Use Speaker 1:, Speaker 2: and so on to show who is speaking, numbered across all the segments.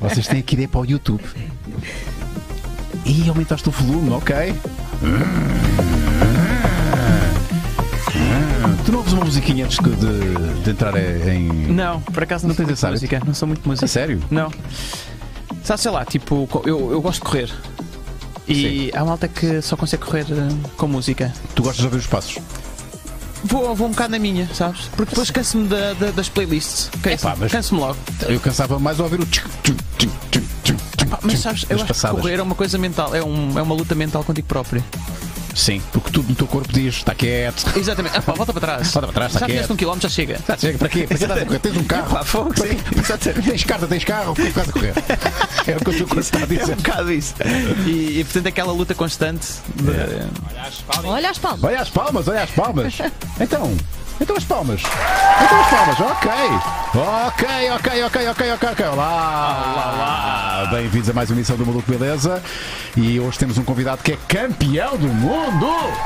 Speaker 1: Vocês têm que ir para o YouTube. E aumentaste o volume, ok? Tu não ouves uma musiquinha antes de, de- de entrar em.
Speaker 2: Não, por acaso não,
Speaker 1: Não
Speaker 2: sou
Speaker 1: tens
Speaker 2: muito
Speaker 1: esse hábito?
Speaker 2: música. Não sou muito
Speaker 1: A
Speaker 2: música.
Speaker 1: sério?
Speaker 2: Não. Sabe, sei lá, tipo, co- eu, eu gosto de correr. E há malta que só consegue correr eh, com música.
Speaker 1: Tu gostas de ouvir os passos?
Speaker 2: Vou, vou um bocado na minha, sabes? Porque depois canso-me da- da- das playlists. Canso-me
Speaker 1: Epá, mas-
Speaker 2: canso-me logo.
Speaker 1: Eu cansava mais de ouvir o. tchic, tchic, tchic, tchic, tchic, tchic,
Speaker 2: Mas
Speaker 1: tchic
Speaker 2: sabes, eu
Speaker 1: das
Speaker 2: acho
Speaker 1: passadas.
Speaker 2: que correr é uma coisa mental, é, um, é uma luta mental contigo próprio.
Speaker 1: Sim, porque tudo no teu corpo diz: está quieto.
Speaker 2: Exatamente. Ah, pá, volta para trás.
Speaker 1: Volta para trás,
Speaker 2: já
Speaker 1: está
Speaker 2: fizeste
Speaker 1: quieto.
Speaker 2: um quilómetro, já chega.
Speaker 1: Tá, chega, para quê? Para quê estás a correr? Tens um carro?
Speaker 2: Pá, fogo,
Speaker 1: Para
Speaker 2: sim,
Speaker 1: quê? Tens carta, tens carro? Por que estás a correr? É o que o teu corpo está a
Speaker 2: É um
Speaker 1: dizer.
Speaker 2: bocado isso. E, e, portanto, é aquela luta constante. de-
Speaker 3: Olha as palmas.
Speaker 1: Olha as palmas, olha as palmas. Então, então as palmas. Então as palmas, ok. Ok, ok, ok, ok, ok, ok. Olá, olá, olá. Bem-vindos a mais uma edição do Maluco Beleza. E hoje temos um convidado que é campeão do mundo.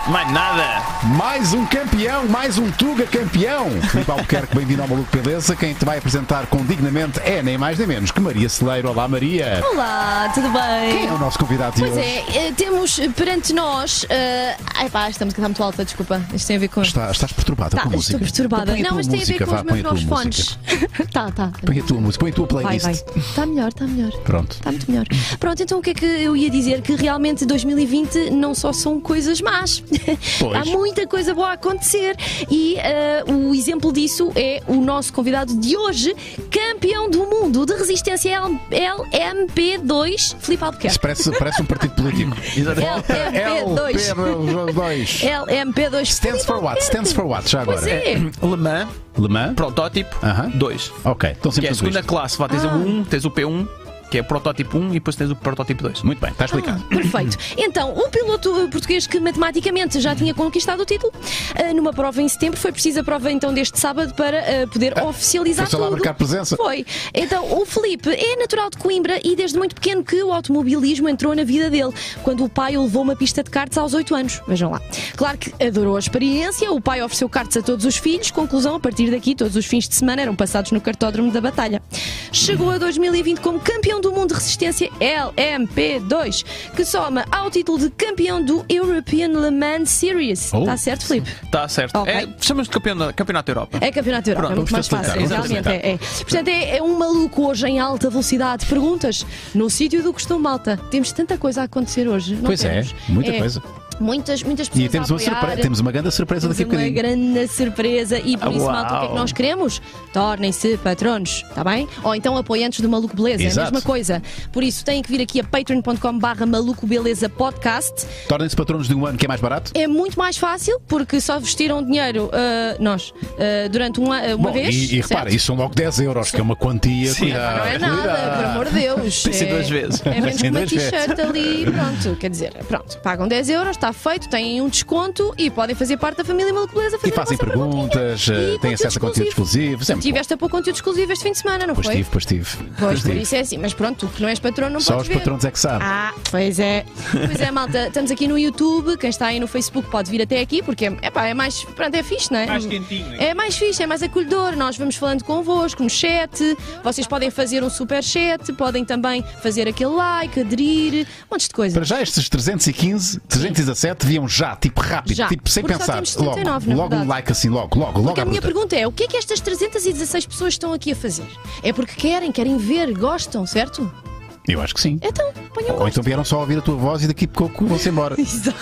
Speaker 2: Mais nada!
Speaker 1: Mais um campeão, mais um Tuga campeão. Filipe Albuquerque, bem-vindo ao Maluco Beleza. Quem te vai apresentar com dignamente é nem mais nem menos que Maria Celeiro. Olá, Maria.
Speaker 3: Olá, tudo
Speaker 1: Quem
Speaker 3: bem?
Speaker 1: é o nosso convidado de
Speaker 3: Pois
Speaker 1: hoje?
Speaker 3: é, eh, temos eh, perante nós. eh, ai pá, esta música está muito alta, desculpa. Isto tem a ver com.
Speaker 1: Está- estás perturbada
Speaker 3: Tá,
Speaker 1: com a música?
Speaker 3: estou perturbada.
Speaker 1: Põe a
Speaker 3: Não,
Speaker 1: tua
Speaker 3: mas tem a ver
Speaker 1: música,
Speaker 3: com
Speaker 1: vá,
Speaker 3: os
Speaker 1: põe
Speaker 3: meus
Speaker 1: a tua
Speaker 3: novos
Speaker 1: música.
Speaker 3: fones. tá, tá.
Speaker 1: Põe a tua música, põe a tua
Speaker 3: Vai,
Speaker 1: playlist.
Speaker 3: vai. Tá. Está melhor, está melhor.
Speaker 1: Pronto.
Speaker 3: Está muito melhor. Pronto, então o que é que eu ia dizer? Que realmente 2020 não só são coisas más.
Speaker 1: Pois.
Speaker 3: Há muita coisa boa a acontecer. E ah, o exemplo disso é o nosso convidado de hoje, campeão do mundo de resistência LMP2, Filipe
Speaker 1: Isso
Speaker 3: Albuquerque.
Speaker 1: parece, parece um partido político.
Speaker 3: LMP2.
Speaker 1: LP2.
Speaker 3: LMP2.
Speaker 1: Stands for what? Stands for what? Já
Speaker 3: É. Pois
Speaker 1: agora.
Speaker 3: é.
Speaker 2: Le Mans,
Speaker 1: Le Mans?
Speaker 2: protótipo
Speaker 1: Aham.
Speaker 2: 2.
Speaker 1: Ok, então
Speaker 2: Que
Speaker 1: sempre
Speaker 2: é a
Speaker 1: tudo
Speaker 2: segunda
Speaker 1: isto.
Speaker 2: classe. Vá, tens o 1, tens o P1, que é o protótipo 1, e depois tens o protótipo 2.
Speaker 1: Muito bem, está explicado.
Speaker 3: Ah, Perfeito. Então, um piloto eh, português que matematicamente já tinha conquistado o título, eh, numa prova em setembro, foi preciso a prova então deste sábado para eh, poder oficializar
Speaker 1: Ah, foi só lá
Speaker 3: tudo.
Speaker 1: marcar presença.
Speaker 3: Foi. Então, o Felipe é natural de Coimbra e desde muito pequeno que o automobilismo entrou na vida dele, quando o pai o levou a uma pista de karts aos 8 anos. Vejam lá. Claro que adorou a experiência, o pai ofereceu karts a todos os filhos, conclusão, a partir daqui todos os fins de semana eram passados no cartódromo da batalha. Chegou a 2020 como campeão do mundo de resistência LMP2, que soma ao título de campeão do European Le Mans Series.
Speaker 1: Oh.
Speaker 3: Está certo, Felipe?
Speaker 2: Está certo.
Speaker 3: Ok.
Speaker 2: É, Chamamos de campeão da- Campeonato da Europa.
Speaker 3: É campeonato da Europa,
Speaker 2: Pronto,
Speaker 3: é muito mais
Speaker 1: vamos
Speaker 3: fácil,
Speaker 1: facilitar, vamos
Speaker 3: realmente é, é. Portanto, é, é um maluco hoje em alta velocidade. Perguntas no sítio do costume, malta. Temos tanta coisa a acontecer hoje. Não
Speaker 1: Pois é,
Speaker 3: temos?
Speaker 1: muita coisa.
Speaker 3: Muitas, muitas pessoas
Speaker 1: E temos
Speaker 3: a
Speaker 1: uma,
Speaker 3: apoiar.
Speaker 1: surpresa, temos uma grande surpresa
Speaker 3: Temos
Speaker 1: daqui a
Speaker 3: uma
Speaker 1: bocadinho.
Speaker 3: grande surpresa e por isso,
Speaker 2: Uau.
Speaker 3: malta, o que é que nós queremos? Tornem-se patronos, está bem? Ou então apoiantes do Maluco Beleza, é
Speaker 1: Exato.
Speaker 3: a mesma coisa. Por isso, têm que vir aqui a patreon.com barra maluco beleza podcast.
Speaker 1: Tornem-se patronos de um ano que é mais barato.
Speaker 3: É muito mais fácil porque só vestiram dinheiro ah, nós ah, durante uma, uma
Speaker 1: Bom,
Speaker 3: vez.
Speaker 1: e, e repara,
Speaker 3: certo?
Speaker 1: isso são logo 10 euros, que é uma quantia.
Speaker 2: Sim.
Speaker 1: cuidado,
Speaker 3: Não é nada,
Speaker 1: cuidado.
Speaker 3: por amor de Deus.
Speaker 2: Pensei
Speaker 3: é,
Speaker 2: duas vezes.
Speaker 3: É menos que
Speaker 1: Pensei
Speaker 3: uma
Speaker 1: duas vezes.
Speaker 3: t-shirt ali e pronto. Quer dizer, pronto. Pagam 10 euros, está feito, têm um desconto e podem fazer parte da família Maluco
Speaker 1: E
Speaker 3: Beleza. fazer a
Speaker 1: fazem
Speaker 3: vossa perguntinha.
Speaker 1: perguntas, eh,
Speaker 3: E
Speaker 1: têm acesso a conteúdos exclusivos. É muito bom.
Speaker 3: Tiveste a pouco conteúdo exclusivo este fim de semana, não
Speaker 1: Pois
Speaker 3: foi?
Speaker 1: tive, pois tive.
Speaker 3: Pois,
Speaker 1: pois
Speaker 3: por
Speaker 1: tive.
Speaker 3: isso é assim. Mas pronto, que não és patrão não
Speaker 1: Só os
Speaker 3: podes ver.
Speaker 1: patronos é que sabem.
Speaker 3: Ah, pois é. Pois é, malta, estamos aqui no YouTube. Quem está aí no Facebook pode vir até aqui, porque é, epá, é mais. Pronto, é fixe, não é?
Speaker 4: Mais quentinho, né?
Speaker 3: É mais fixe, é mais acolhedor. Nós vamos falando convosco no chat. Vocês podem fazer um super chat, podem também fazer aquele like, aderir, um monte de coisa.
Speaker 1: Para já estes 315, 317 viam já, tipo rápido,
Speaker 3: Já,
Speaker 1: tipo sem
Speaker 3: porque só
Speaker 1: pensar.
Speaker 3: temos
Speaker 1: logo
Speaker 3: 79, na
Speaker 1: logo um
Speaker 3: verdade.
Speaker 1: like assim, logo, logo, logo
Speaker 3: Porque
Speaker 1: à
Speaker 3: a minha
Speaker 1: bruta.
Speaker 3: pergunta é: o que é que estas 316 pessoas estão aqui a fazer? É porque querem, querem ver, gostam, certo?
Speaker 1: Eu acho que sim.
Speaker 3: Então, ponham
Speaker 1: Ou
Speaker 3: gosto.
Speaker 1: então vieram só ouvir a tua voz e daqui a pouco vão-se embora.
Speaker 3: Exato.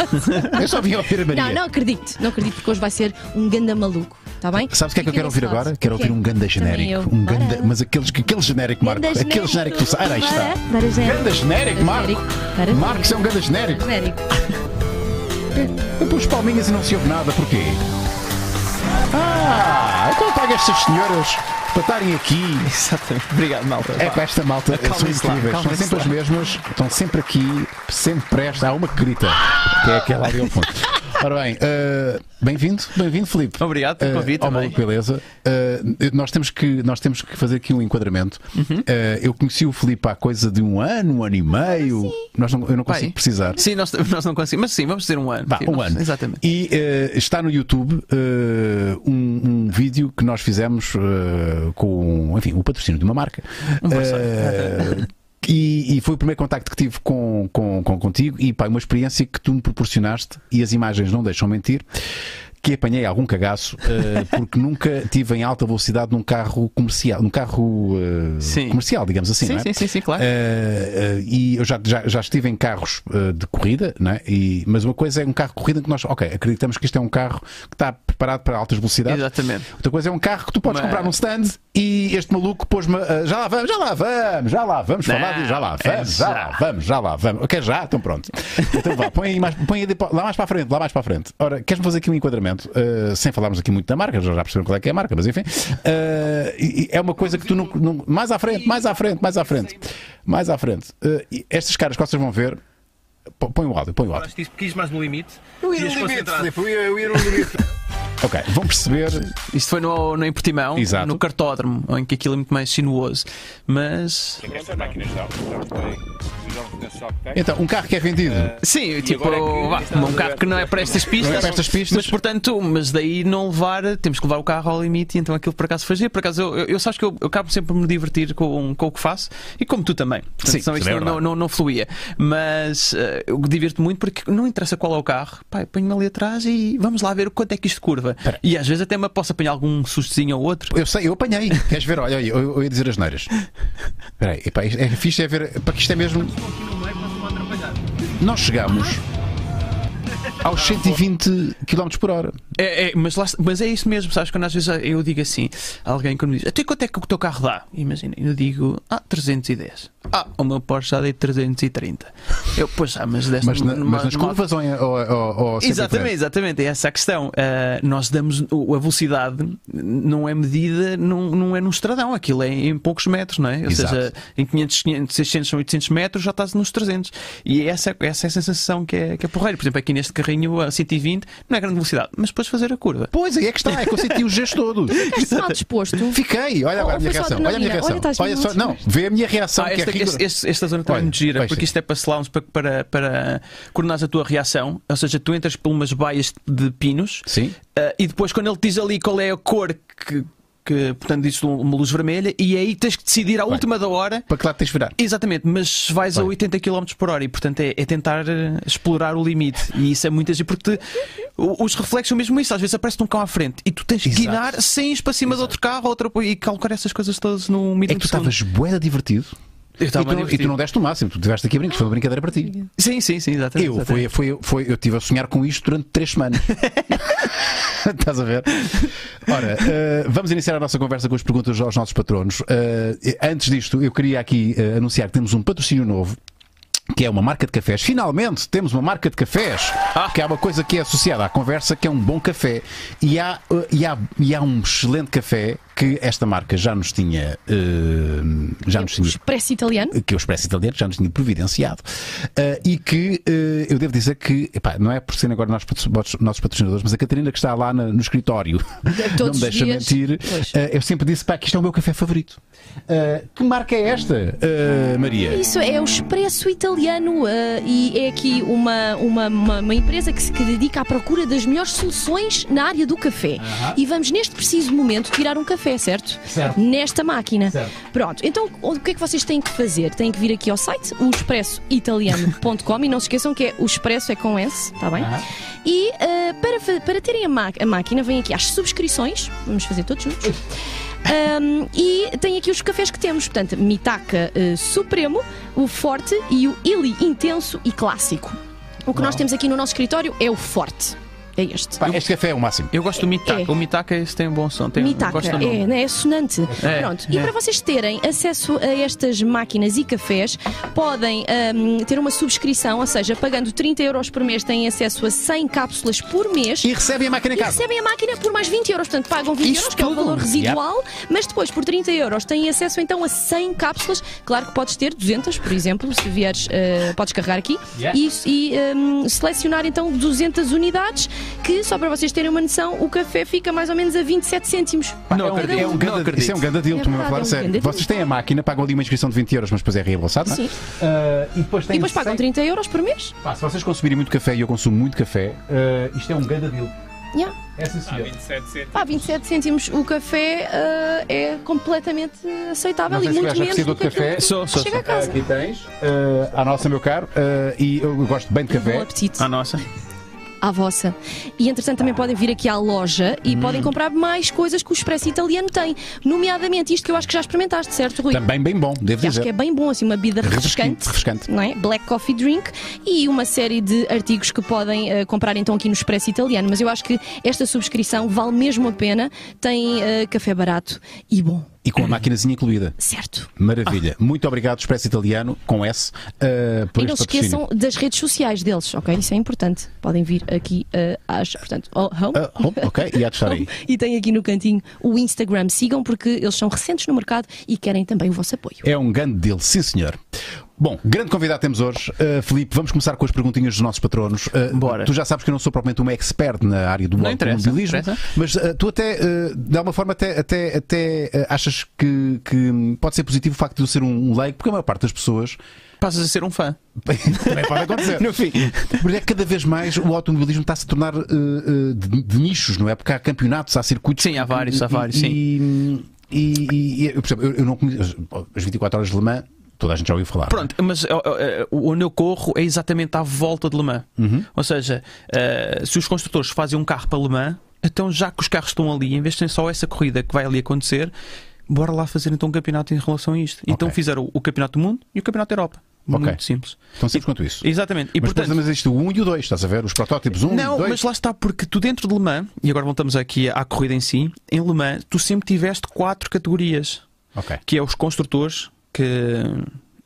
Speaker 1: Eu só vim ouvir a Maria.
Speaker 3: Não, não acredito, não acredito, porque hoje vai ser um ganda maluco, está bem?
Speaker 1: Sabes o que é que eu quero
Speaker 3: Fiquem
Speaker 1: ouvir
Speaker 3: desse lado.
Speaker 1: agora? Quero
Speaker 3: O quê?
Speaker 1: ouvir um ganda
Speaker 3: eu.
Speaker 1: genérico. Um ganda,
Speaker 3: Bora.
Speaker 1: mas aqueles, aquele genérico, Marco.
Speaker 3: Ganda
Speaker 1: Aquele
Speaker 3: genérico.
Speaker 1: genérico que tu sabes. Ah, aí está.
Speaker 3: Bora, bora, genérico.
Speaker 1: Ganda genérico,
Speaker 3: Bora,
Speaker 1: Marco.
Speaker 3: genérico. Bora,
Speaker 1: Marcos é um ganda genérico.
Speaker 3: Genérico.
Speaker 1: Eu pus palminhas e não se ouve nada. Porquê? Ah, então paga estas senhoras para estarem aqui.
Speaker 2: Exatamente. Obrigado, malta.
Speaker 1: É para esta malta, são
Speaker 2: Calmem-se lá,
Speaker 1: incríveis, são
Speaker 2: calmem-se
Speaker 1: sempre
Speaker 2: lá.
Speaker 1: as mesmas, estão sempre aqui, sempre prestes. Há uma que grita, que é aquela ali ao fundo. Ora bem, eh, bem-vindo, bem-vindo, Filipe.
Speaker 2: Obrigado pelo
Speaker 1: Eh,
Speaker 2: convite
Speaker 1: ao
Speaker 2: também.
Speaker 1: Maluco Beleza. Eh, nós, temos que, nós temos que fazer aqui um enquadramento.
Speaker 2: Uhum.
Speaker 1: Eh, eu conheci o Filipe há coisa de um ano, um ano e meio. Nós não, eu não consigo
Speaker 2: Bem.
Speaker 1: precisar.
Speaker 2: Sim, nós, nós não conseguimos, mas sim, vamos dizer um ano.
Speaker 1: Vá,
Speaker 2: Sim,
Speaker 1: um
Speaker 2: nós-
Speaker 1: ano.
Speaker 2: Exatamente.
Speaker 1: E eh, está no YouTube eh, um, um vídeo que nós fizemos eh, com, enfim, o patrocínio de uma marca.
Speaker 2: Um
Speaker 1: Eh, E, e foi o primeiro contacto que tive com, com, com- contigo e pá, uma experiência que tu me proporcionaste e as imagens não deixam mentir. Que apanhei algum cagaço eh, porque nunca tive em alta velocidade num carro comercial, num carro eh,
Speaker 2: Sim.
Speaker 1: comercial, digamos assim.
Speaker 2: Sim,
Speaker 1: não é?
Speaker 2: sim, sim, sim, claro.
Speaker 1: Eh, eh, e eu já, já, já estive em carros eh, de corrida, não é? E- mas uma coisa é um carro de corrida que nós, ok, acreditamos que isto é um carro que está preparado para altas velocidades.
Speaker 2: Exatamente.
Speaker 1: Outra coisa é um carro que tu podes
Speaker 2: Mas-
Speaker 1: comprar num stand e este maluco pôs-me. ah, já lá vamos, já lá vamos, já lá vamos
Speaker 2: Não,
Speaker 1: falar disso, já lá
Speaker 2: é
Speaker 1: vamos, já lá
Speaker 2: já.
Speaker 1: vamos, já lá vamos. Ok, já, então pronto. Então vá, põe, aí mais, põe aí de- lá mais para a frente, lá mais para a frente. Ora, queres-me fazer aqui um enquadramento? Ah, sem falarmos aqui muito da marca, já já perceberam qual é que é a marca, mas enfim. Ah, e- e é uma coisa que tu não, não- Mais à frente, mais à frente, mais à frente. Mais à frente. Ah, e estas caras que vocês vão ver. pô- Põe o áudio, põe o áudio.
Speaker 4: Falaste isso porque quis mais no limite.
Speaker 5: Eu ia
Speaker 4: Ias
Speaker 5: no limite,
Speaker 4: concentrar.
Speaker 5: Filipe, eu ia, eu ia no limite.
Speaker 1: Ok, vão perceber.
Speaker 2: Isto foi no, no em Portimão,
Speaker 1: Exato.
Speaker 2: no cartódromo, em que aquilo é muito mais sinuoso. Mas.
Speaker 6: Estas máquinas já foi.
Speaker 1: Então, um carro que é vendido.
Speaker 2: Sim, tipo,
Speaker 6: agora é que
Speaker 2: vá,
Speaker 6: estamos
Speaker 2: um
Speaker 6: a
Speaker 2: carro
Speaker 6: ver-
Speaker 2: que não é para estas pistas.
Speaker 1: Não é para estas pistas.
Speaker 2: Mas portanto, mas daí não levar, temos que levar o carro ao limite, e então aquilo por acaso fazia. Por acaso eu, eu, eu sabes que eu, eu acabo sempre por me divertir com, com o que faço e como tu também. Portanto,
Speaker 1: Sim,
Speaker 2: senão
Speaker 1: também
Speaker 2: isto
Speaker 1: é
Speaker 2: não,
Speaker 1: verdade.
Speaker 2: não, não, não fluía. Mas eh, eu divirto muito porque não interessa qual é o carro, pá, ponho-me ali atrás e vamos lá ver o quanto é que isto curva. E às vezes até me posso apanhar algum sustozinho ou outro.
Speaker 1: Eu sei, eu apanhei. Queres ver? Olha, aí, eu, eu ia dizer as neiras. Espera aí, epá, isto é fixe é ver. Para que isto é mesmo. Nós chegamos aos 120 km por hora.
Speaker 2: É, é, mas, lá- mas é isso mesmo, sabes? Quando às vezes eu digo assim, alguém quando me diz até quanto é que o teu carro dá? Imagina, eu digo, ah, 310. Ah, o meu Porsche já dei 330. Eu, pois já, mas desta
Speaker 1: Mas, na-
Speaker 2: numa-
Speaker 1: mas nas
Speaker 2: numa-
Speaker 1: curvas ou, em- ou, ou, ou sempre em
Speaker 2: Exatamente,
Speaker 1: frente?
Speaker 2: exatamente, é essa a questão. Ah, nós damos o- a velocidade, não é medida, não, não é num estradão, aquilo é em poucos metros, não é? Ou
Speaker 1: Exato.
Speaker 2: seja, em 500, 500, 600 ou 800 metros já estás nos 300. E essa, essa é a sensação que é, que é porreira. Por exemplo, aqui neste carrinho a 120 não é grande velocidade, mas depois fazer a curva.
Speaker 1: Pois aí é que está, é que eu senti os gestos todos.
Speaker 3: Estás mal disposto.
Speaker 1: Fiquei, olha
Speaker 3: Oh,
Speaker 1: agora a minha
Speaker 3: foi só
Speaker 1: reação. Olha a minha
Speaker 3: adrenalina.
Speaker 1: reação.
Speaker 3: Olha, estás
Speaker 1: Olha só,
Speaker 3: muito
Speaker 1: não, vê a minha reação,
Speaker 2: Ah,
Speaker 1: que é
Speaker 2: esta,
Speaker 1: rigor...
Speaker 2: este- este- esta zona também é
Speaker 1: Olha,
Speaker 2: muito gira,
Speaker 1: vai
Speaker 2: porque
Speaker 1: ser.
Speaker 2: isto é para slalom para, para, para coordenares a tua reação, ou seja, tu entras por umas baias de pinos
Speaker 1: Sim.
Speaker 2: ah, e depois quando ele diz ali qual é a cor que, que portanto diz uma luz vermelha, e aí tens que decidir à última da hora.
Speaker 1: Para que lado tens de virar?
Speaker 2: Exatamente, mas vais a
Speaker 1: Vai.
Speaker 2: 80 km por hora e portanto é, é tentar eh, explorar o limite e isso é muitas vezes porque te- o- os reflexos são mesmo isso, às vezes aparece-te um cão à frente e tu tens que
Speaker 1: Exato.
Speaker 2: guinar sem ires para cima de outro carro outra, e calcular essas coisas todas num
Speaker 1: É
Speaker 2: mínimo
Speaker 1: que tu
Speaker 2: de segundo.
Speaker 1: estavas boeda divertido.
Speaker 2: Eu estava
Speaker 1: e, tu, e
Speaker 2: divertido.
Speaker 1: tu não deste o máximo, tu tiveste aqui a brincar, foi uma brincadeira para ti.
Speaker 2: Sim, sim, sim, exatamente.
Speaker 1: Eu,
Speaker 2: exatamente.
Speaker 1: foi, foi, foi, eu estive a sonhar com isto durante três semanas. Estás a ver? Ora, eh, vamos iniciar a nossa conversa com as perguntas aos nossos patronos. Eh, eh, antes disto, eu queria aqui eh, anunciar que temos um patrocínio novo. Que é uma marca de cafés. Finalmente temos uma marca de cafés.
Speaker 2: Ah!
Speaker 1: Que é uma coisa que é associada à conversa, que é um bom café. E há, eh, e há, e há um excelente café que esta marca já nos tinha. eh, já nos tinha
Speaker 3: Expresso italiano.
Speaker 1: que eu expresso italiano, já nos tinha providenciado, Ah, e que eh, eu devo dizer que, epá, não é por serem agora nós, patro- vossos- nossos patrocinadores, mas a Catarina que está lá na- no escritório, não
Speaker 3: todos
Speaker 1: me
Speaker 3: os
Speaker 1: deixa
Speaker 3: dias.
Speaker 1: mentir,
Speaker 3: Pois.
Speaker 1: ah, eu sempre disse, pá, que isto é o meu café favorito. Ah, que marca é esta, ah, Maria?
Speaker 3: Isso é o Expresso Italiano eh, e é aqui uma, uma, uma, uma empresa que se que dedica à procura das melhores soluções na área do café. E vamos neste preciso momento tirar um café, certo?
Speaker 1: Certo.
Speaker 3: Nesta máquina.
Speaker 1: Certo.
Speaker 3: Pronto, então o que é que vocês têm que fazer? Têm que vir aqui ao site, o expressoitaliano.com e não se esqueçam que é o Expresso é com S, está bem? E eh, para, fa- para terem a, ma- a máquina, vem aqui às subscrições, vamos fazer todos juntos. Um, e tem aqui os cafés que temos, portanto, Mitaka eh, Supremo, o Forte e o Ili Intenso e Clássico. O que nós temos aqui no nosso escritório é o Forte. É este.
Speaker 1: Pá, este café é o máximo.
Speaker 2: Eu gosto do Mitaka.
Speaker 3: É.
Speaker 2: O Mitaka esse tem um bom som. Tem,
Speaker 3: Mitaka,
Speaker 2: gosto do
Speaker 3: é,
Speaker 2: nome.
Speaker 3: né? é sonante.
Speaker 2: É.
Speaker 3: Pronto. E
Speaker 2: É.
Speaker 3: para vocês terem acesso a estas máquinas e cafés, podem hum, ter uma subscrição, ou seja, pagando 30 euros por mês, têm acesso a 100 cápsulas por mês.
Speaker 1: E recebem a máquina em
Speaker 3: E
Speaker 1: casa.
Speaker 3: recebem a máquina por mais 20 euros, portanto pagam 20
Speaker 1: Isso
Speaker 3: euros, que é o
Speaker 1: tudo?
Speaker 3: valor residual,
Speaker 1: Yeah.
Speaker 3: mas depois por 30 euros têm acesso então a 100 cápsulas. Claro que podes ter 200, por exemplo, se vieres, eh, podes carregar aqui e, e, ehm, selecionar então 200 unidades, que só para vocês terem uma noção, o café fica mais ou menos a 27 cêntimos.
Speaker 2: Pá,
Speaker 1: Não,
Speaker 2: é um-
Speaker 1: acredito. é um
Speaker 2: não
Speaker 1: grande-
Speaker 2: acredito.
Speaker 1: isso é um grande deal,
Speaker 3: É
Speaker 1: estou-me a
Speaker 3: verdade,
Speaker 1: falar
Speaker 3: é um
Speaker 1: sério.
Speaker 3: grande deal.
Speaker 1: Vocês têm a máquina, pagam ali uma inscrição de 20 euros, mas depois é reembolsado, não é?
Speaker 3: Sim.
Speaker 1: Ah, e depois
Speaker 3: E
Speaker 1: têm
Speaker 3: depois pagam 30 euros por mês?
Speaker 1: Pá, se vocês consumirem muito café, e eu consumo muito café, eh, isto é um grande deal.
Speaker 3: Yeah.
Speaker 1: É sim,
Speaker 4: Há
Speaker 1: senhor.
Speaker 4: 27 cêntimos.
Speaker 3: Há 27 cêntimos o café ah, é completamente aceitável
Speaker 1: Não sei
Speaker 3: e
Speaker 1: se
Speaker 3: muito
Speaker 1: gajo
Speaker 3: menos
Speaker 1: precisa de
Speaker 3: do que
Speaker 1: café.
Speaker 3: aquilo que
Speaker 2: Sou, sou.
Speaker 3: chega a
Speaker 2: sou.
Speaker 3: casa.
Speaker 1: Aqui tens. eh, à nossa, meu caro. eh, e eu gosto bem de
Speaker 3: Bom
Speaker 1: café.
Speaker 3: apetite.
Speaker 2: A nossa.
Speaker 3: à vossa. E entretanto também podem vir aqui à loja
Speaker 1: Hum.
Speaker 3: e podem comprar mais coisas que o Expresso Italiano tem, nomeadamente isto que eu acho que já experimentaste, certo, Rui?
Speaker 1: Também bem bom, devo
Speaker 3: Que acho que é
Speaker 1: dizer.
Speaker 3: bem bom, assim, uma bebida refrescante.
Speaker 1: Refrescante.
Speaker 3: Não é? Black Coffee Drink e uma série de artigos que podem eh, comprar então aqui no Expresso Italiano. Mas eu acho que esta subscrição vale mesmo a pena. Tem eh, café barato e bom,
Speaker 1: E com a maquinazinha incluída.
Speaker 3: certo?
Speaker 1: Maravilha. Muito obrigado, Expresso Italiano, com S, eh, por
Speaker 3: Ah. e não
Speaker 1: este
Speaker 3: se
Speaker 1: patrocínio.
Speaker 3: esqueçam das redes sociais deles, ok? Isso é importante. Podem vir aqui eh, às, portanto, ao home.
Speaker 1: Ah, home? ok, e há de estar aí.
Speaker 3: E tem aqui no cantinho o Instagram. Sigam porque eles são recentes no mercado e querem também o vosso apoio.
Speaker 1: É um grande deal, sim senhor. Bom, grande convidado temos hoje. Uh, Filipe, vamos começar com as perguntinhas dos nossos patronos. Uh,
Speaker 2: Bora.
Speaker 1: Tu já sabes que eu não sou propriamente uma expert na área do
Speaker 2: Não interessa,
Speaker 1: automobilismo,
Speaker 2: não interessa.
Speaker 1: mas uh, tu até, uh, de alguma forma, até, até, até uh, achas que, que pode ser positivo o facto de eu ser um leigo, porque a maior parte das pessoas
Speaker 2: Passas a ser um fã.
Speaker 1: também pode acontecer.
Speaker 2: No fim.
Speaker 1: Porque é que cada vez mais o automobilismo está-se a tornar uh, uh, de, de nichos, não é? Porque há campeonatos, há circuitos.
Speaker 2: Sim, há vários, há
Speaker 1: E-
Speaker 2: vários,
Speaker 1: e-
Speaker 2: sim.
Speaker 1: E, e- e, eu, por exemplo, eu, eu não conheço as 24 horas de Le Mans, toda a gente já ouviu falar.
Speaker 2: Pronto, mas ó, ó, eh, onde eu corro é exatamente à volta de Le Mans.
Speaker 1: Uhum.
Speaker 2: Ou seja, eh, se os construtores fazem um carro para Le Mans, então já que os carros estão ali, em vez de terem só essa corrida que vai ali acontecer, bora lá fazer então um campeonato em relação a isto. Então
Speaker 1: Ok.
Speaker 2: fizeram o, o Campeonato do Mundo e o Campeonato da Europa.
Speaker 1: Ok.
Speaker 2: Muito simples.
Speaker 1: Tão simples quanto isso.
Speaker 2: Exatamente. E
Speaker 1: mas
Speaker 2: portanto,
Speaker 1: depois existe o 1 e o 2, estás a ver? Os protótipos 1
Speaker 2: Não,
Speaker 1: e 2.
Speaker 2: mas lá está, porque tu dentro de Le Mans, e agora voltamos aqui à corrida em si, em Le Mans tu sempre tiveste quatro categorias,
Speaker 1: Ok.
Speaker 2: que é os construtores, que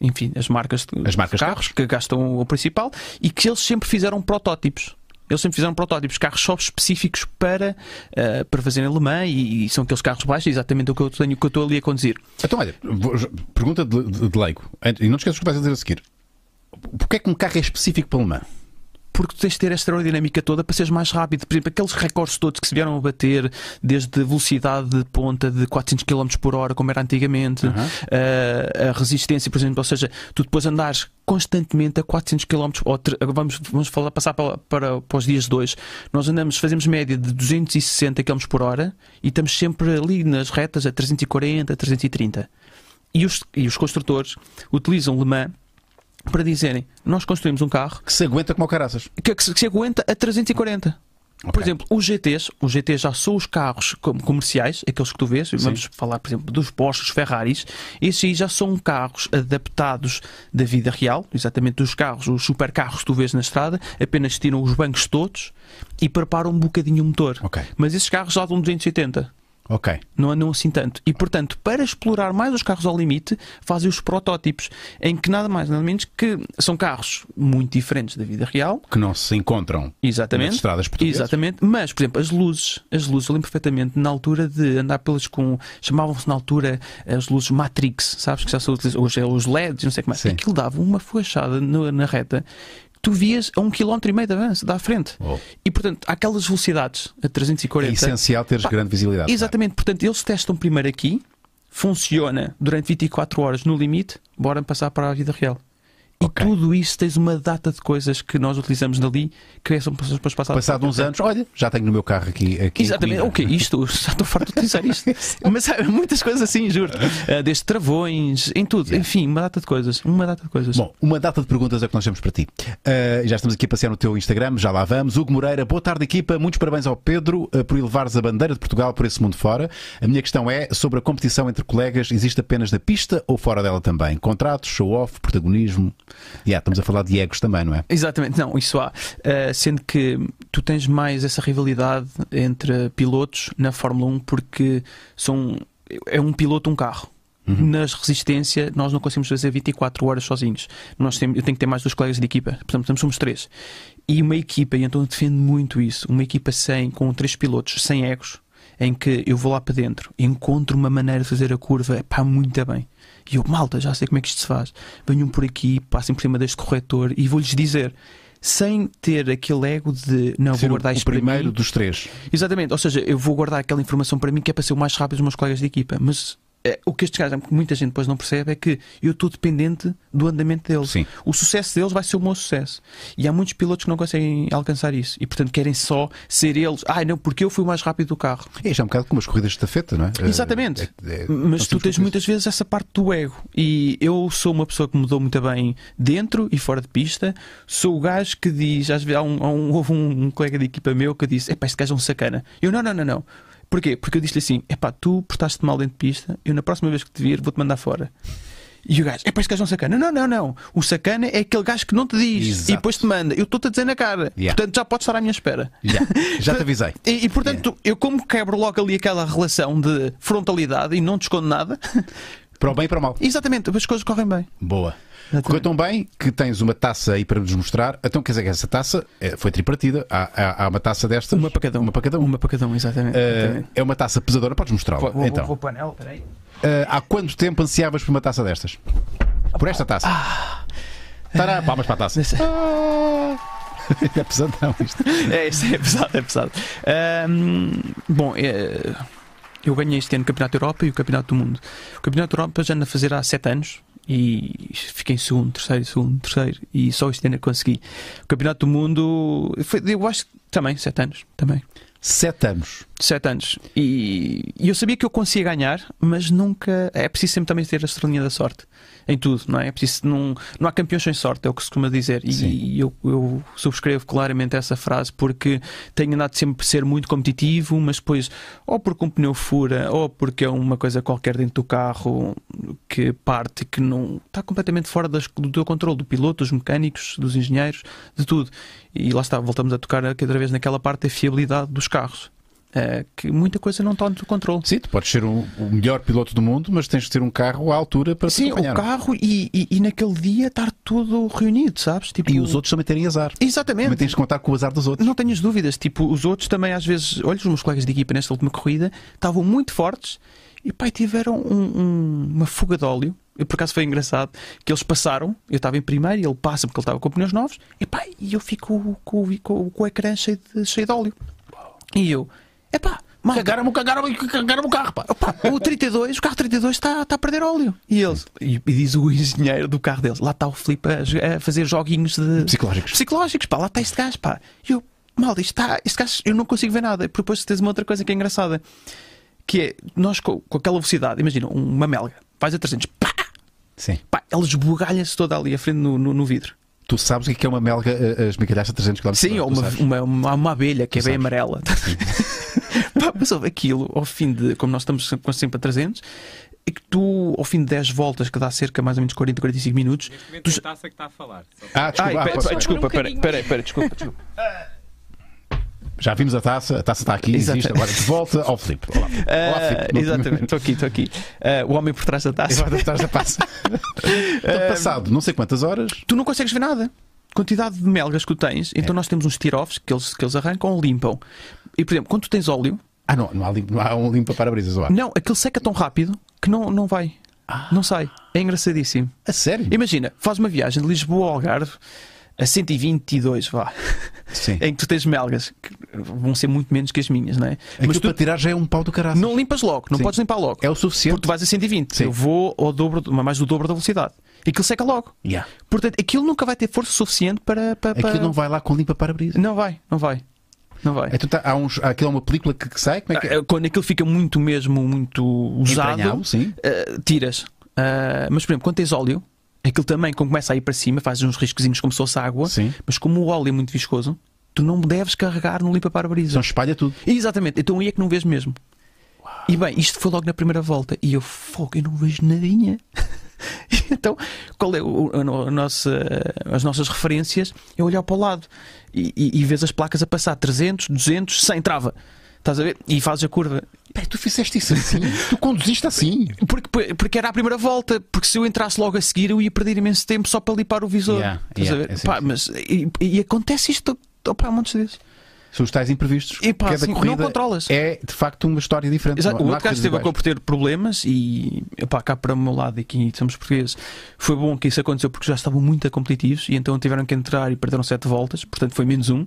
Speaker 2: enfim, as marcas de
Speaker 1: As marcas de
Speaker 2: carros,
Speaker 1: carros.
Speaker 2: que gastam o principal, e que eles sempre fizeram protótipos. Eles sempre fizeram protótipos, carros só específicos para, eh, para fazer em Le Mans e, e são aqueles carros baixos, é exatamente o que eu tenho que eu estou ali a conduzir.
Speaker 1: Então, olha, vou- pergunta de, de- de leigo. E não te esqueças o que vais dizer a seguir. Porquê é que um carro é específico para Le Mans?
Speaker 2: porque tu tens de ter esta aerodinâmica toda para seres mais rápido. Por exemplo, aqueles recordes todos que se vieram a bater, desde velocidade de ponta de 400 km por hora, como era antigamente, eh, a resistência, por exemplo, ou seja, tu depois andares constantemente a 400 km, ou tre- vamos, vamos falar, passar para, para, para os dias 2, nós andamos, fazemos média de 260 km por hora e estamos sempre ali nas retas a 340, 330. E os, e os construtores utilizam Le Mans para dizerem, nós construímos um carro
Speaker 1: Que se aguenta como o caraças.
Speaker 2: que, que se- que se aguenta a 340.
Speaker 1: Ok.
Speaker 2: Por exemplo, os GTs, os GTs já são os carros como comerciais, aqueles que tu vês, vamos falar, por exemplo, dos Porsche, dos Ferraris, esses aí já são carros adaptados da vida real, exatamente dos carros, os supercarros que tu vês na estrada, apenas tiram os bancos todos e preparam um bocadinho o motor.
Speaker 1: Ok.
Speaker 2: Mas esses carros já dão 280
Speaker 1: Ok.
Speaker 2: não andam assim tanto. E, portanto, para explorar mais os carros ao limite, fazem os protótipos, em que nada mais, nada menos que são carros muito diferentes da vida real.
Speaker 1: Que não se encontram
Speaker 2: Exatamente.
Speaker 1: nas estradas portuguesas.
Speaker 2: Exatamente. Mas, por exemplo, as luzes, as luzes, eu lembro perfeitamente, na altura de andar pelas com. chamavam-se na altura eh, as luzes Matrix, sabes? Que já são utilizadas. Hoje é os LEDs, não sei como é.
Speaker 1: Sim.
Speaker 2: Aquilo dava uma flechada no- na reta. que Tu vias a um quilómetro e meio de avanço, da frente.
Speaker 1: Oh.
Speaker 2: E, portanto, aquelas velocidades a
Speaker 1: É
Speaker 2: 340.
Speaker 1: essencial teres
Speaker 2: Pá,
Speaker 1: grande visibilidade.
Speaker 2: Exatamente, portanto, eles testam primeiro aqui, funciona durante 24 horas no limite, bora passar para a vida real. E
Speaker 1: Ok.
Speaker 2: tudo isso tens uma data de coisas que nós utilizamos dali que é são pessoas depois passadas.
Speaker 1: Passado um uns anos, olha, já tenho no meu carro aqui. aqui em
Speaker 2: Exatamente,
Speaker 1: Coimbra.
Speaker 2: ok, isto, já estou farto de utilizar isto. Mas há muitas coisas assim, juro. Ah, desde travões, em tudo, enfim, uma data de coisas. Uma data de coisas.
Speaker 1: Bom, uma data de perguntas é o que nós temos para ti. Ah, já estamos aqui a passear no teu Instagram, já lá vamos. Hugo Moreira, boa tarde, equipa. Muitos parabéns ao Pedro ah, por elevares a bandeira de Portugal por esse mundo fora. A minha questão é sobre a competição entre colegas: existe apenas na pista ou fora dela também? Contratos, show-off, protagonismo? Yeah, estamos a falar de egos também, não é?
Speaker 2: Exatamente, não, isso há. Uh, sendo que tu tens mais essa rivalidade entre pilotos na Fórmula 1 porque são, é um piloto um carro. Nas resistência, nós não conseguimos fazer 24 horas sozinhos. Nós temos, eu tenho que ter mais dois colegas de equipa, portanto, portanto, somos três. E uma equipa, e então eu defendo muito isso, uma equipa sem, com três pilotos, sem egos, em que eu vou lá para dentro, encontro uma maneira de fazer a curva, pá, muito bem. E eu, malta, já sei como é que isto se faz. Venham por aqui, passem por cima deste corretor e vou-lhes dizer, sem ter aquele ego de não,
Speaker 1: Ser
Speaker 2: vou
Speaker 1: o,
Speaker 2: guardar
Speaker 1: o
Speaker 2: isto para
Speaker 1: primeiro
Speaker 2: mim.
Speaker 1: dos três.
Speaker 2: Exatamente, ou seja, eu vou guardar aquela informação para mim que é para ser o mais rápido dos meus colegas de equipa, mas eh, o que estes gajos, que muita gente depois não percebe, é que eu estou dependente do andamento deles.
Speaker 1: Sim.
Speaker 2: O sucesso deles vai ser o meu sucesso. E há muitos pilotos que não conseguem alcançar isso. E, portanto, querem só ser eles. Ah, não, porque eu fui o mais rápido do carro.
Speaker 1: É, já é um bocado como as corridas de estafeta, não é?
Speaker 2: Exatamente.
Speaker 1: É- é-
Speaker 2: Mas
Speaker 1: nós
Speaker 2: tu
Speaker 1: temos
Speaker 2: tens muitas vezes essa parte do ego. E eu sou uma pessoa que mudou muito bem dentro e fora de pista. Sou o gajo que diz, às vezes, há um, há um- houve um, um colega de equipa meu que disse: Epá, este gajo é um sacana. Eu, não, não, não, não. Porquê? Porque eu disse-lhe assim: Epá, tu portaste-te mal dentro de pista, eu na próxima vez que te vir vou-te mandar fora. E o gajo, epá, este gajo é um sacana. Não, não, não. O sacana é aquele gajo que não te diz
Speaker 1: Exato.
Speaker 2: e depois te manda. Eu estou-te a dizer na cara.
Speaker 1: Yeah.
Speaker 2: Portanto, já podes estar à minha espera.
Speaker 1: Já, já te avisei.
Speaker 2: E, e, portanto,
Speaker 1: É.
Speaker 2: eu como quebro logo ali aquela relação de frontalidade e não te escondo nada,
Speaker 1: Para o bem e para o mal.
Speaker 2: exatamente, as coisas correm bem.
Speaker 1: Boa. Correu tão bem que tens uma taça aí para nos mostrar. Então quer dizer que essa taça eh, foi tripartida. Há, há- há uma taça destas.
Speaker 2: Uma para cada um.
Speaker 1: Uma para cada um.
Speaker 2: Uma para cada um, exatamente.
Speaker 1: Eh,
Speaker 2: exatamente.
Speaker 1: é uma taça pesadora, podes mostrá-la.
Speaker 2: Vou- vou-
Speaker 1: Então,
Speaker 2: vou para o anel, peraí.
Speaker 1: eh, há quanto tempo ansiavas por uma taça destas? Por esta taça.
Speaker 2: Ah.
Speaker 1: Tará, palmas para a taça. É pesadão isto.
Speaker 2: É, isto é pesado, é pesado. Ahm, bom, é, eu ganhei este ano o Campeonato da Europa e o Campeonato do Mundo. O Campeonato da Europa já anda a fazer há 7 anos e fiquei em segundo, terceiro, segundo, terceiro e só este ano é que consegui. O Campeonato do Mundo, foi, eu acho que também, 7 anos, também.
Speaker 1: Sete anos.
Speaker 2: sete anos e, e eu sabia que eu conseguia ganhar, mas nunca é preciso sempre também ter a estrelinha da sorte em tudo, não é? é preciso, não, não há campeões sem sorte, é o que se costuma dizer.
Speaker 1: Sim.
Speaker 2: E, eu, eu subscrevo claramente essa frase porque tenho andado sempre a ser muito competitivo, mas depois, ou porque um pneu fura, ou porque é uma coisa qualquer dentro do carro que parte que não está completamente fora das- do teu controle, do piloto, dos mecânicos, dos engenheiros, de tudo. E lá está, voltamos a tocar cada vez naquela parte da fiabilidade dos carros. eh, que muita coisa não está no teu controle.
Speaker 1: Sim, tu podes ser o, o melhor piloto do mundo, mas tens de ter um carro à altura para
Speaker 2: Sim,
Speaker 1: te acompanhar.
Speaker 2: o carro e, e, e naquele dia estar tudo reunido, sabes? Tipo,
Speaker 1: E os outros também terem azar. Também
Speaker 2: Exatamente.
Speaker 1: tens de contar com o azar dos outros.
Speaker 2: Não tenhas dúvidas. Tipo, os outros também, às vezes, olha, os meus colegas de equipa nesta última corrida estavam muito fortes e pai, tiveram um- um- uma fuga de óleo. E por acaso foi engraçado que eles passaram. Eu estava em primeiro e ele passa porque ele estava com pneus novos. E pai, e eu fico com, o- com, o- com o ecrã cheio de, cheio de óleo. E eu, epá, malta,
Speaker 1: Cagaram-me, cagaram-me, cagaram-me o carro, pá.
Speaker 2: Opa, o 32, o carro 32 está, está a perder óleo. E eles, e, e diz o engenheiro do carro deles, lá está o Filipe a, jo- a fazer joguinhos de
Speaker 1: Psicológicos.
Speaker 2: psicológicos, pá, lá está este gajo, pá. E eu, mal, isto está, este gajo, eu não consigo ver nada. Porque depois tens uma outra coisa que é engraçada, que é, nós co- com, aquela velocidade, imagina, uma melga, vais a 300, pá,
Speaker 1: Sim.
Speaker 2: pá, ela esbugalha-se toda ali à frente no, no, no vidro.
Speaker 1: Tu sabes o que é uma melga eh, a esmigalhar-se a 300 km
Speaker 2: Sim, ou uma, uma, uma, uma abelha que é
Speaker 1: Tu
Speaker 2: bem
Speaker 1: sabes.
Speaker 2: amarela. Pá, mas houve aquilo, ao fim de. Como nós estamos sempre, sempre a 300, é que tu, ao fim de 10 voltas, que dá cerca mais ou menos 40, 45 minutos.
Speaker 4: Neste momento
Speaker 2: Tu
Speaker 4: é
Speaker 2: já-
Speaker 4: a taça que está a falar. Só
Speaker 1: Ah,
Speaker 2: Ai,
Speaker 1: desculpa, ah,
Speaker 2: pe-
Speaker 1: posso-
Speaker 2: pe- desculpa,
Speaker 3: Um
Speaker 2: peraí,
Speaker 3: bocadinho
Speaker 2: peraí, peraí, desculpa, desculpa.
Speaker 1: já vimos a taça, a taça está aqui, existe.
Speaker 2: Exato.
Speaker 1: Agora de volta ao Filipe. Olá, Olá
Speaker 2: Ah,
Speaker 1: Filipe. Não-
Speaker 2: exatamente, estou aqui, estou aqui. Ah, o homem por trás da taça.
Speaker 1: Agora estás a taça.
Speaker 2: Ehm.
Speaker 1: Então, passado não sei quantas horas,
Speaker 2: tu não consegues ver nada. Quantidade de melgas que tu tens, então nós temos uns tiro-offs que eles, que eles arrancam ou limpam. E, por exemplo, quando tu tens óleo,
Speaker 1: Ah, não, não há, lim- não há um limpa para-brisas lá.
Speaker 2: não, aquele seca tão rápido que não, não vai. Não sai. É engraçadíssimo.
Speaker 1: A sério?
Speaker 2: Imagina, faz uma viagem de Lisboa ao Algarve a 122, vá.
Speaker 1: Sim.
Speaker 2: Em que tu tens melgas, que vão ser muito menos que as minhas, não é?
Speaker 1: Aquilo
Speaker 2: Mas tu
Speaker 1: para tirar já é um pau do caralho.
Speaker 2: não limpas logo, não
Speaker 1: Sim.
Speaker 2: podes limpar logo.
Speaker 1: É o suficiente.
Speaker 2: Porque tu vais a 120.
Speaker 1: Sim.
Speaker 2: Eu vou ao dobro, do- mais do dobro da velocidade. E aquilo seca logo.
Speaker 1: Yeah.
Speaker 2: Portanto, aquilo nunca vai ter força suficiente para. para, para-
Speaker 1: Aquilo não vai lá com limpa para-brisas.
Speaker 2: Não vai, não vai. Não vai.
Speaker 1: Então, tá, há uns, há aquilo é uma película que, que sai, como é que é?
Speaker 2: Ah, Quando aquilo fica muito mesmo, muito usado,
Speaker 1: Entranhado, sim.
Speaker 2: ah, tiras. Ah, mas, por exemplo, quando tens óleo, aquilo também, quando começa a ir para cima, faz uns riscozinhos como se fosse água.
Speaker 1: Sim.
Speaker 2: Mas como o óleo é muito viscoso, tu não deves carregar no limpa-para-brisa.
Speaker 1: Então espalha tudo.
Speaker 2: Exatamente. Então aí é que não vês mesmo. E bem, isto foi logo na primeira volta. E eu, fogo, eu não vejo nadinha. então, qual é o- a no- a nossa- as nossas referências? É olhar para o lado e, e, e vês as placas a passar 300, 200, 100, trava. Estás a ver? E fazes a curva.
Speaker 1: Peraí, tu fizeste isso assim? tu conduziste assim?
Speaker 2: Porque, porque era a primeira volta, porque se eu entrasse logo a seguir eu ia perder imenso tempo só para limpar o visor.
Speaker 1: Yeah,
Speaker 2: Estás
Speaker 1: yeah,
Speaker 2: a ver?
Speaker 1: é sim,
Speaker 2: Pá,
Speaker 1: sim.
Speaker 2: mas e, e acontece isto opa, há montes vezes.
Speaker 1: São os tais imprevistos.
Speaker 2: E pá,
Speaker 1: Cada
Speaker 2: assim, não
Speaker 1: corrida
Speaker 2: controlas.
Speaker 1: É de facto uma história diferente.
Speaker 2: Exato.
Speaker 1: Não-
Speaker 2: o
Speaker 1: não há
Speaker 2: outro gajo
Speaker 1: corridas
Speaker 2: teve a
Speaker 1: iguais.
Speaker 2: por ter problemas e epá, cá para o meu lado e aqui somos portugueses foi bom que isso aconteceu porque já estavam muito competitivos e então tiveram que entrar e perderam sete voltas, portanto foi menos um.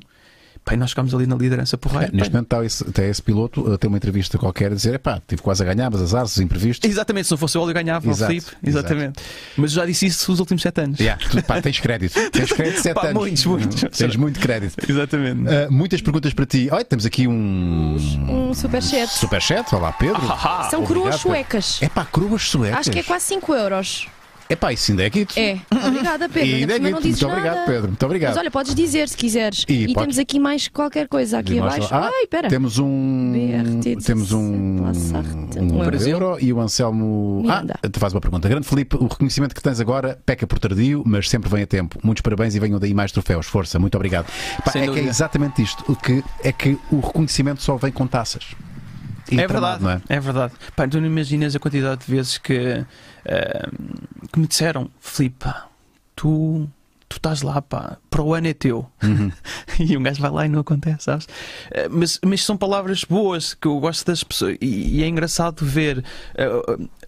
Speaker 2: Pá, e nós ficámos ali na liderança porreira.
Speaker 1: É, Neste
Speaker 2: pá.
Speaker 1: momento está esse, está esse piloto a ter uma entrevista qualquer a dizer: epá, tive quase a ganhar, mas azar, os imprevistos.
Speaker 2: Exatamente, se não fosse eu, eu ganhava, não
Speaker 1: Exato,
Speaker 2: Filipe. Exatamente. Mas eu já disse isso nos últimos sete anos.
Speaker 1: Yeah, tu, pá, tens crédito. Tens crédito de 7
Speaker 2: Pá,
Speaker 1: anos.
Speaker 2: muitos, muitos.
Speaker 1: Tens muito crédito.
Speaker 2: Exatamente.
Speaker 1: Uh, muitas perguntas para ti. Olha, temos aqui um
Speaker 3: Um superchat.
Speaker 1: superchat. Olá, Pedro.
Speaker 2: Ahá.
Speaker 3: São
Speaker 1: obrigado,
Speaker 3: coroas
Speaker 1: Pedro.
Speaker 3: suecas.
Speaker 1: É pá, cruas suecas.
Speaker 3: Acho que é quase 5 euros.
Speaker 1: Epá, isso ainda é guito.
Speaker 3: É. Obrigada, Pedro.
Speaker 1: E ainda é
Speaker 3: Ainda por cima
Speaker 1: guito.
Speaker 3: não dizes
Speaker 1: Muito obrigado,
Speaker 3: nada.
Speaker 1: Pedro. Muito obrigado.
Speaker 3: Mas olha, podes dizer se quiseres.
Speaker 1: E
Speaker 3: E,
Speaker 1: pode-
Speaker 3: temos aqui mais qualquer coisa aqui
Speaker 1: Diz mais
Speaker 3: abaixo.
Speaker 1: lá. Ah,
Speaker 3: Ai, pera.
Speaker 1: Temos um.
Speaker 3: BRT
Speaker 1: temos um.
Speaker 3: Lassarte.
Speaker 1: Um
Speaker 3: Um
Speaker 1: euro
Speaker 2: euro.
Speaker 1: e o Anselmo.
Speaker 3: Miranda.
Speaker 1: Ah, te faz uma pergunta. Grande Felipe, o reconhecimento que tens agora peca por tardio, mas sempre vem a tempo. Muitos parabéns e venham daí mais troféus. Força, muito obrigado. Pá,
Speaker 2: Sem
Speaker 1: é que é
Speaker 2: dúvida.
Speaker 1: exatamente isto. O que é que o reconhecimento só vem com taças. E
Speaker 2: É
Speaker 1: tramado,
Speaker 2: verdade,
Speaker 1: não é?
Speaker 2: é? verdade. Pá, tu não imaginas a quantidade de vezes que, eh, que me disseram, Filipe, pá, tu, tu estás lá, pá, para o ano é teu.
Speaker 1: Uhum.
Speaker 2: e um gajo vai lá e não acontece, sabes? Eh, mas, mas são palavras boas que eu gosto das pessoas. E, e é engraçado ver eh,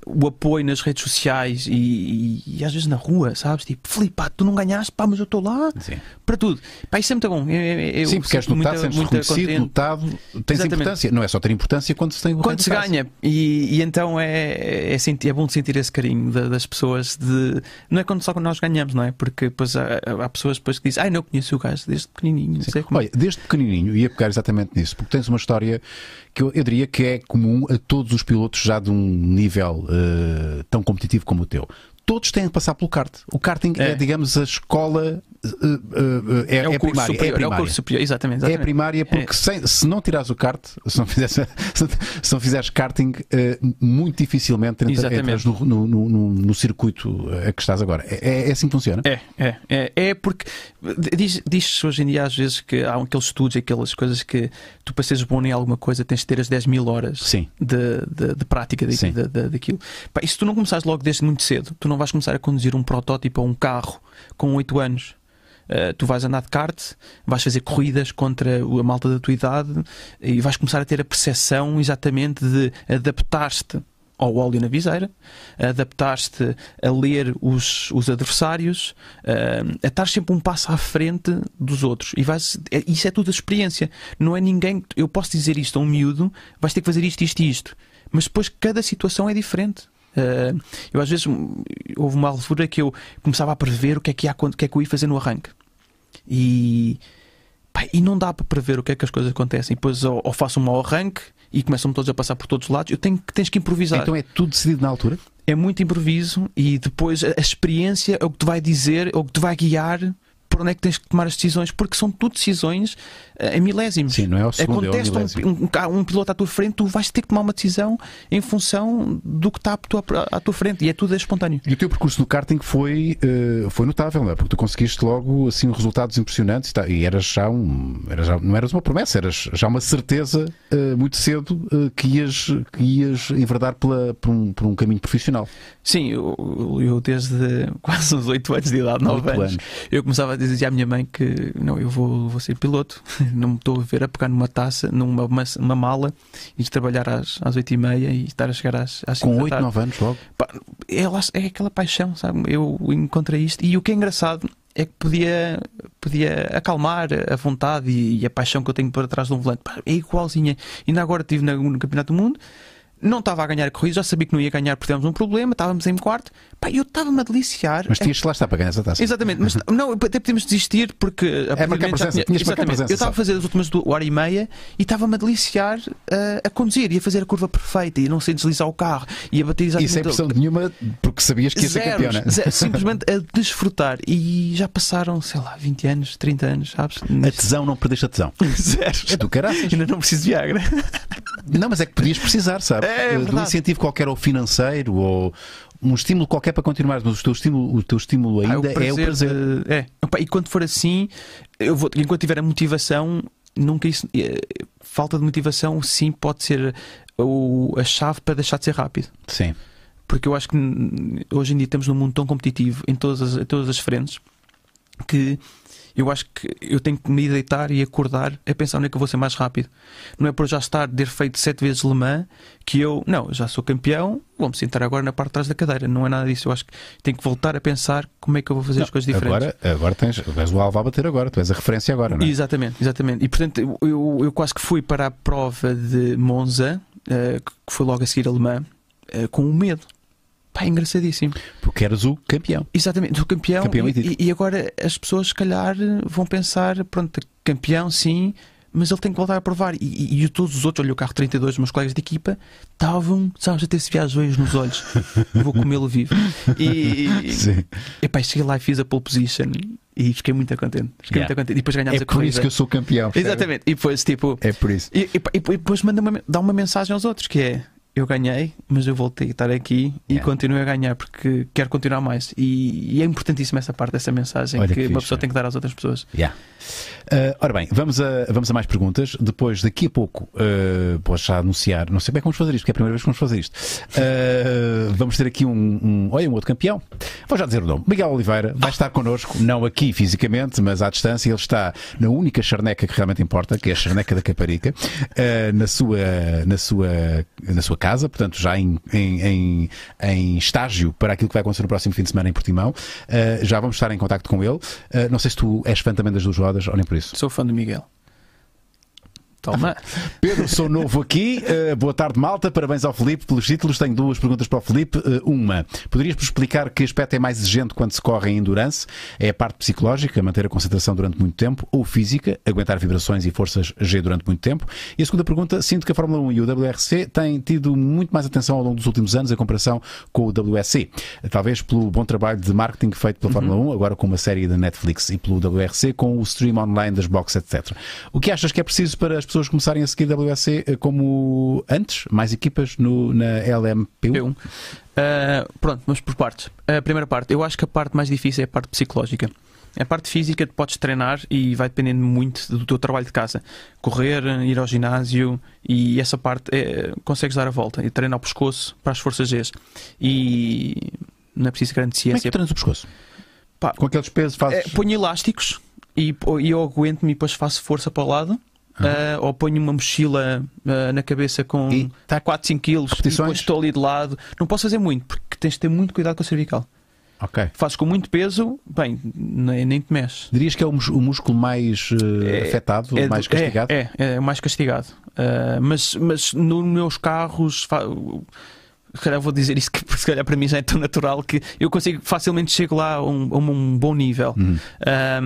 Speaker 2: o apoio nas redes sociais e, e- e às vezes na rua, sabes? Tipo, Filipe, pá, tu não ganhaste, pá, mas eu estou lá
Speaker 1: Sim.
Speaker 2: para tudo. Pá, isso é muito bom. Eu- eu- eu
Speaker 1: Sim, porque és
Speaker 2: sinto
Speaker 1: notado,
Speaker 2: muita-
Speaker 1: sentes
Speaker 2: muita
Speaker 1: reconhecido,
Speaker 2: contente.
Speaker 1: notado, tens
Speaker 2: Exatamente.
Speaker 1: importância. Não é só ter importância quando se tem o
Speaker 2: Quando
Speaker 1: grande
Speaker 2: se
Speaker 1: passo.
Speaker 2: ganha, e, e então é, é, senti- é bom sentir esse carinho da- das pessoas de. Não é quando só quando nós ganhamos, não é? Porque depois há, há pessoas depois que dizem, ai não conheço o gajo desde pequenininho, não sei como.
Speaker 1: Olha, desde pequenininho ia pegar exatamente nisso, porque tens uma história que eu, eu diria que é comum a todos os pilotos já de um nível eh, tão competitivo como o teu. Todos têm de passar pelo kart. O karting é,
Speaker 2: É.
Speaker 1: digamos, a escola. eh, eh, eh, é,
Speaker 2: é o
Speaker 1: é
Speaker 2: curso
Speaker 1: primária,
Speaker 2: superior,
Speaker 1: é
Speaker 2: é o
Speaker 1: primária.
Speaker 2: curso superior, exatamente.
Speaker 1: É
Speaker 2: exatamente.
Speaker 1: primária porque sem- se não tirares o kart, se não fizeres, se não fizeres karting, eh, muito dificilmente entra-
Speaker 2: Exatamente.
Speaker 1: entras no, no- no- no- no circuito eh, a que estás agora. É, é assim que funciona?
Speaker 2: É, é, é, é porque diz- diz-se hoje em dia às vezes que há aqueles estudos, aquelas coisas que tu para seres bom em alguma coisa tens de ter as 10 mil horas
Speaker 1: Sim.
Speaker 2: de, de- de prática da-
Speaker 1: Sim.
Speaker 2: da- da- daquilo. Pá, e se tu não começares logo desde muito cedo, tu não vais começar a conduzir um protótipo ou um carro com 8 anos. Uh, tu vais andar de kart, vais fazer corridas contra o- a malta da tua idade e vais começar a ter a percepção exatamente de adaptar-te ao óleo na viseira, adaptar-te a ler os, os adversários, uh, a estar sempre um passo à frente dos outros. E vais, é- isso é tudo a experiência. Não é ninguém. Eu posso dizer isto a um miúdo, vais ter que fazer isto, isto e isto. Mas depois cada situação é diferente. Uh, eu às vezes hum, houve uma altura que eu começava a prever o que é que, ia, acon- o que, é que eu ia fazer no arranque. E, pá, e não dá para prever o que é que as coisas acontecem. Depois ou, ou faço um mau arranque e começam-me todos a passar por todos os lados. Eu tenho, que- tens que improvisar.
Speaker 1: Então é tudo decidido na altura?
Speaker 2: é muito improviso e depois a, a experiência é o que te vai dizer, é o que te vai guiar para onde é que tens que tomar as decisões, porque são tudo decisões eh, em milésimos.
Speaker 1: Sim, não é ao segundo, é ao
Speaker 2: Acontece
Speaker 1: milésimo.
Speaker 2: um, um, ca- um piloto à tua frente, tu vais ter que tomar uma decisão em função do que está à tua, à tua frente e é tudo espontâneo.
Speaker 1: E o teu percurso no karting foi, eh, foi notável, não é? Porque tu conseguiste logo assim resultados impressionantes e, tal, e eras já um. eras já- não eras uma promessa, eras já uma certeza eh, muito cedo eh, que, ias, que ias enverdar pela, por, um, por um caminho profissional.
Speaker 2: Sim, eu, eu desde quase uns 8 anos de idade, 9
Speaker 1: Oito
Speaker 2: anos,
Speaker 1: anos.
Speaker 2: eu começava a dizer à minha mãe que não, eu vou, vou ser piloto, não me estou a ver a pegar numa taça, numa, maça- numa mala, e trabalhar às, às 8 e meia e estar a chegar às, às cinco
Speaker 1: Com
Speaker 2: da
Speaker 1: 8,
Speaker 2: tarde.
Speaker 1: 9 anos logo.
Speaker 2: Pá, é, lá- é aquela paixão, sabe? Eu encontrei isto. E o que é engraçado é que podia, podia acalmar a vontade e, e a paixão que eu tenho por trás de um volante. Pá, é igualzinha. Ainda agora estive na- no Campeonato do Mundo, não estava a ganhar a corrida, já sabia que não ia ganhar porque tivemos um problema, estávamos em quarto. Pá, eu estava-me a deliciar.
Speaker 1: Mas
Speaker 2: É-
Speaker 1: tinhas que lá estar para ganhar essa taça.
Speaker 2: Exatamente, mas não, até podíamos desistir porque a
Speaker 1: É marcar presença, tinhas de marcar presença
Speaker 2: Eu estava a
Speaker 1: só.
Speaker 2: fazer as últimas duas hora e meia e estava-me a deliciar ah, a conduzir e a fazer a curva perfeita e não sei deslizar o carro e a bater
Speaker 1: E
Speaker 2: exatamente
Speaker 1: sem pressão é nenhuma, porque sabias que ia ser é?
Speaker 2: Zeros,
Speaker 1: campeona.
Speaker 2: ze- simplesmente a desfrutar. E já passaram, sei lá, 20 anos, 30 anos, sabes?
Speaker 1: A
Speaker 2: Nisto.
Speaker 1: tesão não perdeste a tesão.
Speaker 2: Zeros.
Speaker 1: É do caraças.
Speaker 2: Ainda não preciso de Viagra.
Speaker 1: Não, mas é que podias precisar, sabe?
Speaker 2: É, é
Speaker 1: Eh, de um
Speaker 2: verdade.
Speaker 1: incentivo qualquer ou financeiro ou um estímulo qualquer para continuares, mas o teu estímulo, o teu estímulo
Speaker 2: Ah,
Speaker 1: ainda é o prazer.
Speaker 2: de- é. Opa, e quando for assim, eu vou, enquanto tiver a motivação, nunca isso. eh, Falta de motivação, sim, pode ser o- a chave para deixar de ser rápido.
Speaker 1: Sim.
Speaker 2: porque eu acho que hum, hoje em dia estamos num mundo tão competitivo em todas as, em todas as frentes que eu acho que eu tenho que me deitar e acordar a pensar onde é que eu vou ser mais rápido. Não é por eu já estar, ter feito sete vezes Le Mans, que eu, não, eu já sou campeão, vou-me sentar agora na parte de trás da cadeira. Não é nada disso. Eu acho que tenho que voltar a pensar como é que eu vou fazer as coisas diferentes.
Speaker 1: Agora, agora tens, vais o alvo a bater agora, tu és a referência agora, não é?
Speaker 2: Exatamente, exatamente. E portanto, eu, eu, eu quase que fui para a prova de Monza, eh, que foi logo a seguir alemã, eh, com o medo. Pá, é engraçadíssimo.
Speaker 1: Porque eres o campeão.
Speaker 2: Exatamente, do campeão.
Speaker 1: Campeão e título.
Speaker 2: e, e agora as pessoas, se calhar, vão pensar: pronto, campeão, sim, mas ele tem que voltar a provar. E, e, e todos os outros, olha, o carro 32 dos meus colegas de equipa estavam, sabes, a ter-se viagens nos olhos. Vou comê-lo vivo. E,
Speaker 1: Sim.
Speaker 2: e pá, cheguei lá e fiz a pole position e fiquei muito contente. Fiquei
Speaker 1: Yeah.
Speaker 2: muito contente. E depois ganhámos
Speaker 1: É
Speaker 2: a
Speaker 1: por
Speaker 2: corrida.
Speaker 1: isso que eu sou campeão. percebe?
Speaker 2: Exatamente. E depois, tipo.
Speaker 1: É por isso.
Speaker 2: E, e- e- e depois manda uma, dá uma mensagem aos outros que é. Eu ganhei, mas eu voltei a estar aqui e
Speaker 1: Yeah.
Speaker 2: continuo a ganhar porque quero continuar mais. E, e é importantíssima essa parte, essa mensagem
Speaker 1: Olha
Speaker 2: que,
Speaker 1: que
Speaker 2: uma
Speaker 1: fixe, né?
Speaker 2: pessoa tem que dar às outras pessoas.
Speaker 1: Yeah. Ah, ora bem, vamos a, vamos a mais perguntas. Depois, daqui a pouco, ah, posso já anunciar. Não sei bem como vamos fazer isto, porque é a primeira vez que vamos fazer isto. Ah, vamos ter aqui um, um- Olha, um outro campeão. Vou já dizer o nome. Miguel Oliveira vai estar connosco, não aqui fisicamente, mas à distância. Ele está na única charneca que realmente importa, que é a charneca da Caparica, ah, na, sua, na, sua, na sua casa, portanto, já em, em, em- em estágio para aquilo que vai acontecer no próximo fim de semana em Portimão. Ah, já vamos estar em contacto com ele. Ah, não sei se tu és fã também das duas rodas, olhem por isso.
Speaker 2: Sou fã do Miguel. Toma.
Speaker 1: Pedro, sou novo aqui. Uh, boa tarde, malta. Parabéns ao Felipe pelos títulos. Tenho duas perguntas para o Felipe. Uh, uma, poderias-me explicar que aspecto é mais exigente quando se corre em endurance? É a parte psicológica, manter a concentração durante muito tempo, ou física, aguentar vibrações e forças G durante muito tempo? E a segunda pergunta, sinto que a Fórmula 1 e o WRC têm tido muito mais atenção ao longo dos últimos anos em comparação com o WSC. Talvez pelo bom trabalho de marketing feito
Speaker 2: Uhum.
Speaker 1: pela Fórmula 1, agora com uma série da Netflix, e pelo WRC com o stream online das boxes, etc. O que achas que é preciso para as pessoas começarem a seguir WSC eh, como antes? Mais equipas no, na LMP1?
Speaker 2: Eu. Ah, pronto, vamos por partes. A primeira parte, eu acho que a parte mais difícil é a parte psicológica. A parte física tu podes treinar e vai dependendo muito do teu trabalho de casa. Correr, ir ao ginásio e essa parte é, consegues dar a volta e treinar o pescoço para as forças G. E não é preciso grande
Speaker 1: Como é que
Speaker 2: ciência.
Speaker 1: tu treinas o pescoço?
Speaker 2: Pá,
Speaker 1: Com aqueles pesos fazes...
Speaker 2: É, ponho elásticos e, po- e eu aguento-me e depois faço força para o lado. Ah, ou ponho uma mochila ah, na cabeça com
Speaker 1: E tá-
Speaker 2: 4, 5 quilos e
Speaker 1: repetições?
Speaker 2: depois estou ali de lado. Não posso fazer muito porque tens de ter muito cuidado com a cervical.
Speaker 1: Ok.
Speaker 2: Fazes com muito peso, bem, nem, nem te mexes.
Speaker 1: Dirias que é o, mus- o músculo mais eh,
Speaker 2: É-
Speaker 1: afetado,
Speaker 2: É,
Speaker 1: mais
Speaker 2: do-
Speaker 1: castigado?
Speaker 2: É, é, é mais castigado. Ah, mas, mas nos meus carros. fa- Se calhar vou dizer isso que se calhar para mim já é tão natural que eu consigo facilmente chego lá a um, a um- um bom nível.
Speaker 1: Hum.
Speaker 2: Ah,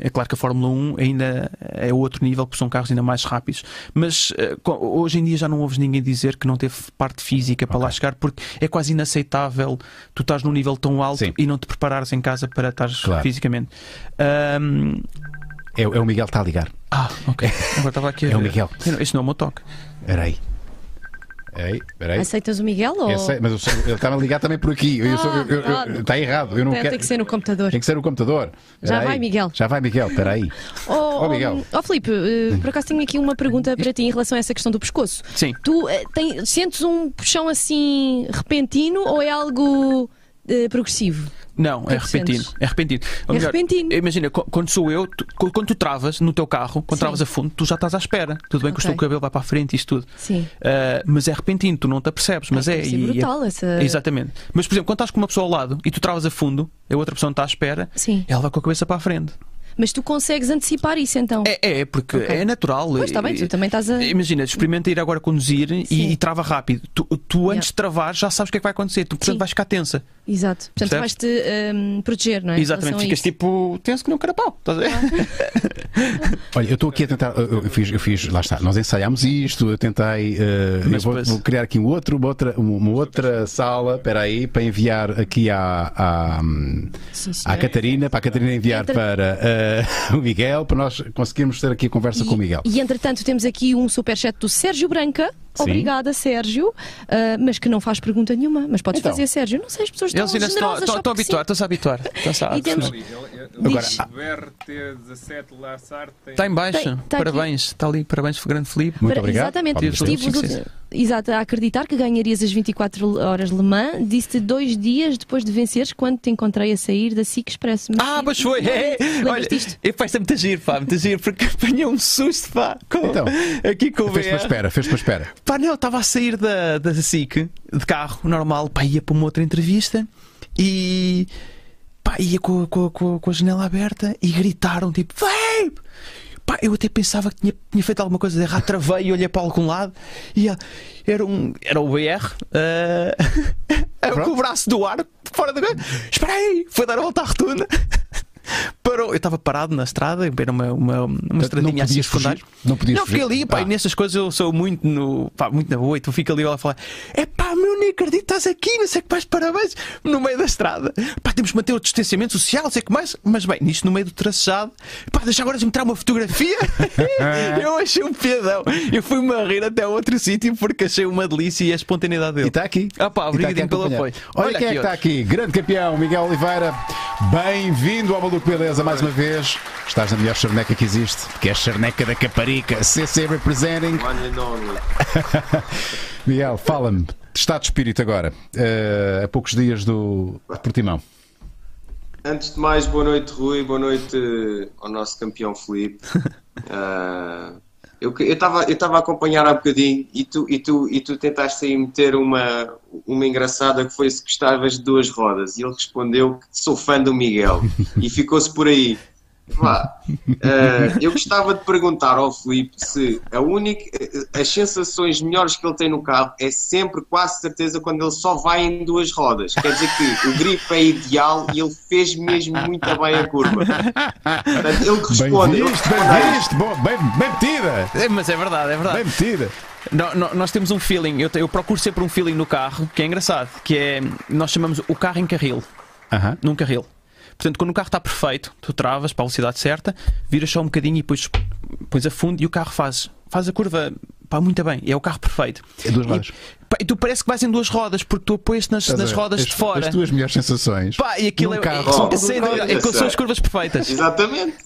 Speaker 2: é claro que a Fórmula 1 ainda é outro nível, porque são carros ainda mais rápidos. Mas ah, co- hoje em dia já não ouves ninguém dizer que não teve parte física para lá chegar, porque é quase inaceitável tu estás num nível tão alto
Speaker 1: Sim.
Speaker 2: e não te preparares em casa para estar
Speaker 1: Claro.
Speaker 2: fisicamente. Ah,
Speaker 1: É, é o Miguel que está a ligar.
Speaker 2: ah, ok. Agora estava aqui a
Speaker 1: É o
Speaker 2: ver.
Speaker 1: Miguel.
Speaker 2: Eu não- Este não é o meu toque.
Speaker 1: Espera aí. Ei, espera aí.
Speaker 3: Aceitas o Miguel ou.
Speaker 1: Eu sei, mas eu sou- ele está a ligar também por aqui. Eu sou- eu- eu- eu-
Speaker 3: Oh. Ah, ah.
Speaker 1: está errado. Eu não
Speaker 3: É,
Speaker 1: quero.
Speaker 3: Tem que ser no computador.
Speaker 1: Tem que ser o computador.
Speaker 3: Já
Speaker 1: Espera
Speaker 3: vai,
Speaker 1: aí.
Speaker 3: Miguel.
Speaker 1: Já vai, Miguel. Espera aí.
Speaker 3: Oh, oh,
Speaker 1: Miguel.
Speaker 3: oh, Filipe, eh, por acaso tenho aqui uma pergunta para ti em relação a essa questão do pescoço.
Speaker 2: Sim.
Speaker 3: Tu eh, tem- sentes um puxão assim repentino ou é algo eh, progressivo?
Speaker 2: Não,
Speaker 3: que
Speaker 2: é
Speaker 3: é que
Speaker 2: repentino.
Speaker 3: sentes?
Speaker 2: É repentino. Ou
Speaker 3: É repentino.
Speaker 2: Imagina, co- quando sou eu, tu- co- quando tu travas no teu carro, quando
Speaker 3: Sim.
Speaker 2: travas a fundo, tu já estás à espera. Tudo bem que o
Speaker 3: Ok.
Speaker 2: teu cabelo vai para a frente e isso tudo.
Speaker 3: Sim.
Speaker 2: Ah, mas é repentino, tu não te apercebes. Mas
Speaker 3: Ai,
Speaker 2: é.
Speaker 3: deve ser
Speaker 2: e- e é-
Speaker 3: brutal ah. essa-
Speaker 2: Exatamente. Mas, por exemplo, quando estás com uma pessoa ao lado e tu travas a fundo, a outra pessoa não está à espera,
Speaker 3: Sim.
Speaker 2: ela vai com a cabeça para a frente.
Speaker 3: Mas tu consegues antecipar isso então?
Speaker 2: É, é, porque é natural.
Speaker 3: Pois, tá bem, tu também estás a-
Speaker 2: Imagina, experimenta ir agora conduzir
Speaker 3: Sim.
Speaker 2: e, e trava rápido. Tu, tu, antes
Speaker 3: Yeah.
Speaker 2: de travar, já sabes o que é que vai acontecer. Tu, portanto,
Speaker 3: Sim.
Speaker 2: vais ficar tensa.
Speaker 3: Exato. Portanto,
Speaker 2: Percebes?
Speaker 3: vais-te ehm, proteger, não é? em
Speaker 2: Exatamente,
Speaker 3: relação a
Speaker 2: ficas
Speaker 3: isso? Ah,
Speaker 2: tipo tenso que não quero pau. Estás a ver?
Speaker 1: Olha, eu estou aqui a tentar. Eu, eu fiz, eu fiz. Lá está. Nós ensaiámos isto. Eu tentei. eh, eu
Speaker 2: Mas
Speaker 1: vou,
Speaker 2: depois-
Speaker 1: vou criar aqui um outro, uma, outra, uma outra sala. Espera aí. Para enviar aqui à, à, hum,
Speaker 3: Sim,
Speaker 1: à
Speaker 3: senhora.
Speaker 1: Catarina. Para a Catarina enviar
Speaker 3: Entra-
Speaker 1: para eh, o Miguel. Para nós conseguirmos ter aqui a
Speaker 2: Ah,
Speaker 1: conversa com o Miguel.
Speaker 3: E, entretanto, temos aqui um superchat do Sérgio Branca.
Speaker 1: Sim.
Speaker 3: Obrigada, Sérgio. Ah, mas que não faz pergunta nenhuma. Mas podes
Speaker 1: Então.
Speaker 3: fazer, Sérgio. Não sei, as pessoas estão
Speaker 2: Eles ainda se estão
Speaker 3: generosas.
Speaker 2: estão-
Speaker 3: só
Speaker 2: estão é? a
Speaker 3: porque sim.
Speaker 2: habituar, estão-se a habituar. Estão-se a
Speaker 3: E temos-
Speaker 2: acostumar.
Speaker 4: Ele- ele-
Speaker 1: Agora,
Speaker 3: Diz.
Speaker 1: ah,
Speaker 4: BRT17 La Sarte
Speaker 2: Está em baixo.
Speaker 3: Tem- tá aqui.
Speaker 2: parabéns. Está ali. Parabéns, grande Filipe.
Speaker 1: muito
Speaker 3: Para-
Speaker 1: obrigado.
Speaker 3: Exatamente.
Speaker 2: Óbvio,
Speaker 3: Estive
Speaker 2: sim,
Speaker 3: do-
Speaker 2: sim, sim.
Speaker 3: exato, a acreditar que ganharias as 24 horas Le Mans. Disse-te dois dias depois de venceres, quando te encontrei a sair da SIC Expresso. Mas
Speaker 2: Ah, mas foi! É, olha,
Speaker 3: Lembras-te disto?
Speaker 2: eu faz muito giro, pá, muito giro, porque apanhei um susto, pá, com-
Speaker 1: Então,
Speaker 2: aqui com o
Speaker 1: Fez-te uma
Speaker 2: VR.
Speaker 1: espera, fez-te uma espera.
Speaker 2: Pá, não, estava a sair da, da SIC de carro normal, pá, ia para uma outra entrevista e. pá, ia com, com, com, com a janela aberta e gritaram tipo: Vem! Pá, eu até pensava que tinha, tinha feito alguma coisa de errado, travei e olhei para algum lado e ah, era, um, era o BR. ah, era com o braço do ar, fora do. Espera aí! Foi dar a volta à rotunda. Parou. Eu estava parado na estrada, era uma, uma, uma
Speaker 1: Portanto, não
Speaker 2: estradinha assim
Speaker 1: podias
Speaker 2: secundária.
Speaker 1: fugir? Não podias
Speaker 2: Não, fiquei
Speaker 1: fugir?
Speaker 2: ali, pá,
Speaker 1: Ah.
Speaker 2: e nessas coisas eu sou muito no. pá, muito na boa, e tu fica ali a falar: é pá, meu, nem acredito, estás aqui, não sei o que mais, parabéns, no meio da estrada. Pá, temos que manter o distanciamento social, não sei o que mais, mas bem, nisto no meio do tracejado, pá, deixa agora de me tirar uma fotografia. eu achei um piadão, eu fui-me a rir até outro sítio porque achei uma delícia e a espontaneidade
Speaker 1: E
Speaker 2: dele.
Speaker 1: está aqui.
Speaker 2: Ah pá,
Speaker 1: E está aqui a
Speaker 2: obrigadinho pelo
Speaker 1: acompanhar.
Speaker 2: apoio.
Speaker 1: Olha, quem é que está aqui. Grande campeão, Miguel Oliveira. Bem-vindo ao Maluco Beleza mais uma vez. Estás na melhor charneca que existe, que é a charneca da Caparica. CC Representing.
Speaker 4: One and only.
Speaker 1: Miguel, fala-me. Estado de espírito agora, eh, a poucos dias do de Portimão.
Speaker 5: Antes de mais, boa noite, Rui, boa noite eh, ao nosso campeão Felipe. Ah, eu estava eu estava a acompanhar há bocadinho e tu, e tu, e tu tentaste aí meter uma, uma engraçada que foi se gostavas de duas rodas e ele respondeu que sou fã do Miguel e ficou-se por aí. Vá, ah, eu gostava de perguntar ao Felipe se a única, as sensações melhores que ele tem no carro é sempre quase certeza quando ele só vai em duas rodas. Quer dizer que o grip é ideal e ele fez mesmo muito bem a curva. Portanto, ele
Speaker 1: Bem
Speaker 5: que responde. ele que
Speaker 1: visto,
Speaker 5: responde a
Speaker 1: bem
Speaker 5: isto.
Speaker 1: visto, bom, bem, bem metida,
Speaker 2: É, Mas é verdade, é verdade.
Speaker 1: bem metida.
Speaker 2: No- no- nós temos um feeling, eu, te- eu procuro sempre um feeling no carro que é engraçado, que é nós chamamos o carro em carril.
Speaker 1: Aham.
Speaker 2: num carril. Portanto, quando o carro está perfeito, tu travas para a velocidade certa, viras só um bocadinho e depois pões a fundo e o carro faz, faz a curva pá, muito bem. É o carro perfeito.
Speaker 1: Em duas
Speaker 2: E-
Speaker 1: rodas.
Speaker 2: pá, E, tu parece que vais em duas rodas porque tu apoias nas,
Speaker 1: Estás a
Speaker 2: nas
Speaker 1: ver?
Speaker 2: rodas de
Speaker 1: As-
Speaker 2: fora.
Speaker 1: As tuas melhores sensações.
Speaker 2: Pá, e aquilo
Speaker 1: num
Speaker 2: é,
Speaker 1: carro.
Speaker 2: é- são,
Speaker 5: Oh,
Speaker 2: sem
Speaker 5: nunca
Speaker 2: dúvida,
Speaker 5: vi
Speaker 2: é que
Speaker 5: essa.
Speaker 2: são as curvas perfeitas.
Speaker 5: Exatamente.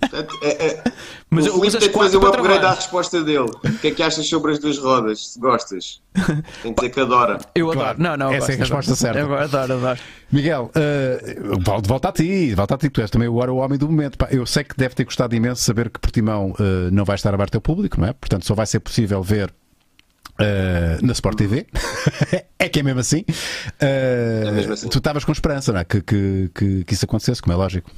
Speaker 5: Portanto, é- é-
Speaker 2: Mas
Speaker 5: o
Speaker 2: eu
Speaker 5: Filipe
Speaker 2: uso as
Speaker 5: tem que
Speaker 2: quatro
Speaker 5: fazer um
Speaker 2: para
Speaker 5: upgrade à
Speaker 2: trabalhar.
Speaker 5: resposta dele. O que é que achas sobre as duas rodas? Se gostas? Tem que dizer que adora.
Speaker 2: Eu
Speaker 1: Claro,
Speaker 2: adoro. Não, não, eu
Speaker 1: essa é a
Speaker 2: gosto,
Speaker 1: resposta certa.
Speaker 2: adoro. Eu adoro, adoro.
Speaker 1: Miguel, eh, vol- de volta a ti, de volta a ti, tu és também agora o homem do momento. Pá, eu sei que deve ter gostado imenso saber que Portimão eh, não vai estar aberto ao público, não é? Portanto, só vai ser possível ver eh, na Sport TV. é que é mesmo assim. Eh,
Speaker 5: É mesmo assim.
Speaker 1: Tu estavas com esperança, não é? Que, que, que, que isso acontecesse, como é lógico.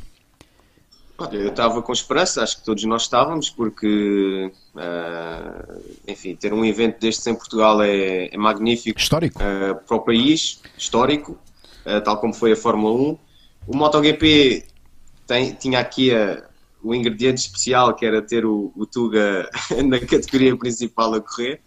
Speaker 5: Olha, eu estava com esperança, acho que todos nós estávamos, porque, ah, enfim, ter um evento destes em Portugal é, é magnífico
Speaker 1: Histórico.
Speaker 5: ah, para o país, histórico, ah, tal como foi a Fórmula 1. O MotoGP tem- tinha aqui a- o ingrediente especial, que era ter o, o Tuga na categoria principal a correr.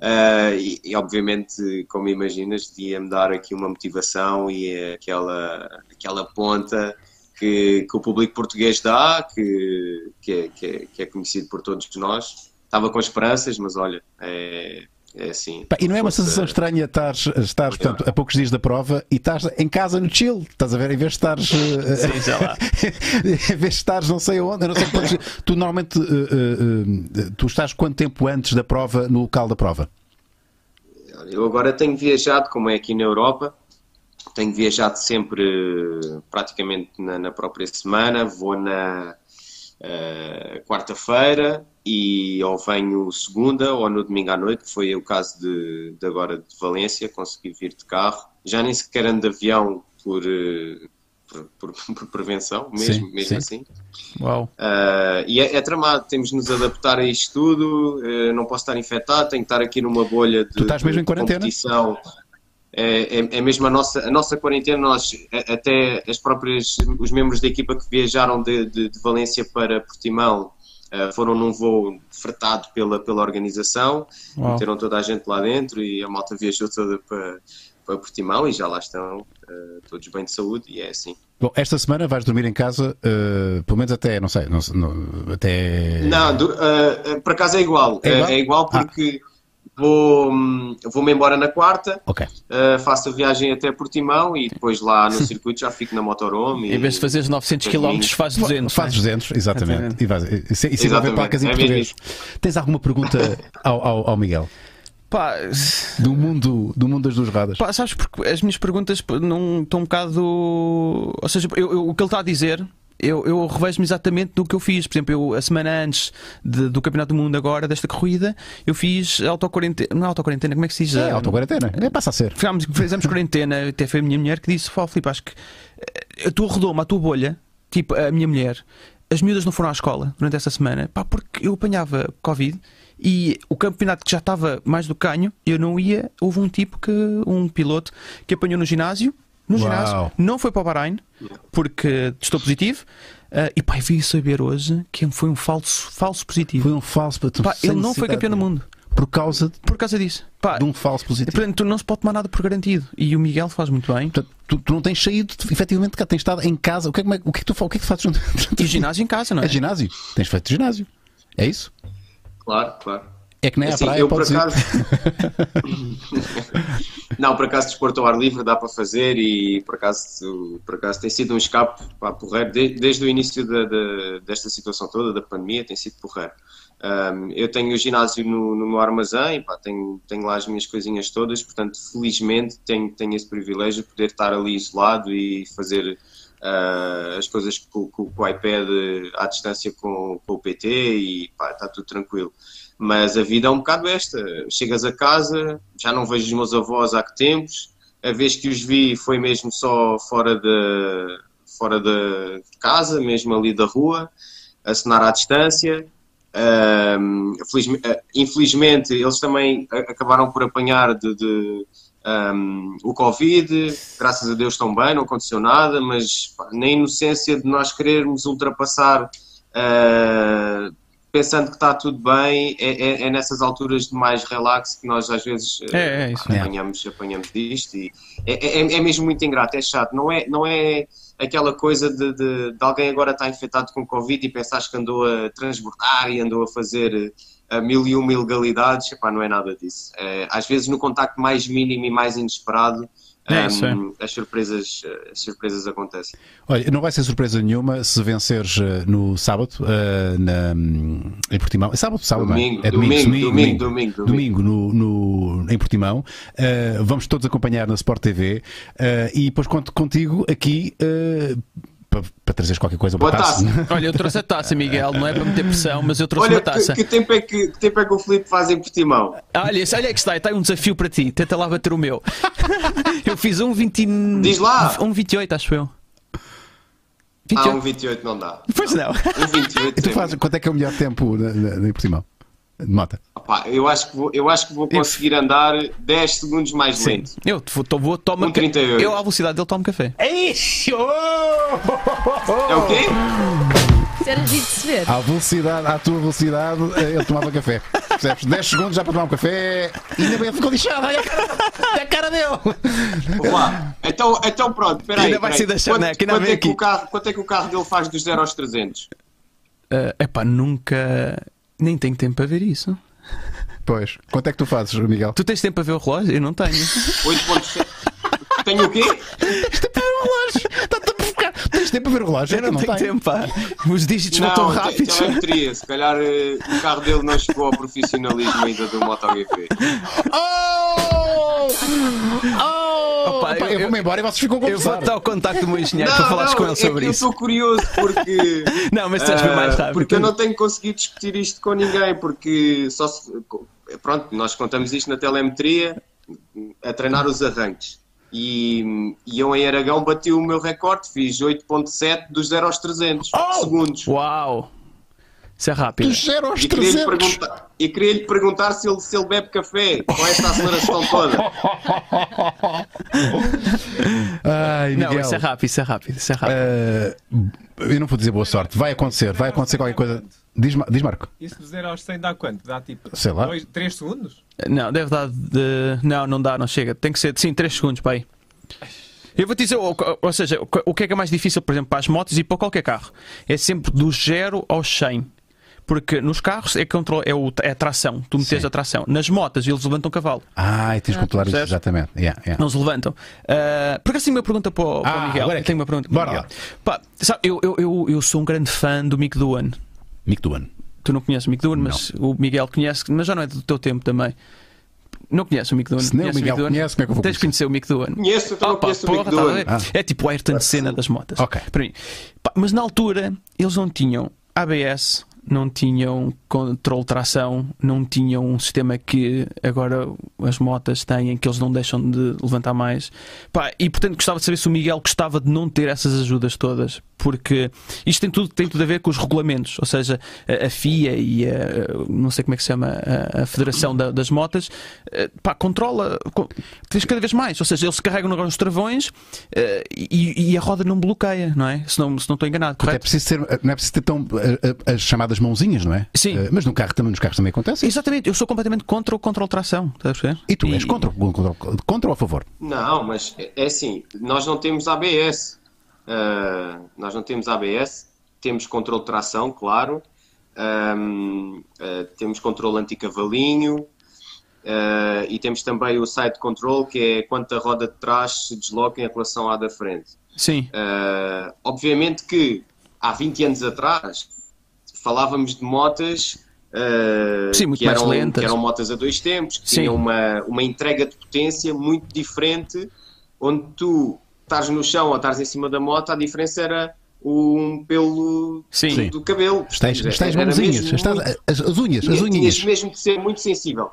Speaker 5: Ah, e, e, obviamente, como imaginas, ia-me dar aqui uma motivação e eh, aquela, aquela ponta que, que o público português dá, que, que, é, que é- que é conhecido por todos nós. Estava com esperanças, mas olha, é, é assim.
Speaker 1: Pá, e não é uma
Speaker 5: Força.
Speaker 1: sensação estranha estares, estares
Speaker 2: É.
Speaker 1: portanto, a poucos dias da prova e estás em casa no chill, estás a ver? Em vez de estares. eh,
Speaker 2: Sim, sei lá.
Speaker 1: em vez de estares não sei onde, eu não sei quantos dias- tu normalmente eh, eh, eh, tu estás quanto tempo antes da prova no local da prova?
Speaker 5: Eu agora tenho viajado, como é aqui na Europa, tenho viajado sempre eh, praticamente na, na própria semana, vou na eh, quarta-feira e ou venho segunda ou no domingo à noite, que foi o caso de, de agora de Valência, consegui vir de carro, já nem sequer ando de avião por, eh, por, por- por prevenção, mesmo,
Speaker 1: Sim,
Speaker 5: mesmo assim.
Speaker 2: Uau.
Speaker 5: Ah, e é, é tramado, temos de nos adaptar a isto tudo. eh, não posso estar infectado, tenho que estar aqui numa bolha de,
Speaker 1: Tu estás mesmo em
Speaker 5: de
Speaker 1: quarentena?
Speaker 5: competição. É, é, é mesmo a nossa, a nossa quarentena. Nós, a- até as próprias, os membros da equipa que viajaram de, de- de Valência para Portimão ah, foram num voo fretado pela, pela organização.
Speaker 2: Uau.
Speaker 5: Meteram toda a gente lá dentro e a malta viajou toda para, para Portimão e já lá estão ah, todos bem de saúde. E é assim.
Speaker 1: Bom, esta semana vais dormir em casa, eh, pelo menos até, não sei, não sei, não- até
Speaker 5: Não, do- ah, ah, por acaso é igual.
Speaker 1: É
Speaker 5: É
Speaker 1: igual?
Speaker 5: é igual, porque Vou, hum, vou-me embora na quarta,
Speaker 1: Ok.
Speaker 5: ah, faço a viagem até Portimão e depois lá no circuito já fico na Motorhome. e-
Speaker 2: Em vez de fazeres 900 km, faz 200.
Speaker 1: Faz
Speaker 2: né?
Speaker 1: 200, exatamente.
Speaker 2: Exatamente.
Speaker 1: E vais, isso é- isso envolve
Speaker 5: Exatamente,
Speaker 1: placas em
Speaker 5: é mesmo
Speaker 1: português. Tens alguma pergunta ao, ao, ao Miguel?
Speaker 2: Pá,
Speaker 1: Do mundo, do mundo das duas rodas?
Speaker 2: pá, sabes porque as minhas perguntas pá, não estão um bocado. Ou seja, eu- eu- o que ele está a dizer. Eu, eu revejo-me exatamente no que eu fiz. Por exemplo, eu, a semana antes de- do Campeonato do Mundo, agora, desta corrida, eu fiz autoquarentena. Não é autoquarentena, como é que se diz?
Speaker 1: É,
Speaker 2: Ah,
Speaker 1: autoquarentena. É, passa a ser.
Speaker 2: Ficámos, fizemos quarentena, até foi a minha mulher que disse: Fala, Filipe, acho que eh, a tua redoma, a tua bolha, tipo a minha mulher, as miúdas não foram à escola durante essa semana, pá, porque eu apanhava Covid e o campeonato que já estava mais do canho, eu não ia. Houve um tipo que, um piloto, que apanhou no ginásio, no
Speaker 1: Uau.
Speaker 2: ginásio, não foi para o Bahrein porque testou positivo. ah, e pá, vim saber hoje que foi um falso, falso positivo.
Speaker 1: Foi um falso
Speaker 2: Pá, ele não foi campeão do mundo
Speaker 1: Por causa de
Speaker 2: por causa disso. Pá, é
Speaker 1: um falso positivo.
Speaker 2: Portanto, não se pode tomar nada por garantido. E o Miguel faz muito bem.
Speaker 1: Portanto, tu, tu não tens saído, tu, efetivamente, cá tens estado em casa. O que é, como é- o que, é que tu, fa- o que é que tu fazes?
Speaker 2: E ginásio em casa, não é?
Speaker 1: É ginásio. Tens feito ginásio. É isso?
Speaker 5: Claro, claro.
Speaker 1: É que nem à
Speaker 5: Assim,
Speaker 1: praia
Speaker 5: eu por
Speaker 1: podes ir.
Speaker 5: acaso. não, por acaso desporto ao ar livre dá para fazer e por acaso, por acaso tem sido um escape pá, porreiro. De- desde o início da- da- desta situação toda, da pandemia, tem sido porreiro. Ahm, eu tenho o ginásio no, no meu armazém, pá, tenho, tenho lá as minhas coisinhas todas, portanto, felizmente tenho, tenho esse privilégio de poder estar ali isolado e fazer ah, as coisas com, com- com o iPad eh, à distância com, com o PT e pá, está tudo tranquilo. Mas a vida é um bocado esta. Chegas a casa, já não vejo os meus avós há que tempos. A vez que os vi foi mesmo só fora de, fora de casa, mesmo ali da rua, acenar à distância. Ahm, felizme- ah, infelizmente, eles também a- acabaram por apanhar de, de, ahm, o Covid. Graças a Deus estão bem, não aconteceu nada, mas pá, na inocência de nós querermos ultrapassar. ah, pensando que está tudo bem, é, é- é nessas alturas de mais relax que nós às vezes
Speaker 2: É, é
Speaker 5: eh,
Speaker 2: isso.
Speaker 5: apanhamos, apanhamos disto e é, é- é mesmo muito ingrato, é chato, não é, não é aquela coisa de, de- de alguém agora estar infectado com Covid e pensares que andou a transbordar e andou a fazer eh, mil e uma ilegalidades, Epá, não é nada disso. Eh, às vezes no contacto mais mínimo e mais inesperado
Speaker 2: É,
Speaker 5: ehm,
Speaker 2: isso é.
Speaker 5: as, surpresas, eh, as surpresas acontecem.
Speaker 1: Olha, não vai ser surpresa nenhuma se venceres eh, no sábado eh, na, em Portimão. É sábado, sábado, não é?
Speaker 5: Domingo,
Speaker 1: é
Speaker 5: domingo, domingo, domingo,
Speaker 1: domingo. no, no- em Portimão. Eh, vamos todos acompanhar na Sport TV eh, e depois conto contigo aqui eh, para, para trazeres qualquer coisa.
Speaker 5: Boa
Speaker 1: taça.
Speaker 5: taça.
Speaker 2: Olha, eu trouxe a taça, Miguel, não é para meter pressão, mas eu trouxe
Speaker 5: Olha,
Speaker 2: uma taça.
Speaker 5: Que, que tempo é que, que tempo é que o Filipe faz em Portimão?
Speaker 2: Olha, isso- olha que está, está aí um desafio para ti. Tenta lá bater o meu. eu fiz um 20...
Speaker 5: Diz lá.
Speaker 2: Um 28, acho eu.
Speaker 5: Ah,
Speaker 2: 28.
Speaker 5: um 28 não dá.
Speaker 2: Pois não.
Speaker 5: Um 28
Speaker 1: E tu
Speaker 5: é
Speaker 1: fazes, quanto é que é o melhor tempo na, na- na- em Portimão? De mota.
Speaker 5: Pá, eu, acho que vou, eu acho que vou conseguir andar 10 segundos mais lento.
Speaker 2: Eu te vou, to- vou tomar
Speaker 5: Um 38.
Speaker 2: Eu, à velocidade dele, tomo café.
Speaker 5: É o quê?
Speaker 3: Isso era giro de se
Speaker 2: Ah,
Speaker 3: ver.
Speaker 1: À velocidade, à tua velocidade, eh, ele tomava café. Percebes? 10 segundos já para tomar um café e ainda bem ele ficou lixado. Olha a cara, olha a cara dele.
Speaker 5: Vá. Então, então pronto, peraí.
Speaker 2: Ainda vai
Speaker 5: peraí.
Speaker 2: ser da
Speaker 5: quanto,
Speaker 2: Xanax, ainda
Speaker 5: quanto
Speaker 2: vem
Speaker 5: é que
Speaker 2: aqui.
Speaker 5: o carro, quanto é que o carro dele faz dos 0 aos 300?
Speaker 2: Ah, epá, nunca... Nem tenho tempo para ver isso.
Speaker 1: Pois, quanto é que tu fazes, Miguel?
Speaker 2: Tu tens tempo para ver o relógio? Eu não tenho.
Speaker 5: 8.7. Tenho o quê?
Speaker 1: um Está-te Tá a provocar. Tens tempo para ver o relógio?
Speaker 2: Eu não, tenho tempo, pá. Os dígitos vão tão
Speaker 5: te-
Speaker 2: rápidos.
Speaker 5: então é telemetria. Se calhar eh, o carro dele não chegou ao profissionalismo ainda do MotoGP.
Speaker 1: Oh! Oh!
Speaker 2: Opa,
Speaker 1: Opa,
Speaker 2: eu-
Speaker 1: eu
Speaker 2: eu-
Speaker 1: vou-me embora e vocês ficam com
Speaker 2: Eu vou
Speaker 1: pesar.
Speaker 2: até ao contacto do meu engenheiro para falares com ele
Speaker 5: é
Speaker 2: sobre
Speaker 5: que Eu
Speaker 2: isso.
Speaker 5: estou curioso porque.
Speaker 2: Não, mas estás bem
Speaker 5: ah,
Speaker 2: mais rápido.
Speaker 5: Porque eu não tenho conseguido discutir isto com ninguém, porque só se. Pronto, nós contamos isto na telemetria a treinar os arranques. E, e eu em Aragão bati o meu recorde, fiz 8.7 dos 0 aos 300
Speaker 2: Oh!
Speaker 5: segundos.
Speaker 2: Uau! Isso é rápido.
Speaker 1: Dos 0 aos
Speaker 5: E queria-lhe
Speaker 1: 300.
Speaker 5: perguntar, e queria-lhe perguntar se ele, se ele bebe café com esta aceleração toda.
Speaker 1: Ai,
Speaker 2: Não,
Speaker 1: Miguel.
Speaker 2: isso é rápido, isso é rápido, isso é rápido.
Speaker 1: eh, eu não vou dizer boa sorte. Vai acontecer, vai acontecer qualquer coisa. Diz, Ma- diz Marco.
Speaker 4: Isso de 0 aos 100 dá quanto? Dá tipo
Speaker 1: Sei lá.
Speaker 4: 3 segundos?
Speaker 2: Não, deve dar de. Não, não dá, não chega. Tem que ser, sim, 3 segundos para aí. Eu vou te dizer, ou, ou seja, o que é que é mais difícil, por exemplo, para as motos e para qualquer carro? É sempre do 0 aos 100. Porque nos carros é, control, é, o, é a tração, tu metes a tração. Nas motas eles levantam o cavalo,
Speaker 1: Ah, e tens de controlar isso,
Speaker 2: percebes?
Speaker 1: exatamente. Yeah, yeah.
Speaker 2: não se levantam. Ah, porque assim, uma pergunta para o, para o
Speaker 1: Ah,
Speaker 2: Miguel.
Speaker 1: agora é
Speaker 2: Eu Tenho
Speaker 1: que-
Speaker 2: uma pergunta
Speaker 1: bora
Speaker 2: para o Miguel.
Speaker 1: lá.
Speaker 2: Pá, sabe, eu, eu, eu, eu sou um grande fã do Mick Doohan.
Speaker 1: Mick Duan.
Speaker 2: Tu não conheces o Mick Doohan, mas o Miguel conhece, mas já não é do teu tempo também. Não conheces o Mick Doohan.
Speaker 1: Se nem o
Speaker 2: Conheces
Speaker 1: Miguel
Speaker 2: Mick Doohan?
Speaker 1: conhece, como é que eu vou
Speaker 2: Tens de conhecer o Mick Doohan.
Speaker 5: Conheço, então não
Speaker 2: Opa,
Speaker 5: conheço o Mick
Speaker 2: porra, tá a
Speaker 5: Doohan.
Speaker 2: ver? É tipo o Ayrton Senna das motas.
Speaker 1: Ok.
Speaker 2: Para mim. Pá, mas na altura eles não tinham ABS, não tinham controle de tração, não tinham um sistema que agora as motas têm, que eles não deixam de levantar mais. Pá, e portanto gostava de saber se o Miguel gostava de não ter essas ajudas todas, porque isto tem tudo, tem tudo a ver com os regulamentos, ou seja, a, a FIA e a, não sei como é que se chama, a, a Federação da- das Motas, eh, pá, controla, co- tens cada vez mais, ou seja, eles carregam agora os travões eh, e, e a roda não bloqueia, não é? Se não, se não estou enganado,
Speaker 1: É
Speaker 2: correto?
Speaker 1: preciso ter, não é preciso ter tão eh, eh, as chamadas mãozinhas, não é? Eh,
Speaker 2: Sim.
Speaker 1: Mas no carro, também- nos carros também acontece.
Speaker 2: Exatamente, eu sou completamente contra o controle de tração, estás a perceber?
Speaker 1: E tu és contra, o- contra, o- contra ou a favor?
Speaker 5: Não, mas é- é assim, nós não temos ABS. Ah, nós não temos ABS, temos controle de tração, claro. Ahm, ah, temos controle anticavalinho. ah, e temos também o side control, que é quanto a roda de trás se desloca em relação à da frente.
Speaker 2: Sim,
Speaker 5: Ah, obviamente que há 20 anos atrás falávamos de motas ah,
Speaker 2: Sim, muito
Speaker 5: que,
Speaker 2: mais
Speaker 5: eram,
Speaker 2: lentas.
Speaker 5: que eram motas a dois tempos, que
Speaker 2: Sim.
Speaker 5: tinham uma, uma entrega de potência muito diferente, onde tu estás no chão ou estás em cima da moto, a diferença era um pelo
Speaker 2: Sim.
Speaker 5: do-
Speaker 2: Sim.
Speaker 5: do cabelo.
Speaker 1: Estás,
Speaker 2: é.
Speaker 5: Era
Speaker 1: estás
Speaker 5: mesmo
Speaker 1: mãozinhas,
Speaker 5: muito-
Speaker 1: estás, as, as unhas, as
Speaker 5: tinha-
Speaker 1: unhinhas.
Speaker 5: Tinhas mesmo de ser muito sensível.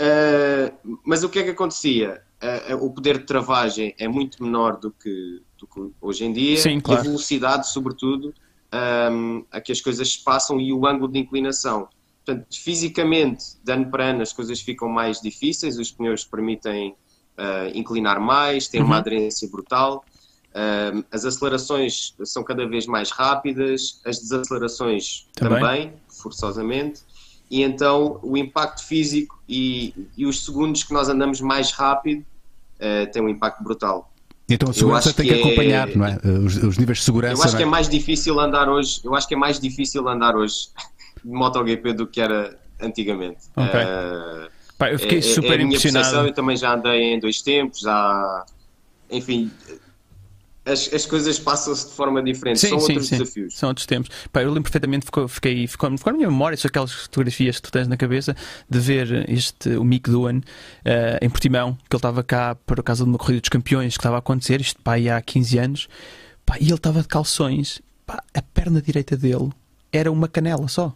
Speaker 5: Ah, mas o que é que acontecia? Ah, ah, o poder de travagem é muito menor do que, do que hoje em dia
Speaker 2: Sim, claro.
Speaker 5: e a velocidade, sobretudo, ahm, a que as coisas se passam e o ângulo de inclinação. Portanto, fisicamente, de ano para ano, as coisas ficam mais difíceis, os pneus permitem ah, inclinar mais, têm uma aderência brutal, ahm, as acelerações são cada vez mais rápidas, as desacelerações
Speaker 2: Também.
Speaker 5: também forçosamente, e então o impacto físico e, e os segundos que nós andamos mais rápido eh, tem um impacto brutal.
Speaker 1: Então a
Speaker 5: Eu
Speaker 1: segurança
Speaker 5: acho
Speaker 1: tem que
Speaker 5: que é-
Speaker 1: acompanhar, não é? Eh, Os, os níveis de
Speaker 5: Eu
Speaker 1: segurança.
Speaker 5: acho que é
Speaker 1: não é?
Speaker 5: mais difícil andar hoje, eu acho que é mais difícil andar hoje de MotoGP do que era antigamente.
Speaker 2: Ok.
Speaker 5: Eh,
Speaker 2: Pá, eu fiquei
Speaker 5: é- é- é a
Speaker 2: super
Speaker 5: minha percepção,
Speaker 2: impressionado.
Speaker 5: eu também já andei em dois tempos, já enfim, as, as coisas passam-se de forma diferente, são outros desafios.
Speaker 2: São outros tempos. Pá, eu lembro perfeitamente, ficou, fiquei, ficou, ficou na minha memória, são aquelas fotografias que tu tens na cabeça, de ver este, o Mick Doohan eh, em Portimão, que ele estava cá para o caso de uma corrida dos campeões que estava a acontecer, isto pá, aí há 15 anos, pá, e ele estava de calções, pá, a perna direita dele era uma canela só.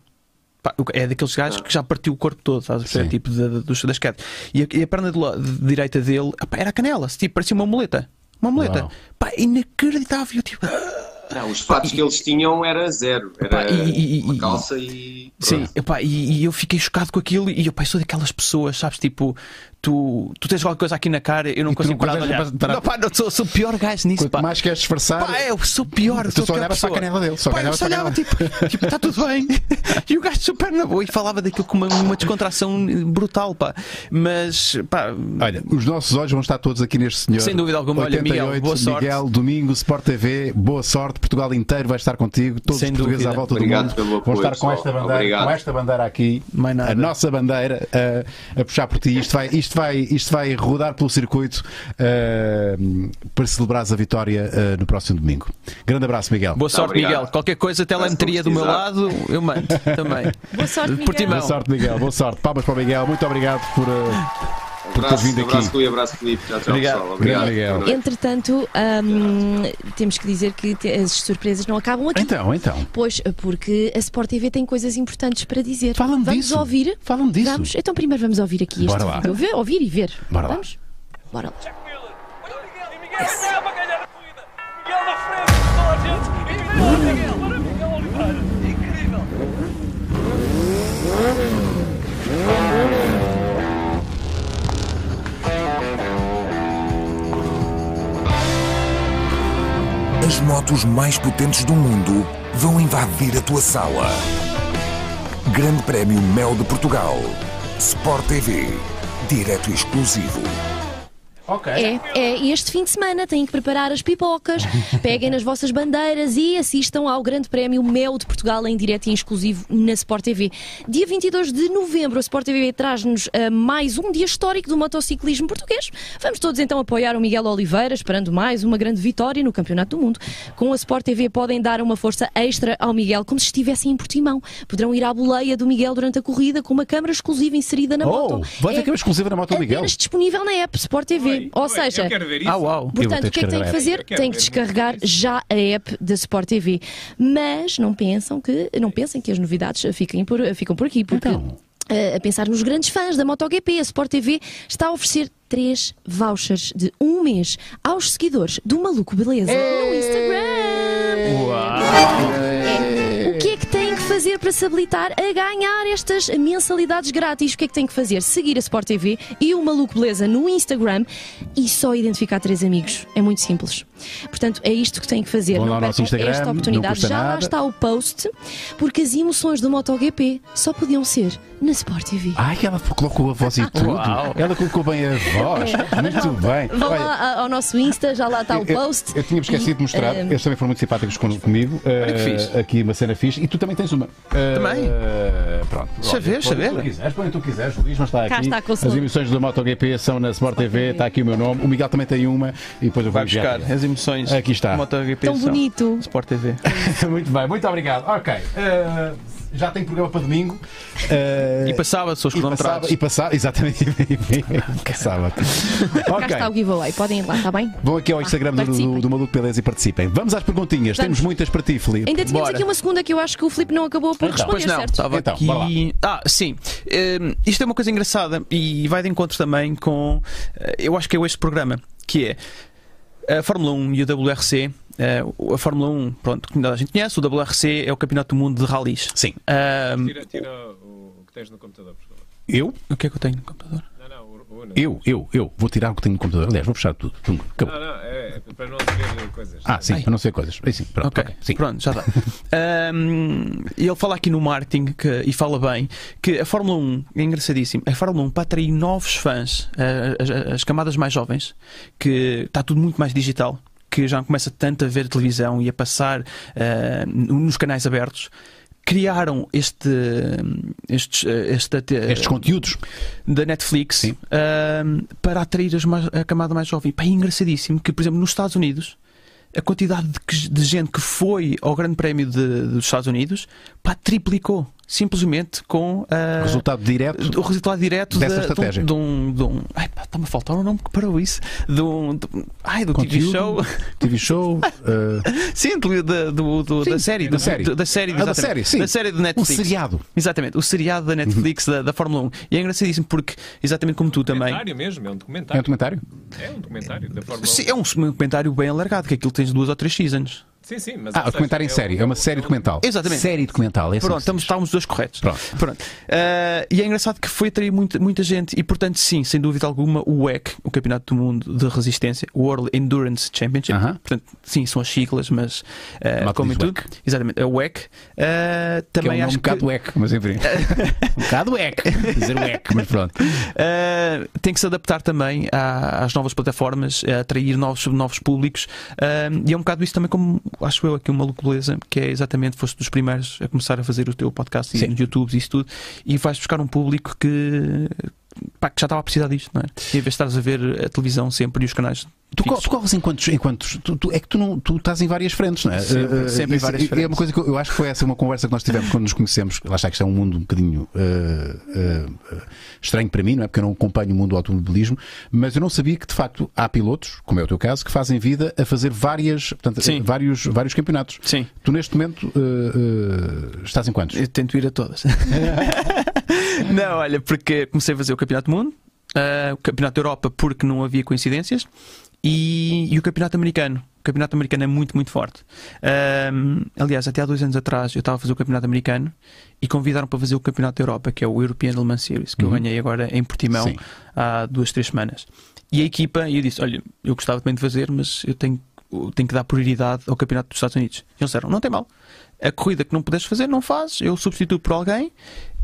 Speaker 2: Pá, o- É daqueles gajos
Speaker 5: Ah.
Speaker 2: que já partiu o corpo todo, estás a perceber?
Speaker 1: Sim.
Speaker 2: Tipo da- da- dos, das quedas. E a, e a perna de lo- de direita dele ah, pá, era a canela, tipo, parecia uma muleta. Uma muleta.
Speaker 1: Uau.
Speaker 2: Pá, inacreditável. Eu, Tipo,
Speaker 5: Não, os fatos que eles tinham era zero, era
Speaker 2: Opa, e- e-
Speaker 5: uma
Speaker 2: e-
Speaker 5: calça e
Speaker 2: Sim,
Speaker 1: É.
Speaker 2: epá, e, e eu fiquei chocado com aquilo e eu pá, eu sou daquelas pessoas, sabes, tipo, tu, tu tens qualquer coisa aqui na cara, eu não
Speaker 1: E tu
Speaker 2: consigo
Speaker 1: não
Speaker 2: parar de
Speaker 1: consegues
Speaker 2: olhar.
Speaker 1: parar-
Speaker 2: Não, pá, não, sou, sou o pior gajo nisso,
Speaker 1: Quanto
Speaker 2: pá.
Speaker 1: mais queres disfarçar.
Speaker 2: Pá, é, eu sou o pior.
Speaker 1: Tu
Speaker 2: sou a
Speaker 1: só
Speaker 2: pior
Speaker 1: olhavas para a
Speaker 2: pessoa.
Speaker 1: canela dele, só
Speaker 2: Pá, eu
Speaker 1: olhavas
Speaker 2: só
Speaker 1: para a
Speaker 2: olhava, tipo, tipo, está tudo bem. E o gajo super na boa e falava daquilo com uma, uma descontração brutal, pá. Mas, pá,
Speaker 1: Olha, os nossos olhos vão estar todos aqui neste senhor.
Speaker 2: Sem dúvida alguma. Olha, Miguel, boa sorte.
Speaker 1: Miguel, domingo, Sport TV, boa sorte. Portugal inteiro vai estar contigo. Todos
Speaker 2: Sem
Speaker 1: os portugueses
Speaker 2: dúvida.
Speaker 1: à volta
Speaker 5: Obrigado
Speaker 1: do
Speaker 5: pelo
Speaker 1: mundo vão
Speaker 5: apoio,
Speaker 1: estar com
Speaker 5: pessoal.
Speaker 1: esta bandeira,
Speaker 5: Obrigado.
Speaker 1: com esta bandeira aqui,
Speaker 2: Mais nada.
Speaker 1: a nossa bandeira, eh, a, a puxar por ti. Isto vai, isto vai, isto vai rodar pelo circuito eh, para celebrares a vitória eh, no próximo domingo. Grande abraço, Miguel.
Speaker 2: boa sorte,
Speaker 5: obrigado.
Speaker 2: Miguel. Qualquer coisa, telemetria do meu lado, eu mando também.
Speaker 3: Boa sorte, Miguel.
Speaker 2: Portimão.
Speaker 1: Boa sorte, Miguel. Boa sorte. Palmas para o Miguel. Muito obrigado por. eh, por teres
Speaker 5: Abraço,
Speaker 1: vindo
Speaker 5: abraço
Speaker 1: aqui.
Speaker 5: Rui, abraço Felipe. Tchau, tchau,
Speaker 2: Obrigado.
Speaker 5: pessoal.
Speaker 1: Obrigado,
Speaker 5: Obrigado.
Speaker 1: Miguel.
Speaker 5: Boa noite.
Speaker 3: Entretanto, hum, temos que dizer que te- as surpresas não acabam aqui.
Speaker 1: Então, então.
Speaker 3: Pois, porque a Sport TV tem coisas importantes para dizer.
Speaker 1: Fala-me
Speaker 3: vamos
Speaker 1: disso.
Speaker 3: ouvir?
Speaker 1: Fala-me disso.
Speaker 3: Vamos? Então primeiro vamos ouvir aqui
Speaker 1: Bora
Speaker 3: este
Speaker 1: lá.
Speaker 3: vídeo. Ver- ouvir e ver.
Speaker 1: Bora lá.
Speaker 3: vamos? Bora lá.
Speaker 6: E Miguel acaba a ganhar a corrida. Miguel na frente, toda a gente. Incrível, Miguel. Olha o Miguel Oliveira. Incrível.
Speaker 7: As motos mais potentes do mundo vão invadir a tua sala. Grande Prémio Mel de Portugal. Sport TV. Direto e exclusivo.
Speaker 1: Ok.
Speaker 3: É, é. E este fim de semana têm que preparar as pipocas, peguem nas vossas bandeiras e assistam ao Grande Prémio Mel de Portugal em direto e exclusivo na Sport TV. Dia 22 de novembro, a Sport TV traz-nos ah, mais um dia histórico do motociclismo português. Vamos todos então apoiar o Miguel Oliveira, esperando mais uma grande vitória no Campeonato do Mundo. Com a Sport TV podem dar uma força extra ao Miguel, como se estivessem em Portimão. Poderão ir à boleia do Miguel durante a corrida com uma câmara exclusiva inserida na
Speaker 1: Oh,
Speaker 3: moto.
Speaker 1: vai ter
Speaker 3: É-
Speaker 1: câmara exclusiva na moto do Miguel.
Speaker 3: Apenas disponível na app Sport TV.
Speaker 4: Oi,
Speaker 3: Ou
Speaker 4: oi,
Speaker 3: seja,
Speaker 4: Eu quero ver isso.
Speaker 2: Ah, uau.
Speaker 1: Eu vou
Speaker 3: Portanto,
Speaker 1: ter
Speaker 3: o que é que tem
Speaker 1: descarregar a
Speaker 3: que
Speaker 1: app.
Speaker 3: fazer?
Speaker 4: Eu quero
Speaker 3: Tem que
Speaker 4: ver muito
Speaker 3: descarregar
Speaker 4: isso.
Speaker 3: já a app da Sport TV. Mas não pensam que, não pensem que as novidades fiquem por, ficam por aqui, porque
Speaker 1: Então.
Speaker 3: eh, a pensar nos grandes fãs da MotoGP, a Sport TV está a oferecer três vouchers de um mês aos seguidores do Maluco Beleza no Instagram. O que é que têm que fazer para se habilitar a ganhar estas mensalidades grátis? O que é que têm que fazer? Seguir a Sport TV e o Maluco Beleza no Instagram e só identificar três amigos. É muito simples. Portanto, é isto que têm que fazer.
Speaker 1: Vão lá ao
Speaker 3: percam
Speaker 1: nosso Instagram,
Speaker 3: esta
Speaker 1: não
Speaker 3: oportunidade.
Speaker 1: custa
Speaker 3: Já lá
Speaker 1: nada.
Speaker 3: está o post, porque as emoções do MotoGP só podiam ser na Sport TV.
Speaker 1: Ai, ela colocou a
Speaker 3: Ah,
Speaker 1: voz e tudo.
Speaker 2: Uau.
Speaker 1: Ela colocou bem a voz. Muito bem.
Speaker 3: Vão
Speaker 1: Olha,
Speaker 3: É, lá ao nosso Insta, já lá está o
Speaker 1: eu- eu,
Speaker 3: post.
Speaker 1: eu tinha esquecido de mostrar,
Speaker 3: E, eh,
Speaker 1: eles também foram muito simpáticos con- comigo.
Speaker 2: que
Speaker 1: Eh,
Speaker 2: fixe.
Speaker 1: Aqui uma cena fixe. E tu também tens uma. Eh,
Speaker 2: Também?
Speaker 1: pronto.
Speaker 2: Deixa
Speaker 1: Olha,
Speaker 2: ver,
Speaker 1: põe
Speaker 2: deixa é ver.
Speaker 1: onde tu quiseres, põe onde tu quiseres, o Luís não está
Speaker 3: Cá
Speaker 1: aqui.
Speaker 3: está com o
Speaker 1: As
Speaker 3: som.
Speaker 1: emissões do MotoGP são na Sport TV, está aqui o meu nome. O Miguel também tem uma e depois eu vou
Speaker 2: Vai buscar
Speaker 1: enviar.
Speaker 2: as emoções.
Speaker 1: Aqui está.
Speaker 2: MotoGP
Speaker 3: Tão
Speaker 2: são
Speaker 3: bonito.
Speaker 2: Sport TV.
Speaker 1: Muito bem, muito obrigado. Ok. eh, já tem programa para domingo. Eh,
Speaker 2: E passava se os
Speaker 1: e passava,
Speaker 2: cronometrados.
Speaker 1: e passava, exatamente. E passava.
Speaker 3: Cá está o
Speaker 1: Ok.
Speaker 3: giveaway, podem ir lá, está bem?
Speaker 1: Vão aqui ao Instagram do, do,
Speaker 3: participem.
Speaker 1: do Maluco Beleza e participem. Vamos às perguntinhas. Temos
Speaker 3: Vamos.
Speaker 1: muitas para ti, Filipe.
Speaker 3: Ainda tínhamos
Speaker 2: Bora.
Speaker 3: aqui uma segunda que eu acho que o Filipe não acabou por
Speaker 1: Então.
Speaker 3: responder,
Speaker 2: Pois não,
Speaker 3: Tá é
Speaker 2: tá estava
Speaker 3: certo?
Speaker 1: Então, bora lá.
Speaker 2: aqui. Ah, sim. Hum, isto é uma coisa engraçada e vai de encontro também com. eh, eu acho que é este programa, que é a Fórmula 1 e o WRC. eh, a Fórmula 1, pronto, que toda a gente conhece, o WRC é o Campeonato do Mundo de Rallies.
Speaker 1: Sim.
Speaker 2: Hum,
Speaker 4: Tira, tira o o que tens no computador, por favor.
Speaker 1: Eu,
Speaker 2: o que é que eu tenho no computador?
Speaker 4: Não, Ah, não, o, o, não.
Speaker 1: eu, eu, eu. Vou tirar o que tenho no computador. Aliás, vou fechar tudo. Tum, acabou.
Speaker 4: Não, não, é, é para não haver coisas.
Speaker 1: Ah, sim,
Speaker 2: Ai.
Speaker 1: para não ser coisas. Aí sim, pronto.
Speaker 2: Ok,
Speaker 1: ok, sim.
Speaker 2: pronto, já está. Hum, ele fala aqui no marketing que- e fala bem que a Fórmula 1 é engraçadíssimo. A Fórmula 1 para atrair novos fãs, eh, as, as camadas mais jovens, que está tudo muito mais digital, que já não começa tanto a ver televisão e a passar eh, nos canais abertos. Criaram este, estes, eh, esta,
Speaker 1: Estes conteúdos.
Speaker 2: da Netflix
Speaker 1: Sim.
Speaker 2: ahm, para atrair as mais- a camada mais jovem. Pá, é engraçadíssimo que, por exemplo, nos Estados Unidos, a quantidade de, que- de gente que foi ao Grande Prémio de- dos Estados Unidos pá, triplicou simplesmente com ah,
Speaker 1: Resultado direto.
Speaker 2: o resultado direto
Speaker 1: Dessa
Speaker 2: da-
Speaker 1: estratégia.
Speaker 2: de um. De um, de um ai, pá, está-me a faltar um nome que parou isso. De um. de um- ai, do
Speaker 1: Conteúdo.
Speaker 2: TV
Speaker 1: TV show.
Speaker 2: show.
Speaker 1: eh,
Speaker 2: Sim, do, do- do- da série.
Speaker 1: da
Speaker 2: do-
Speaker 1: série.
Speaker 2: do- Da série,
Speaker 1: Ah, da
Speaker 2: exatamente.
Speaker 1: série, sim.
Speaker 2: Da série do Netflix. Tá.
Speaker 1: um seriado. Uhum.
Speaker 2: Exatamente, o seriado da Netflix da, da Fórmula 1. E é engraçadíssimo porque, exatamente como tu
Speaker 4: É um
Speaker 2: também.
Speaker 4: documentário mesmo, é um
Speaker 1: É um
Speaker 4: documentário.
Speaker 1: documentário?
Speaker 4: É um documentário da Fórmula 1.
Speaker 2: Sim, é um documentário bem alargado, que aquilo tens duas ou três seasons.
Speaker 4: Sim, sim, mas.
Speaker 1: Ah,
Speaker 4: ou seja,
Speaker 1: documentário em
Speaker 4: um-
Speaker 1: série. É uma série
Speaker 4: um-
Speaker 1: documental.
Speaker 2: Exatamente.
Speaker 1: Série documental. É assim
Speaker 2: Pronto,
Speaker 1: que se
Speaker 2: estamos,
Speaker 1: diz.
Speaker 2: estávamos dois corretos.
Speaker 1: Pronto.
Speaker 2: Ah, e é engraçado que foi atrair muita, muita gente, e portanto, sim, sem dúvida alguma, o WEC, o Campeonato do Mundo de Resistência, o World Endurance Championship,
Speaker 1: Aham.
Speaker 2: portanto, sim, são as siglas, mas ah,
Speaker 1: Malta
Speaker 2: como em
Speaker 1: diz
Speaker 2: tudo, exatamente, é o WEC.
Speaker 1: Que
Speaker 2: Ah,
Speaker 1: é um
Speaker 2: também
Speaker 1: nome
Speaker 2: acho
Speaker 1: um bocado
Speaker 2: que
Speaker 1: eco, mas enfim. um bocado eco. Dizer eco, mas pronto.
Speaker 2: Uh, tem que se adaptar também à- às novas plataformas, a atrair novos, novos públicos. Um, e é um bocado isso também, como acho eu aqui uma beleza, que é exatamente foste dos primeiros a começar a fazer o teu podcast
Speaker 1: Sim.
Speaker 2: e nos YouTubes e isso tudo, e vais buscar um público que, pá, que já estava a precisar disto, não é? E em vez de estares a ver a televisão sempre e os canais.
Speaker 1: Tu, co-
Speaker 2: fixos.
Speaker 1: tu corres em quantos. Em quantos tu, tu- é que tu, não, tu estás em várias frentes, não é?
Speaker 2: Sempre,
Speaker 1: Eh, eh,
Speaker 2: sempre em
Speaker 1: isso-
Speaker 2: várias
Speaker 1: e- e É uma
Speaker 2: frentes.
Speaker 1: coisa que eu, eu acho que foi essa uma conversa que nós tivemos quando nos conhecemos. Lá está que isto é um mundo um bocadinho eh, eh, eh, estranho para mim, não é? Porque eu não acompanho o mundo do automobilismo, mas eu não sabia que de facto há pilotos, como é o teu caso, que fazem vida a fazer várias, portanto, eh,
Speaker 2: Sim.
Speaker 1: vários, vários campeonatos.
Speaker 2: Sim.
Speaker 1: Tu neste momento eh, eh, estás em quantos?
Speaker 2: Eu tento ir a todas. não, olha, porque comecei a fazer o Campeonato do Mundo, ah, o Campeonato da Europa porque não havia coincidências e, e o Campeonato Americano. O Campeonato Americano é muito, muito forte. Ahm, aliás, até há dois anos atrás eu estava a fazer o Campeonato Americano e convidaram para fazer o Campeonato da Europa, que é o European Le Mans Series, que eu ganhei agora em Portimão
Speaker 1: Sim.
Speaker 2: há duas, três semanas. E a equipa, e eu disse: Olha, eu gostava também de fazer, mas eu tenho, eu tenho que dar prioridade ao Campeonato dos Estados Unidos. E eles disseram: Não tem mal. A corrida que não puderes fazer, não fazes. Eu substituo por alguém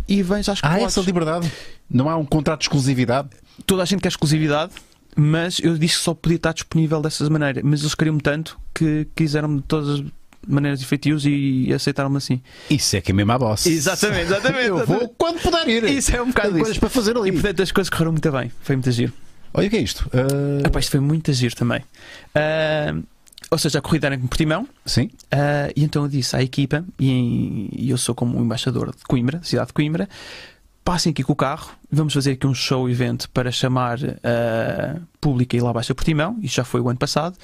Speaker 2: e vens às
Speaker 1: Há
Speaker 2: quatro.
Speaker 1: essa liberdade? Não há um contrato de exclusividade?
Speaker 2: Toda a gente quer exclusividade. Mas eu disse que só podia estar disponível dessas maneiras. Mas eles queriam-me tanto que quiseram-me de todas as maneiras e feitios e aceitaram-me assim.
Speaker 1: Isso é que é mesmo a boss.
Speaker 2: Exatamente, exatamente,
Speaker 1: Eu vou
Speaker 2: exatamente.
Speaker 1: quando puder ir.
Speaker 2: Isso é um bocado
Speaker 1: Tenho coisas
Speaker 2: isso.
Speaker 1: para fazer
Speaker 2: E
Speaker 1: ali.
Speaker 2: portanto as coisas correram muito bem. Foi muito giro.
Speaker 1: Olha o que é isto. Ah,
Speaker 2: Epá, isto foi muito giro também. Ah, ou seja, a corrida era em Portimão.
Speaker 1: sim.
Speaker 2: Ah, e então eu disse à equipa, e, em- e eu sou como o embaixador de Coimbra, cidade de Coimbra, passem aqui com o carro, vamos fazer aqui um show evento para chamar ah, público aí lá abaixo a Portimão, isto já foi o ano passado,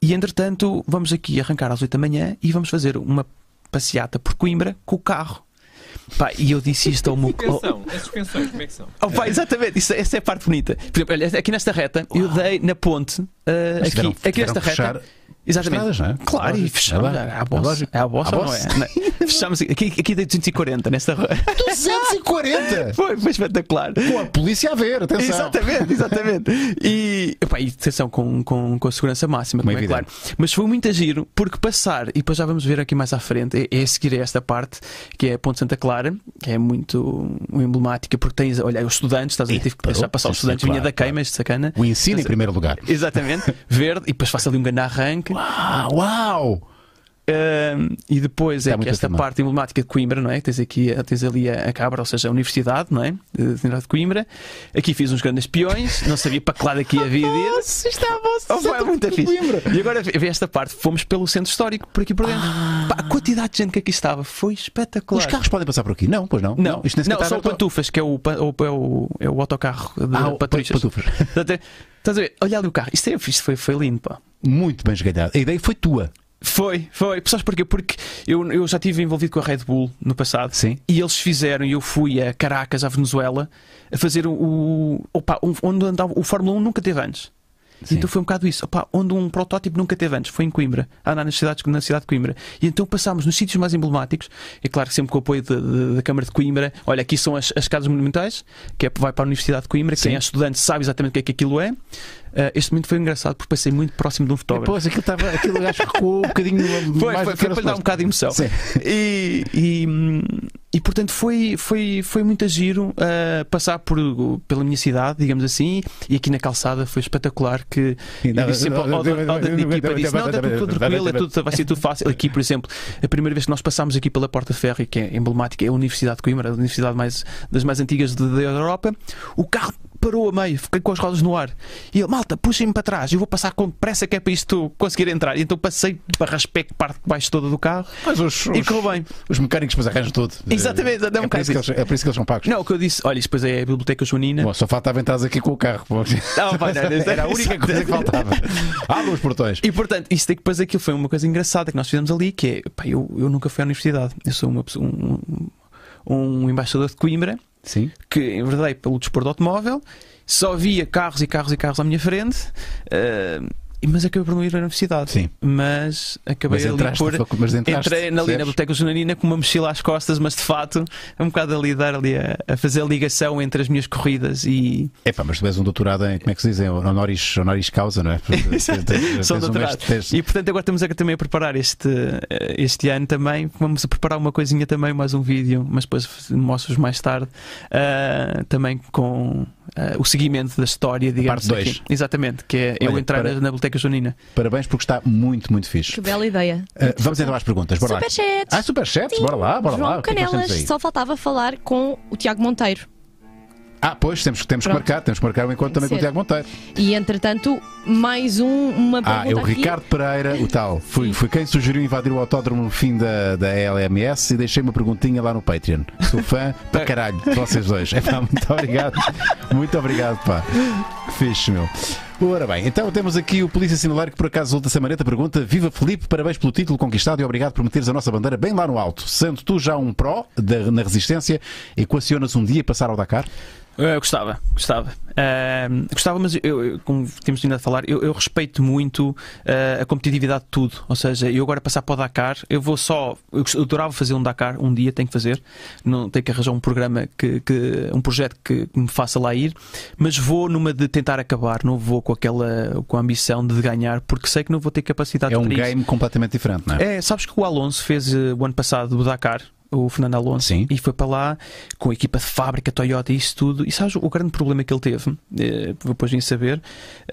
Speaker 2: e entretanto vamos aqui arrancar às 8 da manhã e vamos fazer uma passeata por Coimbra com o carro. Pá, e eu disse isto ao meu... ao-
Speaker 4: Suspensão, as suspensões, como é que são?
Speaker 2: Oh, pá, exatamente, isso, essa é a parte bonita. Por exemplo, olha, aqui nesta reta, eu dei na ponte, uh, aqui,
Speaker 1: tiveram-
Speaker 2: aqui
Speaker 1: tiveram
Speaker 2: nesta
Speaker 1: que fechar
Speaker 2: reta. Exatamente.
Speaker 1: estradas, não é?
Speaker 2: Claro, e
Speaker 1: Lógico.
Speaker 2: fechamos.
Speaker 1: É
Speaker 2: É
Speaker 1: lógico.
Speaker 2: a
Speaker 1: É
Speaker 2: bossa.
Speaker 1: lógico.
Speaker 2: É a bossa,
Speaker 1: É
Speaker 2: ou não é?
Speaker 1: bossa.
Speaker 2: Não é? Fechamos aqui, aqui dei 240 nesta reta.
Speaker 1: 240!
Speaker 2: Foi, foi espetacular.
Speaker 1: Com a polícia a ver, atenção.
Speaker 2: Exatamente, exatamente. E, epá, e atenção com, com, com a segurança máxima, como
Speaker 1: Bem
Speaker 2: é claro. Mas foi muito a giro, porque passar, e depois já vamos ver aqui mais à frente, é, é a seguir a esta parte, que é a Ponte Santa Clara, que é muito emblemática, porque tens, olha, os estudantes, estás a ver, tive que deixar passar os
Speaker 1: Sim, sim,
Speaker 2: estudantes, vinha
Speaker 1: claro,
Speaker 2: da queima, este sacana.
Speaker 1: O ensino em primeiro lugar.
Speaker 2: Exatamente, verde, e depois faço ali um grande arranque.
Speaker 1: Ah, uau!
Speaker 2: Ahm, e depois
Speaker 1: Está
Speaker 2: é que
Speaker 1: muito
Speaker 2: esta
Speaker 1: afirmado.
Speaker 2: parte emblemática de Coimbra, não é? Tens aqui, tens ali a, a Cabra, ou seja, a Universidade, não é? De, de Universidade de Coimbra. Aqui fiz uns grandes peões, não sabia para que lado aqui havia de ir.
Speaker 1: Ah,
Speaker 2: Oh, pá, é muito fixe. E agora vê esta parte, fomos pelo centro histórico, por aqui por dentro. Pá, a quantidade de gente que aqui estava foi espetacular.
Speaker 1: Ah. Os carros podem passar por aqui? Não, pois não.
Speaker 2: Não,
Speaker 1: isto nem sequer
Speaker 2: não
Speaker 1: está
Speaker 2: são
Speaker 1: aberto ao-
Speaker 2: pantufas, que é o, pan- o- é o, é o autocarro de
Speaker 1: Ah, o-
Speaker 2: patrulhas.
Speaker 1: pantufas.
Speaker 2: Portanto, é- Estás a ver? Olha ali o carro. Isto, é, isto foi, foi lindo, pá.
Speaker 1: Muito bem esgalhado. A ideia foi tua.
Speaker 2: Foi, foi. Sabes porquê? Porque eu, eu já estive envolvido com a Red Bull no passado.
Speaker 1: Sim.
Speaker 2: E eles fizeram, e eu fui a Caracas, à Venezuela, a fazer o- o. Opa, um- onde andava. O Fórmula 1 nunca teve antes.
Speaker 1: Sim.
Speaker 2: Então foi um bocado isso. Opa, onde um protótipo nunca teve antes. Foi em Coimbra. A andar nas cidades, na cidade de Coimbra. E então passámos nos sítios mais emblemáticos. É claro que sempre com o apoio de- de- da Câmara de Coimbra. Olha, aqui são as, as casas monumentais, que é, vai para a Universidade de Coimbra.
Speaker 1: Sim.
Speaker 2: Quem é estudante sabe exatamente o que é que aquilo é. Ah, este momento foi engraçado porque passei muito próximo de um fotógrafo.
Speaker 1: Depois aquilo estava. Aquilo acho que ficou um bocadinho.
Speaker 2: Foi,
Speaker 1: mais
Speaker 2: foi,
Speaker 1: do que
Speaker 2: foi
Speaker 1: era
Speaker 2: para lhe dar um
Speaker 1: suposto.
Speaker 2: bocado de emoção.
Speaker 1: Sim.
Speaker 2: E, e, hum, e, portanto foi, foi, foi muito a giro ah, passar por, pela minha cidade, digamos assim, e aqui na calçada foi espetacular que
Speaker 1: Sim, não,
Speaker 2: eu disse sempre "Oh, ao,
Speaker 1: não,
Speaker 2: ao, ao,
Speaker 1: não,
Speaker 2: ao da minha
Speaker 1: não,
Speaker 2: equipa,
Speaker 1: não,
Speaker 2: disse,
Speaker 1: não,
Speaker 2: não, está
Speaker 1: não,
Speaker 2: tudo
Speaker 1: não,
Speaker 2: tranquilo,
Speaker 1: não,
Speaker 2: é tudo, vai ser tudo fácil. Aqui, por exemplo, a primeira vez que nós passámos aqui pela Porta Ferry, que é emblemática, é a Universidade de Coimbra, a universidade mais, das mais antigas de- da Europa, o carro parou a meio, fiquei com as rodas no ar. E ele, malta, puxem-me para trás, eu vou passar com pressa que é para isto conseguir entrar. E então passei, raspei parte de baixo toda do carro.
Speaker 1: Mas os,
Speaker 2: E
Speaker 1: os-
Speaker 2: correu bem.
Speaker 1: os mecânicos depois arranjam tudo.
Speaker 2: Exatamente,
Speaker 1: é,
Speaker 2: dá
Speaker 1: por
Speaker 2: um bocado
Speaker 1: isso que eles,
Speaker 2: disso.
Speaker 1: é por isso que eles são pagos.
Speaker 2: Não, o que eu disse, olha, isso depois é a Biblioteca Joanina.
Speaker 1: Bom, só faltava entrar aqui com o carro. pô.
Speaker 2: Não, pá, não, não, não.
Speaker 1: Era a única coisa que faltava. Abre os portões.
Speaker 2: E portanto, isto tem que fazer aquilo foi uma coisa engraçada que nós fizemos ali, que é, pá, eu, eu nunca fui à universidade. Eu sou uma pessoa, um, um- um enbaixador de Coimbra,
Speaker 1: Sim.
Speaker 2: que enverdei pelo desporto automóvel, só via carros e carros e carros à minha frente, eh, mas acabei por não ir à universidade.
Speaker 1: Sim.
Speaker 2: Mas acabei
Speaker 1: Mas
Speaker 2: ali
Speaker 1: entraste,
Speaker 2: por.
Speaker 1: facu- mas entraste,
Speaker 2: entrei na, ali na
Speaker 1: percebes?
Speaker 2: biblioteca jornalina com uma mochila às costas, mas de fato, é um bocado ali dar ali a, a fazer a ligação entre as minhas corridas e,
Speaker 1: Epá, mas tu és um doutorado em, como é que se diz? Em honoris, honoris causa, não é? Tens- tens- tens
Speaker 2: São
Speaker 1: um
Speaker 2: doutorados.
Speaker 1: mestre- tens-
Speaker 2: E portanto, agora estamos a, também a preparar este, eh, este ano também. Vamos a preparar uma coisinha também, mais um vídeo, mas depois mostro-vos mais tarde. ah, também com ah, o seguimento da história, digamos.
Speaker 1: parte dois.
Speaker 2: aqui. Exatamente, que é eu
Speaker 1: Olha,
Speaker 2: entrar
Speaker 1: para-
Speaker 2: na, na Biblioteca Junina.
Speaker 1: Parabéns porque está muito, muito fixe.
Speaker 3: Que bela ideia.
Speaker 1: Ah, vamos então às perguntas. Bora lá.
Speaker 3: Superchats.
Speaker 1: Ah, superchats,
Speaker 3: Sim,
Speaker 1: bora lá, bora
Speaker 3: João
Speaker 1: lá. O que é que nós temos
Speaker 3: Canelas,
Speaker 1: aí?
Speaker 3: só faltava falar com o Tiago Monteiro.
Speaker 1: Ah, pois, temos, que- temos que
Speaker 3: Pronto.
Speaker 1: marcar, temos que marcar um encontro também
Speaker 3: Tem que
Speaker 1: com o
Speaker 3: ser.
Speaker 1: Tiago Monteiro.
Speaker 3: E entretanto, mais um, uma pergunta
Speaker 1: Ah, é o
Speaker 3: aqui.
Speaker 1: Ricardo Pereira, o tal. Foi,
Speaker 3: Sim.
Speaker 1: foi quem sugeriu invadir o autódromo no fim da, da LMS e deixei uma perguntinha lá no Patreon. Sou fã para caralho de vocês dois. É pá, muito obrigado. Muito obrigado, pá. Que fixe, meu. Ora bem, então temos aqui o Polícia Sinalar que por acaso outra Samareta pergunta: Viva Felipe, parabéns pelo título conquistado e obrigado por meteres a nossa bandeira bem lá no alto. Sendo tu já um pró da- na resistência, equacionas um dia passar ao Dakar?
Speaker 2: Eu gostava, gostava. Ah, gostava, mas eu, eu, como temos vindo a falar, eu, eu respeito muito ah, a competitividade de tudo. Ou seja, eu agora passar para o Dakar, eu vou só. Eu gost- eu adorava fazer um Dakar, um dia tenho que fazer. Não, tenho que arranjar um programa, que, que- um projeto que, que me faça lá ir. Mas vou numa de tentar acabar, não vou com aquela com a ambição de ganhar, porque sei que não vou ter capacidade
Speaker 1: É um
Speaker 2: para isso.
Speaker 1: game completamente diferente, não é?
Speaker 2: É, sabes que o Alonso fez eh, o ano passado o Dakar o Fernando Alonso,
Speaker 1: Sim.
Speaker 2: e foi para lá com a equipa de fábrica, Toyota e isso tudo. E sabes o grande problema que ele teve, eh, depois vim saber,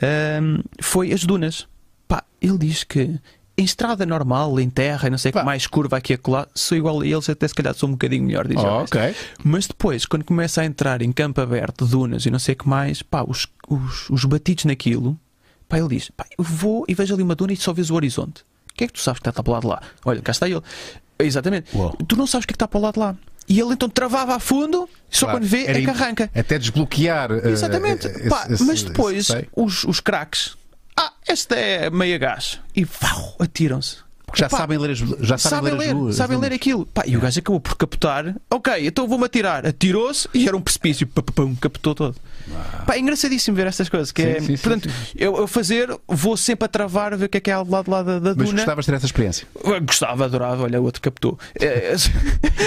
Speaker 2: ahm, foi as dunas. Pá, ele diz que em estrada normal, em terra, e não sei o que
Speaker 1: Pá.
Speaker 2: mais curva aqui e acolá, sou igual a eles, até se calhar sou um bocadinho melhor, diz
Speaker 1: Oh,
Speaker 2: ele.
Speaker 1: ok.
Speaker 2: Mas depois, quando começa a entrar em campo aberto, dunas e não sei o que mais, pá, os, os, os batidos naquilo, pá, ele diz: pá, eu vou e vejo ali uma duna e só vês o horizonte. O que é que tu sabes que está tabulado lá? Olha, cá está ele. Exatamente.
Speaker 1: Uau.
Speaker 2: Tu não sabes o que é que está para o lado lá. E ele então travava a fundo, só
Speaker 1: Claro,
Speaker 2: quando vê
Speaker 1: era
Speaker 2: é que
Speaker 1: im-
Speaker 2: arranca.
Speaker 1: Até desbloquear. eh,
Speaker 2: Exatamente.
Speaker 1: eh, esse-
Speaker 2: Pá,
Speaker 1: esse-
Speaker 2: mas depois
Speaker 1: esse- sei.
Speaker 2: os, os craques, ah, esta é meia gás. E vau, atiram-se.
Speaker 1: Porque já
Speaker 2: Pá,
Speaker 1: sabem ler as já sabem ler, as luas,
Speaker 2: sabem
Speaker 1: as
Speaker 2: ler aquilo. Pá, e o gajo acabou por captar. Ok, então vou-me atirar. Atirou-se e era um precipício. Pá, pá, pum, captou todo. Pá, é engraçadíssimo ver estas coisas. Que
Speaker 1: Sim,
Speaker 2: é,
Speaker 1: sim, sim,
Speaker 2: portanto, Eu, eu fazer, vou sempre a travar, a ver o que é que é ao lado lá da, da
Speaker 1: Mas
Speaker 2: duna.
Speaker 1: gostavas de ter essa experiência.
Speaker 2: Ah, Gostava, adorava. Olha, o outro captou. É, é,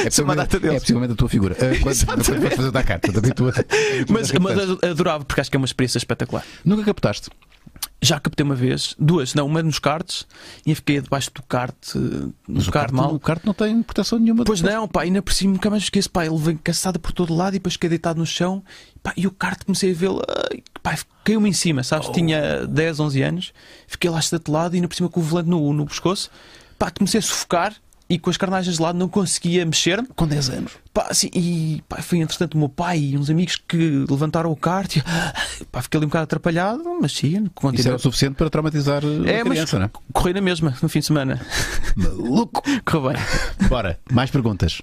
Speaker 2: é uma data
Speaker 1: é
Speaker 2: deles.
Speaker 1: possivelmente a tua figura. Eh, Quando, quando
Speaker 2: Exatamente.
Speaker 1: vais fazer da carta, também tu.
Speaker 2: mas,
Speaker 1: tu
Speaker 2: mas
Speaker 1: captaste.
Speaker 2: adorava porque acho que é uma experiência espetacular.
Speaker 1: É Nunca captaste.
Speaker 2: Já captei uma vez, duas, não, uma nos cartes e fiquei debaixo do kart, eh,
Speaker 1: Mas
Speaker 2: do
Speaker 1: o
Speaker 2: kart
Speaker 1: carto,
Speaker 2: mal.
Speaker 1: o carto não tem proteção nenhuma.
Speaker 2: Pois não, pá, ainda por cima nunca mais esqueço, pá, ele vem caçada por todo lado e depois fiquei deitado no chão, pá, e o kart comecei a vê-lo, ai, pá, caiu-me em cima, sabes?
Speaker 1: Oh.
Speaker 2: Tinha 10, 11 anos, fiquei lá estatelado e ainda por cima com o volante no, no pescoço, pá, comecei a sufocar e com as carnagens de lado não conseguia mexer-me.
Speaker 1: Com 10 anos.
Speaker 2: Pá, assim, e pá, foi entretanto o meu pai e uns amigos que levantaram o kart e pá, fiquei ali um bocado atrapalhado, mas sim,
Speaker 1: Isso era
Speaker 2: continuei.
Speaker 1: o suficiente para traumatizar eh, a
Speaker 2: mas
Speaker 1: criança, não é?
Speaker 2: corri na mesma no fim de semana.
Speaker 1: Maluco!
Speaker 2: Correu bem.
Speaker 1: é? Bora, mais perguntas.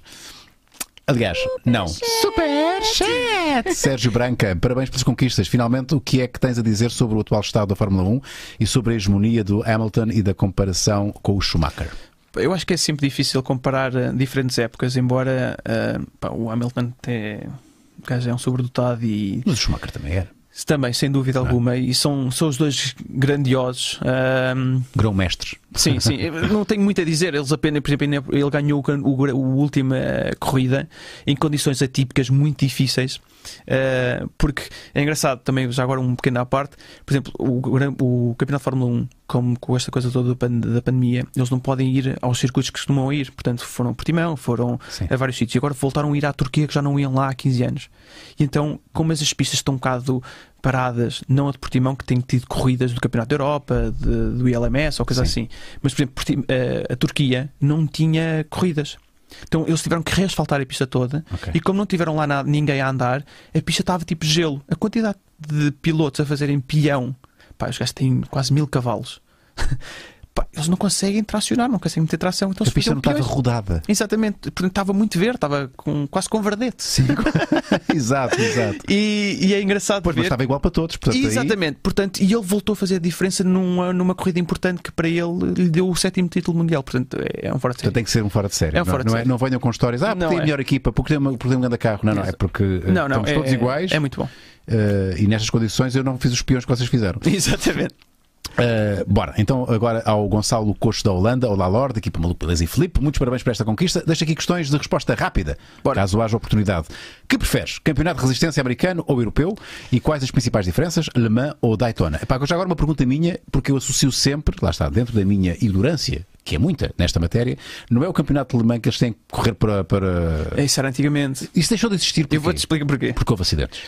Speaker 1: Aliás, não. Super chat! Sérgio Branca, parabéns pelas conquistas. Finalmente, o que é que tens a dizer sobre o atual estado da Fórmula 1 e sobre a hegemonia do Hamilton e da comparação com o Schumacher?
Speaker 2: Eu acho que é sempre difícil comparar eh, diferentes épocas, embora eh, pá, o Hamilton é, o gajo é um sobredotado e
Speaker 1: Mas o Schumacher também era.
Speaker 2: também, sem dúvida alguma, e são, são os dois grandiosos. Ahm,
Speaker 1: Grão-mestres.
Speaker 2: sim, sim, eu não tenho muito a dizer. Eles apenas, por exemplo, ele ganhou o, can- o, o última eh, corrida em condições atípicas muito difíceis. eh, porque é engraçado também, já agora um pequeno à parte, por exemplo, o, gran- o campeonato de Fórmula 1, como com esta coisa toda do pan- da pandemia, eles não podem ir aos circuitos que costumam ir, portanto foram a Portimão, foram
Speaker 1: Sim.
Speaker 2: a vários sítios e agora voltaram a ir à Turquia que já não iam lá há 15 anos. E então, como essas pistas estão um bocado paradas, não a de Portimão, que tem tido corridas do Campeonato da Europa, de- do ILMS ou coisa assim, mas por exemplo, Portim- eh, a Turquia não tinha corridas. Então eles tiveram que reasfaltar a pista toda
Speaker 1: Ok.
Speaker 2: e como não tiveram lá nada- ninguém a andar, a pista estava tipo gelo. A quantidade de pilotos a fazerem pilhão, pá, os gajos têm quase mil cavalos. Pá, eles não conseguem tracionar, não conseguem meter tração. Então
Speaker 1: A
Speaker 2: se
Speaker 1: pista
Speaker 2: fizeram
Speaker 1: não estava
Speaker 2: pilhões.
Speaker 1: rodada.
Speaker 2: Exatamente, portanto estava muito verde, estava com, quase com verdete.
Speaker 1: exato, exato.
Speaker 2: E, e é engraçado
Speaker 1: Pois, mas
Speaker 2: ver.
Speaker 1: estava igual para todos. Portanto, aí-
Speaker 2: Exatamente, portanto, e ele voltou a fazer a diferença numa, numa corrida importante que para ele lhe deu o sétimo título mundial. Portanto, é, é um forte.
Speaker 1: Portanto, tem que ser um fora de série.
Speaker 2: É um
Speaker 1: não,
Speaker 2: fora de
Speaker 1: não
Speaker 2: série.
Speaker 1: não venham com histórias. Ah, porque
Speaker 2: Não
Speaker 1: tem a
Speaker 2: é.
Speaker 1: melhor equipa, porque tem, uma, porque tem um grande carro. Não, não, é porque eh,
Speaker 2: Não, não,
Speaker 1: estamos
Speaker 2: é-
Speaker 1: todos
Speaker 2: é-
Speaker 1: iguais.
Speaker 2: é muito bom.
Speaker 1: eh, e nestas condições eu não fiz os peões que vocês fizeram.
Speaker 2: Exatamente.
Speaker 1: Uh, bora, então agora ao Gonçalo Coxo da Holanda, olá Lorde, equipa Maluco Beleza e Filipe, muitos parabéns por esta conquista. Deixo aqui questões de resposta rápida,
Speaker 2: Bora.
Speaker 1: caso haja oportunidade. Que preferes? Campeonato de resistência americano ou europeu? E quais as principais diferenças? Le Mans ou Daytona? Epá, já agora uma pergunta minha, porque eu associo sempre, lá está, dentro da minha ignorância, que é muita nesta matéria, não é o campeonato de Le Mans que eles têm que correr para. para...
Speaker 2: É Isso era antigamente.
Speaker 1: Isso deixou de existir porquê?
Speaker 2: Eu vou-te explicar porquê.
Speaker 1: porque houve acidentes.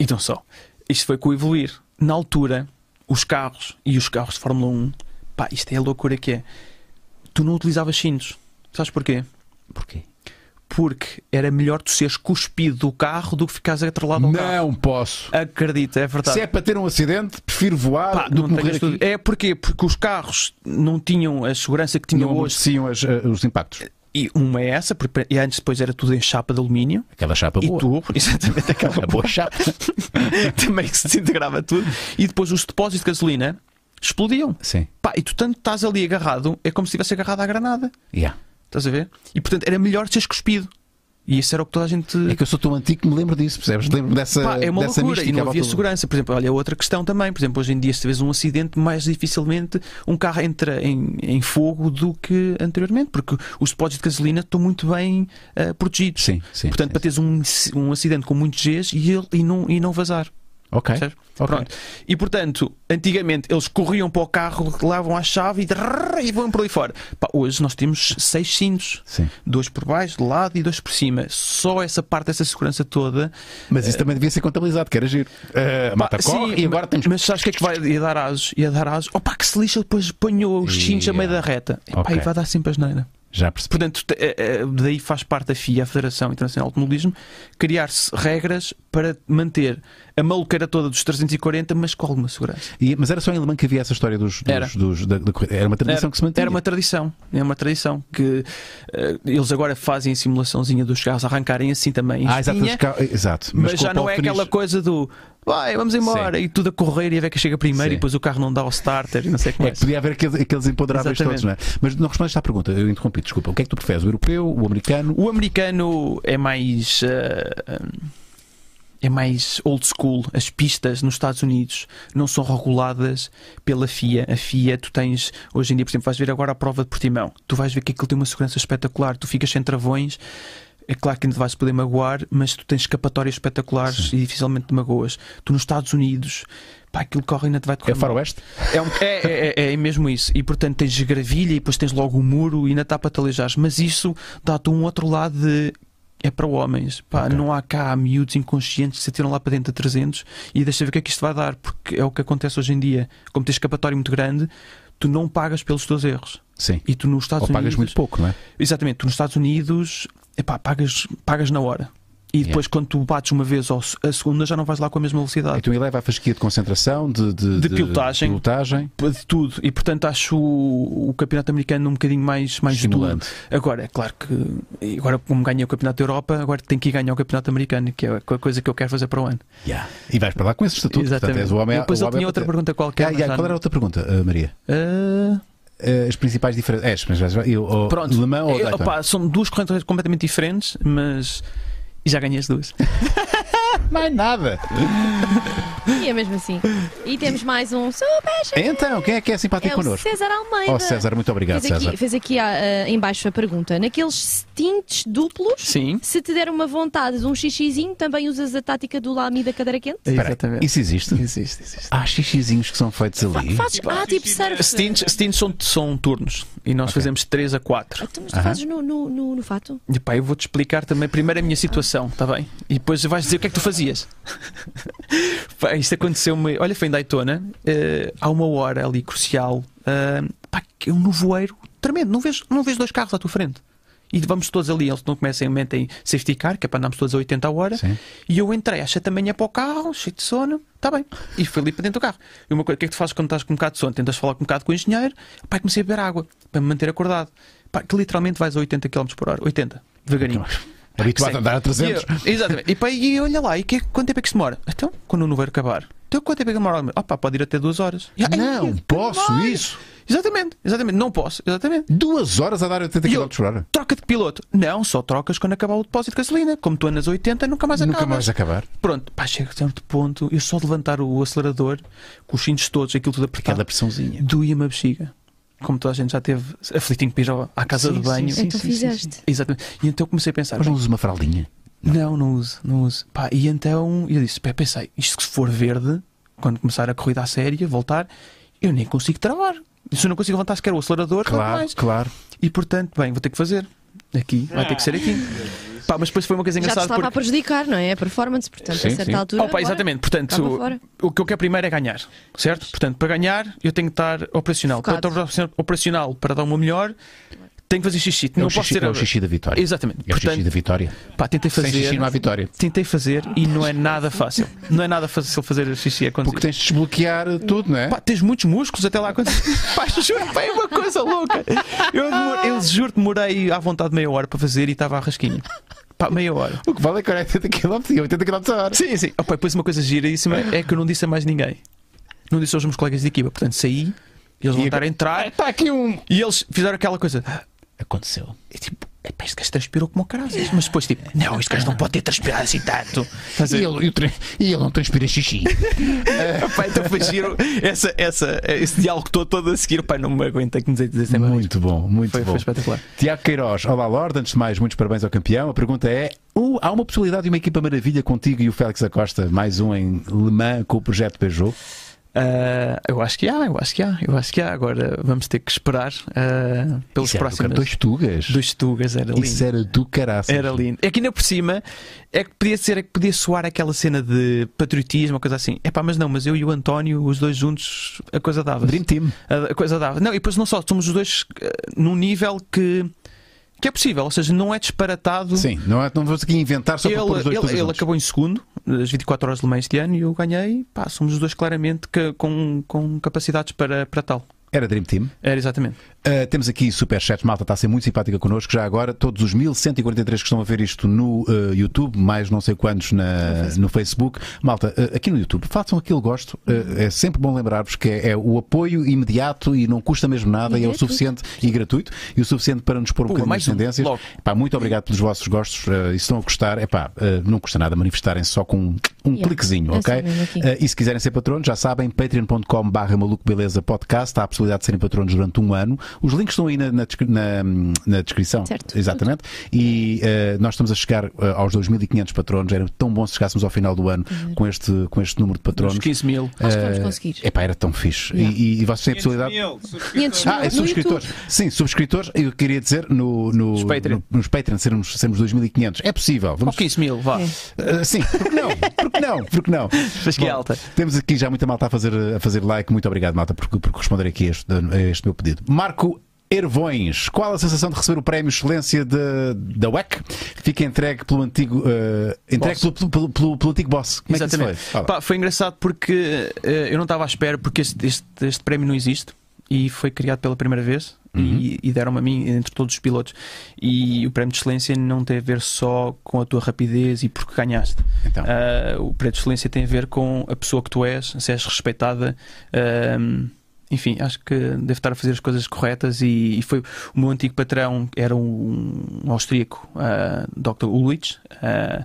Speaker 2: E não só. Isto foi com o evoluir. Na altura, os carros e os carros de Fórmula 1, pá, isto é a loucura que é. Tu não utilizavas cintos. Sabes porquê?
Speaker 1: Porquê?
Speaker 2: Porque era melhor tu seres cuspido do carro do que ficares atrelado ao carro.
Speaker 1: Não posso.
Speaker 2: Acredita, é verdade.
Speaker 1: Se é para ter um acidente, prefiro voar
Speaker 2: Pá,
Speaker 1: do
Speaker 2: não
Speaker 1: que morrer
Speaker 2: tenhas tudo.
Speaker 1: aqui.
Speaker 2: É porque, porque os carros não tinham a segurança que tinham
Speaker 1: não
Speaker 2: hoje.
Speaker 1: amorteciam as, eh, os impactos.
Speaker 2: E uma é essa, porque e antes depois era tudo em chapa de alumínio.
Speaker 1: Aquela chapa
Speaker 2: E
Speaker 1: boa.
Speaker 2: tu, exatamente aquela
Speaker 1: A boa chapa.
Speaker 2: também que se desintegrava tudo. E depois os depósitos de gasolina explodiam.
Speaker 1: Sim.
Speaker 2: Pá, e tu tanto estás ali agarrado, é como se estivesse agarrado à granada.
Speaker 1: Yeah.
Speaker 2: Estás a ver? E portanto era melhor seres cuspido. E isso era o que toda a gente.
Speaker 1: É que eu sou tão antigo que me lembro disso, percebes? Lembro dessa,
Speaker 2: Pá, é uma
Speaker 1: dessa
Speaker 2: loucura
Speaker 1: mística. à
Speaker 2: e não
Speaker 1: volta
Speaker 2: havia
Speaker 1: do-
Speaker 2: segurança. Por exemplo, olha, é outra questão também. Por exemplo, hoje em dia, se tiveres um acidente, mais dificilmente um carro entra em, em fogo do que anteriormente, porque os depósitos de gasolina estão muito bem ah, protegidos.
Speaker 1: Sim, sim,
Speaker 2: Portanto,
Speaker 1: sim,
Speaker 2: para teres um, um acidente com muitos Gs e, ele, e, não, e não vazar.
Speaker 1: Ok.
Speaker 2: Percebes?
Speaker 1: É? ok.
Speaker 2: Pronto. E portanto, antigamente eles corriam para o carro, levavam a chave e, drrr, e vão por ali fora. Pá, hoje nós temos seis cintos.
Speaker 1: Sim.
Speaker 2: Dois por baixo, de lado e dois por cima. Só essa parte, essa segurança toda.
Speaker 1: Mas isso também devia ser contabilizado, que era giro. Eh, mata
Speaker 2: Pá,
Speaker 1: corre
Speaker 2: sim,
Speaker 1: e agora
Speaker 2: mas-
Speaker 1: temos.
Speaker 2: Mas sabes o que é que vai ia dar asos? Ia dar asos. Opa, que se lixa, depois apanhou os cintos a meio da reta. E, pá,
Speaker 1: Ok.
Speaker 2: e vai dar sempre asneira.
Speaker 1: Já percebi.
Speaker 2: Portanto, te- eh, eh, daí faz parte da FIA, a Federação Internacional de Automobilismo, criar-se regras para manter a maluqueira toda dos 340, mas com alguma segurança.
Speaker 1: E- mas era só em alemão que havia essa história dos, dos-
Speaker 2: Era.
Speaker 1: dos- da, da corrida. Era uma tradição
Speaker 2: Era,
Speaker 1: que se mantinha.
Speaker 2: era uma tradição, é uma tradição que eh, eles agora fazem a simulaçãozinha dos carros arrancarem assim também. em
Speaker 1: Ah, exato. dos
Speaker 2: espinha,
Speaker 1: ca- Exato.
Speaker 2: Mas,
Speaker 1: com
Speaker 2: já
Speaker 1: o
Speaker 2: não
Speaker 1: Paulo
Speaker 2: é
Speaker 1: Feliz-
Speaker 2: aquela coisa do vai, vamos embora e tudo a correr e a ver que chega primeiro
Speaker 1: Sim.
Speaker 2: e depois o carro não dá o starter e não sei como
Speaker 1: É
Speaker 2: é.
Speaker 1: que podia haver aqueles, aqueles empoderáveis
Speaker 2: Exatamente.
Speaker 1: todos, não é? Mas não respondeste à pergunta, eu interrompi, desculpa. O que é que tu preferes? O europeu, o americano?
Speaker 2: O americano é mais. ah, é mais old school. As pistas nos Estados Unidos não são reguladas pela FIA. A FIA, tu tens, hoje em dia, por exemplo, vais ver agora a prova de Portimão. Tu vais ver que aquilo tem uma segurança espetacular. Tu ficas sem travões. É claro que ainda te vais poder magoar, mas tu tens escapatórias espetaculares e dificilmente te magoas. Tu nos Estados Unidos, pá, aquilo corre ainda te vai correr.
Speaker 1: É
Speaker 2: mal.
Speaker 1: faroeste?
Speaker 2: É, um- é, é, é- é mesmo isso. E portanto tens gravilha e depois tens logo o muro e ainda está para talejares. Mas isso dá-te um outro lado de. É para homens. Pá, Não há cá miúdos inconscientes que se atiram lá para dentro a 300 e deixa ver o que é que isto vai dar, porque é o que acontece hoje em dia. Como tens escapatório muito grande, tu não pagas pelos teus erros.
Speaker 1: Sim.
Speaker 2: E tu nos Estados
Speaker 1: Ou pagas
Speaker 2: Unidos.
Speaker 1: muito pouco, não é?
Speaker 2: Exatamente, tu nos Estados Unidos epá, pagas, pagas na hora. E depois, quando tu bates uma vez ou a segunda, já não vais lá com a mesma velocidade.
Speaker 1: Então ele leva a fasquia de concentração, de, de,
Speaker 2: De
Speaker 1: de
Speaker 2: pilotagem.
Speaker 1: pilotagem.
Speaker 2: de tudo e portanto acho o, o campeonato americano um bocadinho mais mais
Speaker 1: Estimulante.
Speaker 2: duro. agora é claro que agora como ganhei o campeonato da Europa agora tenho que ir ganhar o campeonato americano que é a co- coisa que eu quero fazer para o ano
Speaker 1: Yeah. E vais para lá com esse estatuto. Portanto, és o homem,
Speaker 2: E
Speaker 1: o
Speaker 2: depois ele
Speaker 1: homem
Speaker 2: tinha
Speaker 1: a
Speaker 2: outra
Speaker 1: bater.
Speaker 2: pergunta qualquer
Speaker 1: Ah,
Speaker 2: mas
Speaker 1: yeah,
Speaker 2: já
Speaker 1: Qual
Speaker 2: não-
Speaker 1: era a outra pergunta, eh, Maria?
Speaker 2: Ah,
Speaker 1: Eh, As principais diferenças. É, as principais. Eu, ou
Speaker 2: pronto Eh,
Speaker 1: Le Mans ou
Speaker 2: Eu-
Speaker 1: Daytona?
Speaker 2: opá, são duas correntes completamente diferentes mas e já ganhei as duas
Speaker 1: Mais nada.
Speaker 8: E é mesmo assim. E temos mais um super chat.
Speaker 1: Então, quem é que é simpático
Speaker 8: É o
Speaker 1: connosco?
Speaker 8: César Almeida.
Speaker 1: Oh, César, muito obrigado,
Speaker 3: Fez
Speaker 1: César.
Speaker 3: aqui, fez aqui ah, ah, em baixo a pergunta. Naqueles tintes duplos,
Speaker 2: sim
Speaker 3: se te der uma vontade de um xixizinho, também usas a tática do lami da cadeira quente?
Speaker 1: Espera aí,
Speaker 2: É, exatamente
Speaker 1: Isso existe?
Speaker 2: existe existe
Speaker 1: Há xixizinhos que são feitos ali.
Speaker 3: Fazes, ah, tipo surf.
Speaker 2: Stints, stints são, são turnos e nós fazemos 3 a 4
Speaker 3: Então, mas tu fazes no, no, no, no fato?
Speaker 2: E pá, eu vou-te explicar também primeiro a minha situação, está bem? E depois vais dizer o que é que tu fazias. pá, isto aconteceu-me. Olha, foi em Daytona, eh, há uma hora ali crucial, eh, pá, que é um nevoeiro tremendo. Não vês, não vês dois carros à tua frente. E vamos todos ali, eles não começam metem safety car, que é para andarmos todos a 80 a hora.
Speaker 1: Sim.
Speaker 2: E eu entrei, achei também ia para o carro, cheio de sono, está bem. E fui ali para dentro do carro. E uma coisa, o que é que tu fazes quando estás com um bocado de sono? Tentas falar com um bocado com o engenheiro, pá, e comecei a beber água, para me manter acordado. Pá, que literalmente vais a 80 km por hora, 80, devagarinho.
Speaker 1: Habituado a andar a 300.
Speaker 2: E eu- exatamente. E, pá, e olha lá, e que, quanto tempo é que isto demora? Então, quando o número acabar. Então, quanto tempo é que demora? Ah, pá, pode ir até duas horas. E, ai,
Speaker 1: Não, posso isso.
Speaker 2: Exatamente, exatamente. Não posso, exatamente.
Speaker 1: Duas horas a dar 80
Speaker 2: E eu-
Speaker 1: km por hora.
Speaker 2: Troca de piloto. Não, só trocas quando acabar o depósito de gasolina. Como tu andas 80, nunca mais
Speaker 1: Nunca
Speaker 2: acabas.
Speaker 1: mais acabar.
Speaker 2: Pronto, pá, chega a certo ponto. Eu só de levantar o acelerador, com os cintos todos, aquilo tudo apertado.
Speaker 1: Aquela pressãozinha.
Speaker 2: Doía-me a bexiga. Como toda a gente já teve aflitinho para ir ao- à casa de banho.
Speaker 3: então fizeste.
Speaker 2: Exatamente. E então comecei a pensar.
Speaker 1: Mas não
Speaker 2: bem,
Speaker 1: uso uma fraldinha.
Speaker 2: não, não uso, não uso. Pá, e então eu disse: pá, pensei, isto que se for verde, quando começar a corrida a séria, voltar, eu nem consigo travar. Se eu não consigo levantar sequer o acelerador, quanto
Speaker 1: Claro,
Speaker 2: mais.
Speaker 1: claro. É
Speaker 2: E portanto, bem, vou ter que fazer. Aqui, vai ter que ser aqui. Pá, mas depois foi uma coisa
Speaker 3: Já te
Speaker 2: engraçada.
Speaker 3: estava a
Speaker 2: porque...
Speaker 3: prejudicar, não é? A performance, portanto,
Speaker 1: Sim,
Speaker 3: a certa
Speaker 1: sim.
Speaker 3: altura.
Speaker 2: Opa,
Speaker 3: agora,
Speaker 2: exatamente,
Speaker 3: cá para
Speaker 2: portanto,
Speaker 3: fora.
Speaker 2: o que eu quero primeiro é ganhar, certo? Portanto, para ganhar, eu tenho que estar operacional.
Speaker 3: Focado.
Speaker 2: Para estar operacional, para dar uma melhor, tenho que fazer xixi.
Speaker 1: É
Speaker 2: não
Speaker 1: o
Speaker 2: posso
Speaker 1: xixi,
Speaker 2: ter.
Speaker 1: é o xixi da vitória.
Speaker 2: Exatamente.
Speaker 1: É o xixi
Speaker 2: Portanto,
Speaker 1: da vitória.
Speaker 2: pá, tentei fazer.
Speaker 1: Sem xixi não há vitória.
Speaker 2: Tentei fazer e não é nada fácil. Não é nada fácil fazer xixi acontecer.
Speaker 1: Porque tens de desbloquear tudo, não é?
Speaker 2: Pá, tens muitos músculos até lá quando. Pá, juro, pá, é uma coisa louca. Eu, demor... eu juro, demorei à vontade meia hora para fazer e estava à rasquinha. Pá, meia hora.
Speaker 1: O que vale é que era 80 km e 80 km a hora.
Speaker 2: Sim, sim. Opa, depois Ah, uma coisa giríssima é que eu não disse a mais ninguém. Não disse aos meus colegas de equipa. Portanto, saí, eles voltaram a entrar.
Speaker 1: tá
Speaker 2: Está aqui um. E eles fizeram aquela coisa.
Speaker 1: Aconteceu.
Speaker 2: E tipo, "Epá, este gajo transpirou como o caralho. Mas depois, tipo, não, este gajo não pode ter transpirado assim tanto. Estás
Speaker 1: E
Speaker 2: a ver?
Speaker 1: ele, e o tre- e ele não transpira xixi.
Speaker 2: Opa, então foi giro essa, essa, esse diálogo todo, todo a seguir. Pai, não me aguentei que me dizer dizer sempre.
Speaker 1: muito bom, muito
Speaker 2: Foi,
Speaker 1: bom.
Speaker 2: foi espetacular.
Speaker 1: Tiago Queiroz, olá Lorde, antes de mais, muitos parabéns ao campeão. A pergunta é: Ou há uma possibilidade de uma equipa maravilha contigo e o Félix Acosta, mais um em Le Mans com o projeto Peugeot?
Speaker 2: Ah, eu acho que há, eu acho que há, eu acho que há. Agora vamos ter que esperar ah, pelos
Speaker 1: Isso era do
Speaker 2: próximos.
Speaker 1: cara- Dois tugas.
Speaker 2: Dos Tugas, era lindo.
Speaker 1: Isso era do caraças.
Speaker 2: Era lindo. É que ainda por cima é que podia ser, é que podia soar aquela cena de patriotismo, uma coisa assim. É pá, mas não, mas eu e o António, os dois juntos, a coisa dava.
Speaker 1: Dream Team.
Speaker 2: A, a coisa dava. Não, e depois não só, somos os dois eh, num nível que, que é possível, ou seja, não é disparatado.
Speaker 1: Sim, não, é, não vamos aqui inventar só
Speaker 2: Ele,
Speaker 1: para pôr os dois
Speaker 2: ele,
Speaker 1: tugas
Speaker 2: ele
Speaker 1: juntos.
Speaker 2: acabou em segundo, nas 24 horas de Le Mans este ano, e eu ganhei. Pá, somos os dois claramente que- com, com capacidades para, para tal.
Speaker 1: Era Dream Team.
Speaker 2: Era exatamente.
Speaker 1: Uh, temos aqui Superchats. Malta está a ser muito simpática connosco. Já agora, todos os 1143 que estão a ver isto no uh, YouTube, mais não sei quantos na- no Facebook. Malta, uh, aqui no YouTube, façam aquilo que gosto. Uh, é sempre bom lembrar-vos que é, é o apoio imediato e não custa mesmo nada e, é o
Speaker 3: gratuito.
Speaker 1: suficiente e gratuito e o suficiente para nos pôr um
Speaker 2: Pô,
Speaker 1: bocadinho
Speaker 2: mais
Speaker 1: mais
Speaker 2: um,
Speaker 1: tendências.
Speaker 2: logo.
Speaker 1: Pá, muito obrigado pelos vossos gostos. Uh, e se estão a gostar, é pá, uh, não custa nada manifestarem só com um, um
Speaker 8: Yeah.
Speaker 1: cliquezinho,
Speaker 8: É
Speaker 1: ok?
Speaker 8: só mesmo aqui.
Speaker 1: Uh, e se quiserem ser patronos, já sabem, patreon.com barra maluco beleza podcast, há a possibilidade de serem patronos durante um ano. Os links estão aí na, na descri- na- na descrição.
Speaker 8: Certo.
Speaker 1: Exatamente. E eh, nós estamos a chegar eh, aos 2.500 patronos. Era tão bom se chegássemos ao final do ano com este, com este número de patronos.
Speaker 2: Os 15 mil.
Speaker 8: Acho que vamos
Speaker 1: Eh,
Speaker 8: Uhum. conseguir.
Speaker 1: Epá, era tão fixe. E, e- e vocês têm a
Speaker 4: 500
Speaker 1: possibilidade.
Speaker 4: mil,
Speaker 3: 500
Speaker 4: subscritores.
Speaker 3: mil
Speaker 1: Ah, é
Speaker 3: no
Speaker 1: subscritores. Sim, subscritores. Eu queria dizer no, no,
Speaker 2: Nos Patreon.
Speaker 1: no- nos Patreon sermos, sermos 2.500. É possível.
Speaker 2: Ou
Speaker 1: Vamos,
Speaker 2: 15 mil, vá.
Speaker 1: eh, sim, porque não? Porque não? Porque não?
Speaker 2: Mas que
Speaker 1: Bom,
Speaker 2: alta.
Speaker 1: Temos aqui já muita malta a fazer, a fazer like. Muito obrigado, malta, por, por responder aqui a este, a este meu pedido. Marco Hervões, qual a sensação de receber o prémio Excelência de- da WEC? Fica entregue pelo antigo. eh, entregue
Speaker 2: Boss.
Speaker 1: pelo, pelo, pelo- pelo antigo boss. Como é
Speaker 2: Exatamente.
Speaker 1: que isso foi? Olha lá.
Speaker 2: Pá, foi engraçado porque eh, eu não estava à espera, porque este, este, este prémio não existe e foi criado pela primeira vez.
Speaker 1: Uhum.
Speaker 2: E, e deram-me a mim, entre todos os pilotos. E o prémio de excelência não tem a ver só com a tua rapidez e porque ganhaste.
Speaker 1: Então.
Speaker 2: Ah, o prémio de excelência tem a ver com a pessoa que tu és, se és respeitada. ahm, enfim, acho que devo estar a fazer as coisas corretas. E, e foi o meu antigo patrão, era um, austríaco, ah, Dr. Ulrich. ah,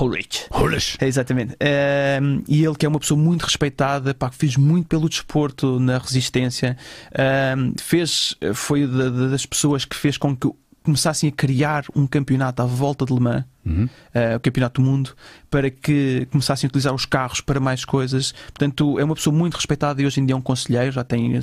Speaker 2: Ulrich.
Speaker 1: Rolas.
Speaker 2: É, Exatamente. Ehm, e ele que é uma pessoa muito respeitada, pá, que fez muito pelo desporto na resistência, ehm, fez, foi da- da- das pessoas que fez com que começassem a criar um campeonato à volta de Le Mans, eh, o campeonato do mundo, para que começassem a utilizar os carros para mais coisas. Portanto, é uma pessoa muito respeitada e hoje em dia é um conselheiro, já, tem,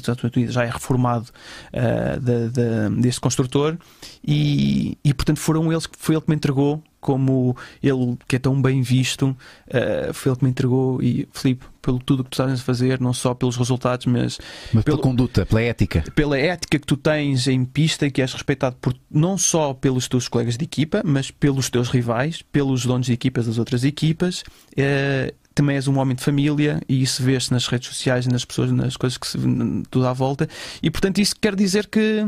Speaker 2: já é reformado eh, da- da- deste construtor e, e, portanto foram eles que foi ele que me entregou como ele que é tão bem visto, eh, foi ele que me entregou e Filipe, pelo tudo que tu sabes fazer, não só pelos resultados, mas,
Speaker 1: Mas pela
Speaker 2: pelo-
Speaker 1: conduta, pela ética.
Speaker 2: pela ética que tu tens em pista e que és respeitado por, não só pelos teus colegas de equipa, mas pelos teus rivais, pelos donos de equipas das outras equipas. Eh, também és um homem de família e isso vê-se nas redes sociais e nas pessoas, nas coisas que se tudo à volta. E portanto isso quer dizer que,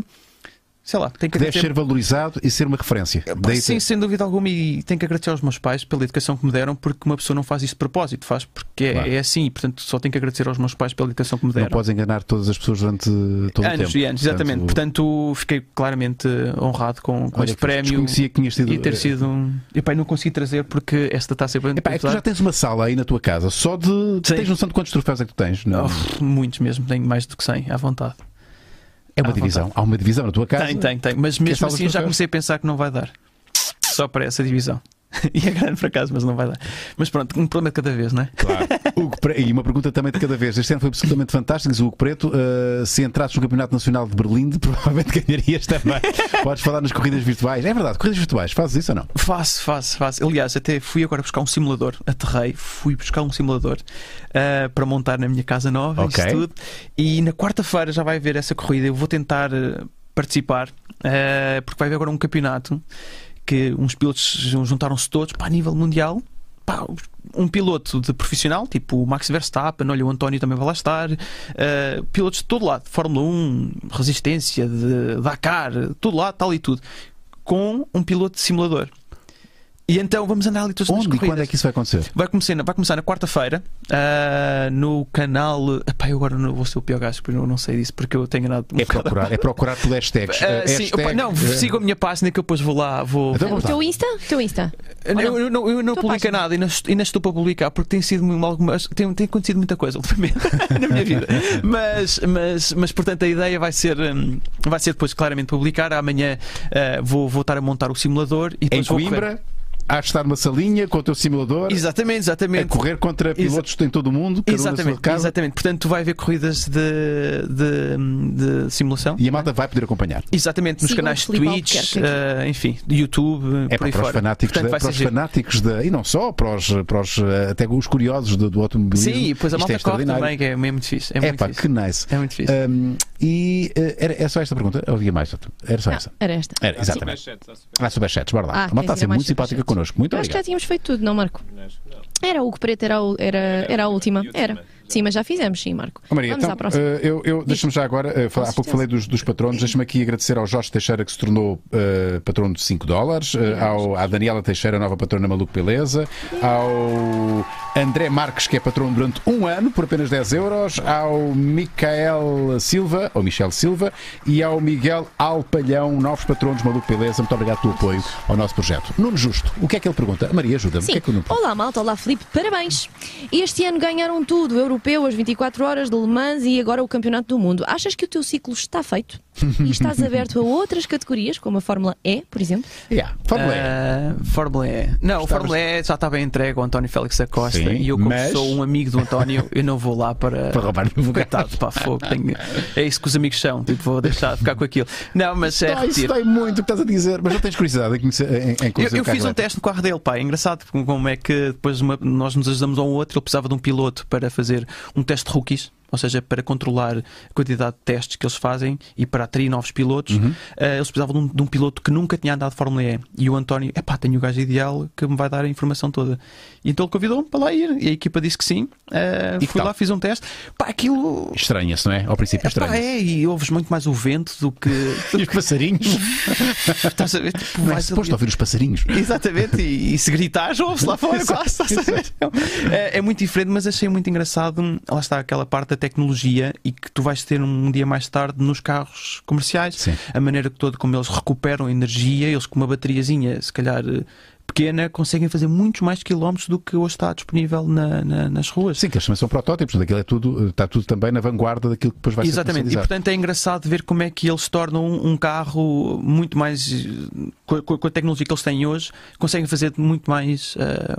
Speaker 2: sei lá, tem que
Speaker 1: Que deve
Speaker 2: haver
Speaker 1: ser valorizado e ser uma referência.
Speaker 2: Pá,
Speaker 1: Daí-
Speaker 2: Ah, Sim, sem dúvida alguma, e tenho que agradecer aos meus pais pela educação que me deram, porque uma pessoa não faz isto de propósito, faz porque é-
Speaker 1: Claro.
Speaker 2: é assim, e portanto só tenho que agradecer aos meus pais pela educação que me
Speaker 1: Não
Speaker 2: deram.
Speaker 1: podes enganar todas as pessoas durante todo o
Speaker 2: anos
Speaker 1: tempo.
Speaker 2: e anos, exatamente.
Speaker 1: Portanto,
Speaker 2: Portanto, fiquei claramente honrado com, com
Speaker 1: olha,
Speaker 2: este prémio
Speaker 1: Desconhecia que tinhas tido. eh,
Speaker 2: e ter sido um. Epá, e não consegui trazer porque esta está a ser bem
Speaker 1: Epá, é que tu já
Speaker 2: usada.
Speaker 1: tens uma sala aí na tua casa só de.
Speaker 2: Sim.
Speaker 1: Tens noção de quantos troféus é que tu tens? Não.
Speaker 2: Oh, muitos mesmo, tenho mais do que 100, à vontade.
Speaker 1: É uma
Speaker 2: À
Speaker 1: divisão. Há uma divisão na tua casa.
Speaker 2: Tem, tem, tem. Mas mesmo
Speaker 1: só os
Speaker 2: assim já
Speaker 1: troféus?
Speaker 2: comecei a pensar que não vai dar. Só para essa divisão. e é grande por acaso, mas não vai dar. Mas pronto, um problema de cada vez, não é?
Speaker 1: Claro. Hugo Pre- E uma pergunta também de cada vez. Este ano foi absolutamente fantástico, diz o Hugo Preto. Uh, se entrasses no Campeonato Nacional de Berlim, provavelmente ganharias também. Podes falar nas corridas virtuais. É verdade, corridas virtuais, fazes isso ou não?
Speaker 2: Faço, faço, faço. Aliás, até fui agora buscar um simulador. Aterrei, fui buscar um simulador ah, para montar na minha casa nova.
Speaker 1: Ok.
Speaker 2: Isso tudo. E na quarta-feira já vai haver essa corrida. Eu vou tentar ah, participar, ah, porque vai haver agora um campeonato que uns pilotos juntaram-se todos para a nível mundial. Pá, um piloto de profissional, tipo o Max Verstappen, olha, o António também vai lá estar, ah, pilotos de todo lado, Fórmula 1, Resistência, de Dakar, todo lado, tal e tudo, com um piloto de simulador. E então vamos andar ali todos nas
Speaker 1: Onde e
Speaker 2: corridas.
Speaker 1: quando é que isso vai acontecer?
Speaker 2: Vai começar, vai começar na quarta-feira ah, no canal. Epá, eu agora não vou ser o pior gajo, porque eu não sei disso, porque eu tenho enganado. um
Speaker 1: É
Speaker 2: bocado.
Speaker 1: procurar, é procurar por hashtags.
Speaker 2: Ah,
Speaker 1: Uh,
Speaker 2: sim,
Speaker 1: hashtag,
Speaker 2: opa, não,
Speaker 1: uh,
Speaker 2: sigam a minha página que eu depois vou lá. Vou,
Speaker 8: O
Speaker 1: Então vamos lá.
Speaker 8: teu Insta? O teu Insta.
Speaker 2: eu, eu, não- eu não
Speaker 8: Tua
Speaker 2: publico
Speaker 8: página.
Speaker 2: nada, ainda est- ainda estou para publicar, porque tem sido uma- algumas. Tem, tem acontecido muita coisa ultimamente na minha vida. Mas, mas, mas, portanto, a ideia vai ser, hum, vai ser depois claramente publicar. Amanhã ah, eh, vou, vou estar a montar o simulador e
Speaker 1: Em
Speaker 2: depois vou correr.
Speaker 1: Coimbra, Hás de estar numa salinha com o teu simulador
Speaker 2: Exatamente,
Speaker 1: a
Speaker 2: exatamente.
Speaker 1: correr contra pilotos em todo o mundo, cada um na sua
Speaker 2: Exatamente,
Speaker 1: casa.
Speaker 2: exatamente. Portanto, tu vai haver corridas de, de, de simulação.
Speaker 1: E a malta vai poder acompanhar.
Speaker 2: Exatamente, nos
Speaker 3: Sigam
Speaker 2: canais
Speaker 3: o Filipe
Speaker 2: Twitch,
Speaker 3: Albuquerque.
Speaker 2: eh, enfim, YouTube,
Speaker 1: É
Speaker 2: por
Speaker 1: para,
Speaker 2: aí
Speaker 1: para os
Speaker 2: fora.
Speaker 1: fanáticos,
Speaker 2: Portanto,
Speaker 1: da, para
Speaker 2: vai ser
Speaker 1: os
Speaker 2: giro.
Speaker 1: fanáticos da, e não só, para os, para os eh, até os curiosos do, do automobilismo.
Speaker 2: Sim, pois a
Speaker 1: Isto
Speaker 2: malta
Speaker 1: é
Speaker 2: corre
Speaker 1: extraordinário.
Speaker 2: também, que é mesmo difícil. É,
Speaker 1: É
Speaker 2: muito
Speaker 1: pá, que
Speaker 2: difícil.
Speaker 1: nice.
Speaker 2: É muito difícil.
Speaker 1: Um, e eh, era, é só esta pergunta? Ou havia mais? doutor? Era só esta.
Speaker 8: Era esta.
Speaker 1: Era,
Speaker 4: Há super
Speaker 1: exatamente.
Speaker 4: chats, há super
Speaker 1: Ah, superchats, bora lá.
Speaker 8: Ah,
Speaker 1: a malta está a
Speaker 8: quer
Speaker 1: ser
Speaker 8: dizer, mais
Speaker 1: muito simpática
Speaker 8: superchats.
Speaker 1: connosco. Muito
Speaker 8: Eu acho que já
Speaker 1: obrigado.
Speaker 8: tínhamos feito tudo, não, Marco?
Speaker 4: chats. Não.
Speaker 8: Era o que preto, era, o- era, era a última.
Speaker 4: E a última,
Speaker 8: Era.
Speaker 4: já.
Speaker 8: Sim, mas já fizemos, sim, Marco.
Speaker 1: Ó, Maria,
Speaker 8: Vamos
Speaker 1: então,
Speaker 8: à próxima.
Speaker 1: eh, eu, eu deixa-me já agora, eh, falar, há pouco
Speaker 8: certeza.
Speaker 1: falei dos, dos patronos, deixa-me aqui agradecer ao Jorge Teixeira que se tornou eh, patrono de 5 dólares, eh, ao, à Daniela Teixeira, nova patrona Maluco Beleza, ao André Marques, que é patrono durante um ano por apenas 10 euros, ao Micael Silva, ou Michel Silva, e ao Miguel Alpalhão, novos patronos Maluco Beleza, muito obrigado pelo apoio ao nosso projeto. Nuno Justo, o que é que ele pergunta? Maria, ajuda-me, o que
Speaker 3: Sim.
Speaker 1: é que o Nuno pergunta?
Speaker 3: Olá, malta. Olá, Filipe. Parabéns. Este ano ganharam tudo. Europeu, as 24 horas de Le Mans e agora o Campeonato do Mundo. Achas que o teu ciclo está feito? E estás aberto a outras categorias, como a Fórmula E, por exemplo?
Speaker 1: Yeah, Fórmula E.
Speaker 2: Ah, Fórmula E. Não, o Fórmula E já estava entregue ao António Félix da Costa
Speaker 1: Sim,
Speaker 2: e eu, como
Speaker 1: mas-
Speaker 2: sou um amigo do António, eu não vou lá para.
Speaker 1: Para roubar-lhe o lugar.
Speaker 2: Coitado, pá, fogo. tenho- É isso que os amigos são. Tipo, vou deixar de ficar com aquilo. Não, mas é
Speaker 1: Dói, isso
Speaker 2: retiro.
Speaker 1: dói Tá, muito o que estás a dizer, mas não tens curiosidade em conhecer. Em, em
Speaker 2: Eu,
Speaker 1: conhecer
Speaker 2: eu
Speaker 1: o carro
Speaker 2: fiz um
Speaker 1: elétrico?
Speaker 2: teste no carro dele, pá. É engraçado como- como é que depois uma- nós nos ajudamos um ao outro. Ele precisava de um piloto para fazer um teste de rookies, ou seja, para controlar a quantidade de testes que eles fazem e para atrair novos pilotos.
Speaker 1: Uhum.
Speaker 2: Eh, eles precisavam de um, de um piloto que nunca tinha andado de Fórmula E. E o António, é pá, tenho o gajo ideal que me vai dar a informação toda. E então ele convidou-me para lá ir. E a equipa disse que sim. Eh,
Speaker 1: E que
Speaker 2: fui
Speaker 1: tal?
Speaker 2: lá, fiz um teste. Pá, aquilo.
Speaker 1: Estranha-se, não é? Ao princípio,
Speaker 2: Pá,
Speaker 1: estranha.
Speaker 2: é, e ouves muito mais o vento do que.
Speaker 1: E os passarinhos?
Speaker 2: Estás a ver? Tipo,
Speaker 1: Não é
Speaker 2: vais
Speaker 1: suposto
Speaker 2: ali-
Speaker 1: ouvir os passarinhos.
Speaker 2: Exatamente, e, e se gritares, ouve-se lá fora, quase. estás a ver? É, é muito diferente, mas achei muito engraçado. hum, Lá está aquela parte da tecnologia e que tu vais ter um dia mais tarde nos carros comerciais.
Speaker 1: Sim.
Speaker 2: A maneira que todo como eles recuperam energia, eles com uma bateriazinha, se calhar. eh, Pequena, conseguem fazer muitos mais quilómetros do que hoje está disponível na- na- nas ruas.
Speaker 1: Sim, que eles também são protótipos, daquilo é tudo, eh, está tudo também na vanguarda daquilo que depois vai
Speaker 2: Exatamente, e
Speaker 1: ser
Speaker 2: portanto é engraçado ver como é que eles tornam um um carro muito mais. eh, co- co- Com a, tecnologia que eles têm hoje, conseguem fazer muito mais, eh,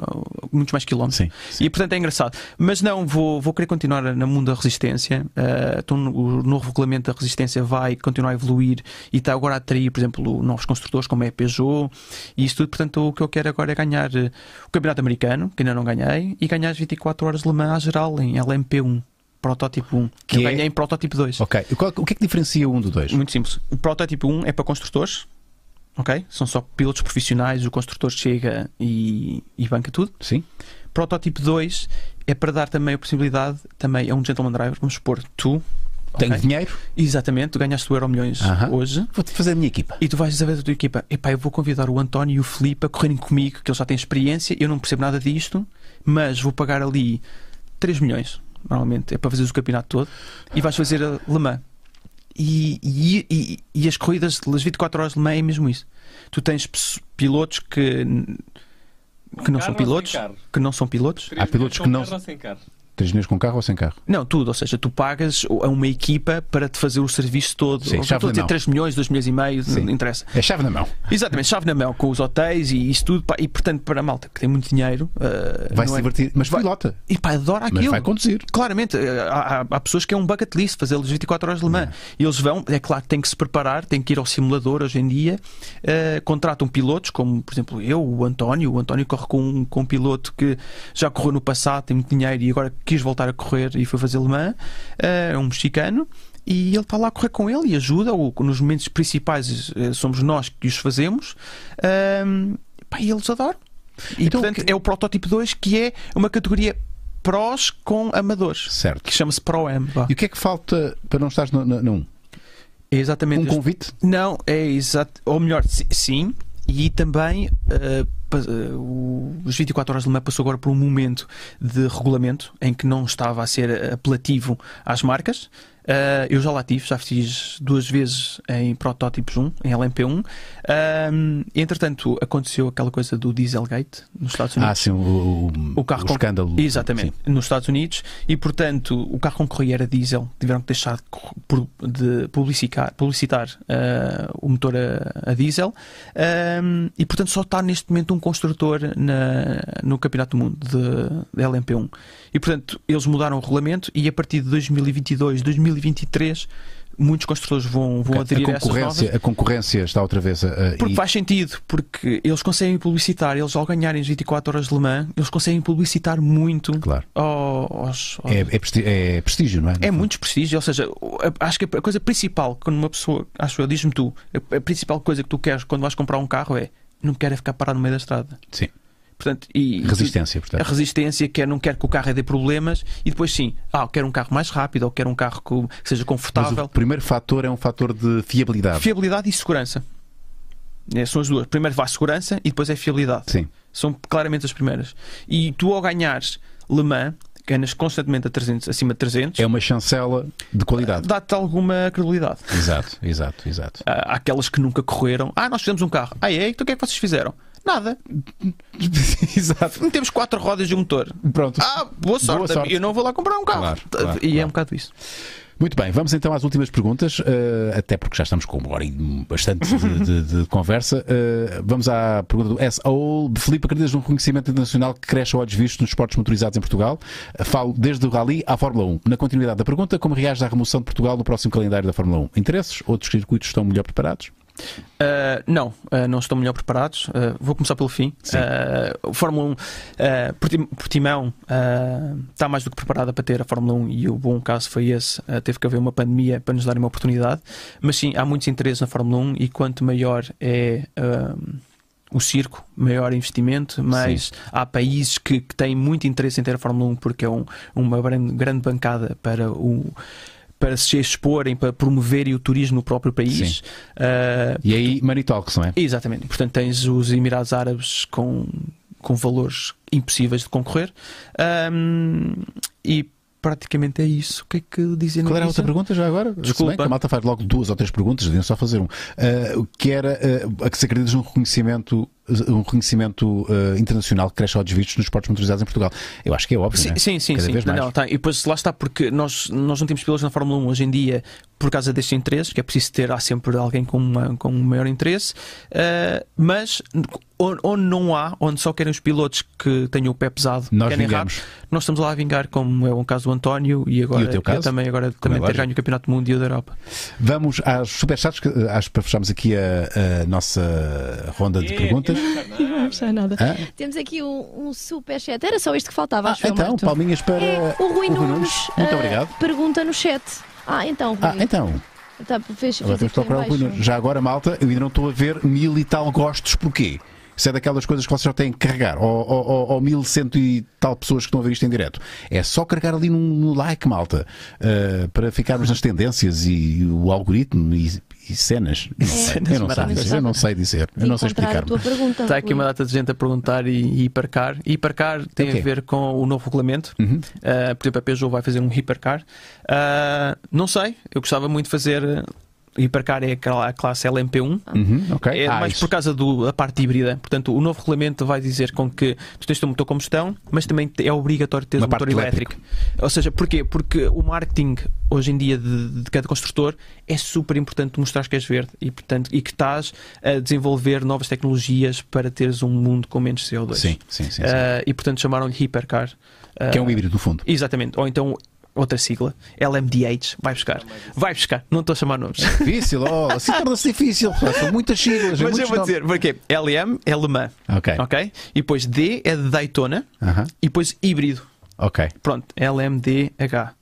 Speaker 2: muitos mais quilómetros.
Speaker 1: Sim, sim.
Speaker 2: E portanto é engraçado. Mas não, vou, vou querer continuar no mundo da resistência. Eh, então, no- o novo regulamento da resistência vai continuar a evoluir e está agora a atrair, por exemplo, novos construtores como é a Peugeot e isso tudo. Portanto, o que eu quero agora é ganhar eh, o Campeonato Americano, que ainda não ganhei, e ganhar as 24 horas de Le Mans à geral em LMP1. Protótipo 1, que,
Speaker 1: Que
Speaker 2: eu
Speaker 1: é-
Speaker 2: ganhei em protótipo 2.
Speaker 1: Ok, E qual- o que é que diferencia um do dois?
Speaker 2: Muito simples. O protótipo 1 é para construtores, ok? São só pilotos profissionais, o construtor chega e, e banca tudo.
Speaker 1: Sim?
Speaker 2: Protótipo 2 é para dar também a possibilidade, também a um gentleman driver, vamos supor, tu. ok?
Speaker 1: Tenho dinheiro,
Speaker 2: Exatamente, tu ganhaste o Euro Milhões
Speaker 1: Aham.
Speaker 2: hoje.
Speaker 1: vou-te fazer a minha equipa.
Speaker 2: E tu vais dizer à tua equipa: epá, eu vou convidar o António e o Filipe a correrem comigo, que eles já têm experiência, eu não percebo nada disto, mas vou pagar ali 3 milhões, normalmente, é para fazeres o campeonato todo, e vais fazer a Le Mans. E, e, e, e as corridas das 24 horas de Le Mans é mesmo isso. Tu tens pes- pilotos que, que não
Speaker 4: carro
Speaker 2: são
Speaker 4: ou
Speaker 2: pilotos,
Speaker 4: sem carro?
Speaker 2: que não são pilotos,
Speaker 4: Três
Speaker 1: pilotos
Speaker 4: minutos
Speaker 1: que
Speaker 4: com
Speaker 1: não-
Speaker 4: carro ou sem carro?
Speaker 1: Três milhões com carro ou sem carro?
Speaker 2: Não, tudo, ou seja, tu pagas a uma equipa para te fazer o serviço todo.
Speaker 1: Sim,
Speaker 2: Não
Speaker 1: chave
Speaker 2: Estou a
Speaker 1: na
Speaker 2: dizer
Speaker 1: mão.
Speaker 2: 3 milhões, 2 milhões e meio, não interessa.
Speaker 1: É chave na mão.
Speaker 2: Exatamente, chave na mão com os hotéis e isso tudo. pá, e portanto, para a malta que tem muito dinheiro, ah,
Speaker 1: Vai
Speaker 2: não
Speaker 1: se
Speaker 2: é-
Speaker 1: divertir, mas
Speaker 2: Vai-
Speaker 1: pilota.
Speaker 2: E pá, adora aquilo.
Speaker 1: vai conduzir.
Speaker 2: Claramente, eh, há, há- há pessoas que é um bucket list fazê-los 24 horas de Le Mans. E eles vão, é claro, têm que se preparar, têm que ir ao simulador hoje em dia. eh, contratam pilotos, como por exemplo eu, o António. O António corre com, um- com um piloto que já correu no passado, tem muito dinheiro e agora quis voltar a correr e foi fazer Le Mans. Eh, É um mexicano. E ele está lá a correr com ele e ajuda-o. Nos momentos principais eh, somos nós que os fazemos. Ahm, pá, e eles adoram. E
Speaker 1: Então,
Speaker 2: portanto
Speaker 1: que-
Speaker 2: é o protótipo 2 que é uma categoria prós com amadores
Speaker 1: Certo.
Speaker 2: que chama-se Pro-Am. vá.
Speaker 1: E o que é que falta para não estares no- no- num?
Speaker 2: É exatamente
Speaker 1: Um
Speaker 2: este-
Speaker 1: convite?
Speaker 2: Não, é exato. Ou melhor, si- sim. E também eh, pa- eh, o- os 24 horas de Le Mans passou agora por um momento de regulamento em que não estava a ser apelativo às marcas. Ah, eu já lá tive, já fiz duas vezes em protótipos 1, em LMP1. Ah, entretanto, aconteceu aquela coisa do Dieselgate nos Estados Unidos.
Speaker 1: Ah, sim, o, o,
Speaker 2: O carro
Speaker 1: o
Speaker 2: com-
Speaker 1: escândalo.
Speaker 2: Exatamente, nos Estados Unidos. E, portanto, o carro com que corria era diesel. Tiveram que deixar de, cor- por- de publicicar- publicitar ah, o motor a, a diesel. Ahm, e, portanto, só está neste momento um construtor na- no Campeonato do Mundo de, de LMP1. E, portanto, eles mudaram o regulamento e, a partir de 2022, 2023, muitos construtores vão, vão
Speaker 1: Sim.
Speaker 2: aderir
Speaker 1: A,
Speaker 2: a essas novas.
Speaker 1: concorrência, a concorrência está outra vez a. a-
Speaker 2: Porque
Speaker 1: e-
Speaker 2: faz sentido, porque eles conseguem publicitar, eles ao ganharem as 24 horas de Le Mans, eles conseguem publicitar muito
Speaker 1: Claro.
Speaker 2: ao- aos- aos-
Speaker 1: É,
Speaker 2: é,
Speaker 1: é presti- é prestígio, não é?
Speaker 2: muito prestígio, ou seja, o- a- acho que a coisa principal, quando uma pessoa, acho eu, diz-me tu, a a principal coisa que tu queres quando vais comprar um carro é não quero é ficar parado no meio da estrada.
Speaker 1: Sim.
Speaker 2: Portanto, e,
Speaker 1: Resistência,
Speaker 2: A
Speaker 1: portanto.
Speaker 2: resistência, quer não quer que o carro dê problemas, e depois sim, ah, quero um carro mais rápido, ou quero um carro que que seja
Speaker 1: Mas
Speaker 2: confortável.
Speaker 1: o primeiro fator é um fator de fiabilidade.
Speaker 2: Fiabilidade e segurança. É, são as duas. Primeiro vai segurança e depois é fiabilidade.
Speaker 1: Sim.
Speaker 2: São claramente as primeiras. E tu, ao ganhares Le Mans, ganhas constantemente a 300, acima de 300,
Speaker 1: É uma chancela de qualidade.
Speaker 2: dá-te alguma credibilidade. Ah,
Speaker 1: Exato, exato, exato.
Speaker 2: Há há aquelas que nunca correram. Ah, nós fizemos um carro. Ah, é? Então o que é que vocês fizeram? Nada.
Speaker 1: exato.
Speaker 2: Metemos quatro rodas e um motor.
Speaker 1: Pronto.
Speaker 2: Ah, boa sorte.
Speaker 1: sorte.
Speaker 2: Eu não vou lá comprar um carro.
Speaker 1: Claro,
Speaker 2: T-
Speaker 1: claro,
Speaker 2: e é
Speaker 1: claro.
Speaker 2: um bocado isso.
Speaker 1: Muito bem, vamos então às últimas perguntas, eh, até porque já estamos com uma hora e bastante de, de- de conversa. Eh, vamos à pergunta do S. Owl. Filipe, acreditas num reconhecimento internacional que cresce a olhos vistos nos esportes motorizados em Portugal? Falo desde o Rally à Fórmula 1. Na continuidade da pergunta, como reage à remoção de Portugal no próximo calendário da Fórmula 1? Interesses? Outros circuitos estão melhor preparados?
Speaker 2: Uh, não, uh, não estão melhor preparados. Uh, vou começar pelo fim. Uh, o Fórmula 1, uh, Portim- Portimão uh, está mais do que preparada para ter a Fórmula 1 e o bom caso foi esse. Uh, teve que haver uma pandemia para nos dar uma oportunidade. Mas sim, há muitos interesses na Fórmula 1 e quanto maior é. um, o circo, maior investimento, mas há países que, que têm muito interesse em ter a Fórmula 1 porque é um- uma grande, grande bancada para o para se exporem, para promoverem o turismo no próprio país. Uh,
Speaker 1: E aí, Money Talks, não é?
Speaker 2: Exatamente. Portanto, tens os Emirados Árabes com, com valores impossíveis de concorrer. Ahm, e praticamente é isso. O que é que dizem
Speaker 1: Qual era a outra pergunta já agora? Se
Speaker 2: Desculpa.
Speaker 1: bem que a malta faz logo duas ou três perguntas, deviam só fazer um. Ah, O que era ah, a que se acreditas num reconhecimento, um reconhecimento ah, internacional que cresce aos vistos nos esportes motorizados em Portugal? Eu acho que é óbvio. né?
Speaker 2: Sim, sim, sim.
Speaker 1: Cada
Speaker 2: sim.
Speaker 1: vez mais.
Speaker 2: Não, tá. E depois lá está, porque nós, nós não temos pilotos na Fórmula 1 hoje em dia por causa destes interesses, que é preciso ter, há sempre alguém com, uma, com um maior interesse, Ah, mas onde, onde não há, onde só querem os pilotos que tenham o pé pesado,
Speaker 1: Nós
Speaker 2: querem
Speaker 1: vingamos.
Speaker 2: rápido, nós estamos lá a vingar, como é o caso do António e agora
Speaker 1: E o teu
Speaker 2: eu
Speaker 1: caso? é
Speaker 2: também, agora também ter
Speaker 1: lógico.
Speaker 2: ganho o Campeonato do Mundo e o da Europa.
Speaker 1: Vamos às superchats, que, ah, acho que para fecharmos aqui a, a nossa ronda de perguntas.
Speaker 8: É, Não está nada.
Speaker 1: Hã?
Speaker 8: Temos aqui um, um super chat. Era só isto que faltava,
Speaker 1: É? Ah,
Speaker 8: acho eu,
Speaker 1: então,
Speaker 8: Marta.
Speaker 1: palminhas para
Speaker 8: É, o Rui Nunes.
Speaker 1: Muito
Speaker 8: ah,
Speaker 1: obrigado.
Speaker 8: Pergunta no chat. Ah, então, Rui.
Speaker 1: Ah, então,
Speaker 8: Tá, fez,
Speaker 1: agora
Speaker 8: fez
Speaker 1: temos
Speaker 8: aqui
Speaker 1: que
Speaker 8: em
Speaker 1: procurar o Rui
Speaker 8: baixo.
Speaker 1: Nunes. Já agora, malta, eu ainda não estou a ver mil e tal gostos, porquê? Isso é daquelas coisas que vocês já têm que carregar, ou, ou, ou, ou mil cento e tal pessoas que estão a ver isto em direto. É só carregar ali num- no like, malta, ah, para ficarmos nas tendências e o algoritmo e, e cenas. Não sei, eu, não sei
Speaker 2: maravilhas.
Speaker 1: dizer, eu não sei dizer, eu
Speaker 8: De
Speaker 1: não sei
Speaker 8: encontrar a
Speaker 1: explicar.
Speaker 8: tua pergunta.
Speaker 3: Tá
Speaker 2: Está Tá aqui
Speaker 8: Rui.
Speaker 2: uma data de gente a perguntar e hipercar. Hipercar tem
Speaker 1: Ok.
Speaker 2: a ver com o novo regulamento.
Speaker 1: Uhum.
Speaker 2: Uh, por exemplo, a Peugeot vai fazer um hipercar. Uh, não sei, eu gostava muito de fazer. uh, Hipercar é aquela- a classe LMP1.
Speaker 1: Uhum, ok.
Speaker 2: É
Speaker 1: Ah,
Speaker 2: mais
Speaker 1: isso.
Speaker 2: por causa do- da parte híbrida. Portanto, o novo regulamento vai dizer com que tu tens de ter um motor combustão, mas também te- é obrigatório ter
Speaker 1: Uma
Speaker 2: um motor
Speaker 1: parte
Speaker 2: elétrico. Ou seja, porquê? Porque o marketing hoje em dia de, de cada construtor é super importante mostrar que és verde e, portanto, e que estás a desenvolver novas tecnologias para teres um mundo com menos CO2.
Speaker 1: Sim, sim, sim. sim.
Speaker 2: Ah, e portanto chamaram-lhe Hypercar. Ah,
Speaker 1: que é um híbrido, no fundo.
Speaker 2: Exatamente. Ou então outra sigla, LMDH. Vai buscar. Vai buscar. Não estou a chamar nomes.
Speaker 1: Difícil, oh, assim torna-se difícil. pá, São muitas siglas.
Speaker 2: Mas
Speaker 1: muitos
Speaker 2: eu vou
Speaker 1: nomes.
Speaker 2: dizer, porque LM é alemã.
Speaker 1: Ok.
Speaker 2: Ok? E depois D é de Daytona.
Speaker 1: Aham.
Speaker 2: E depois híbrido.
Speaker 1: Ok.
Speaker 2: Pronto, LMDH.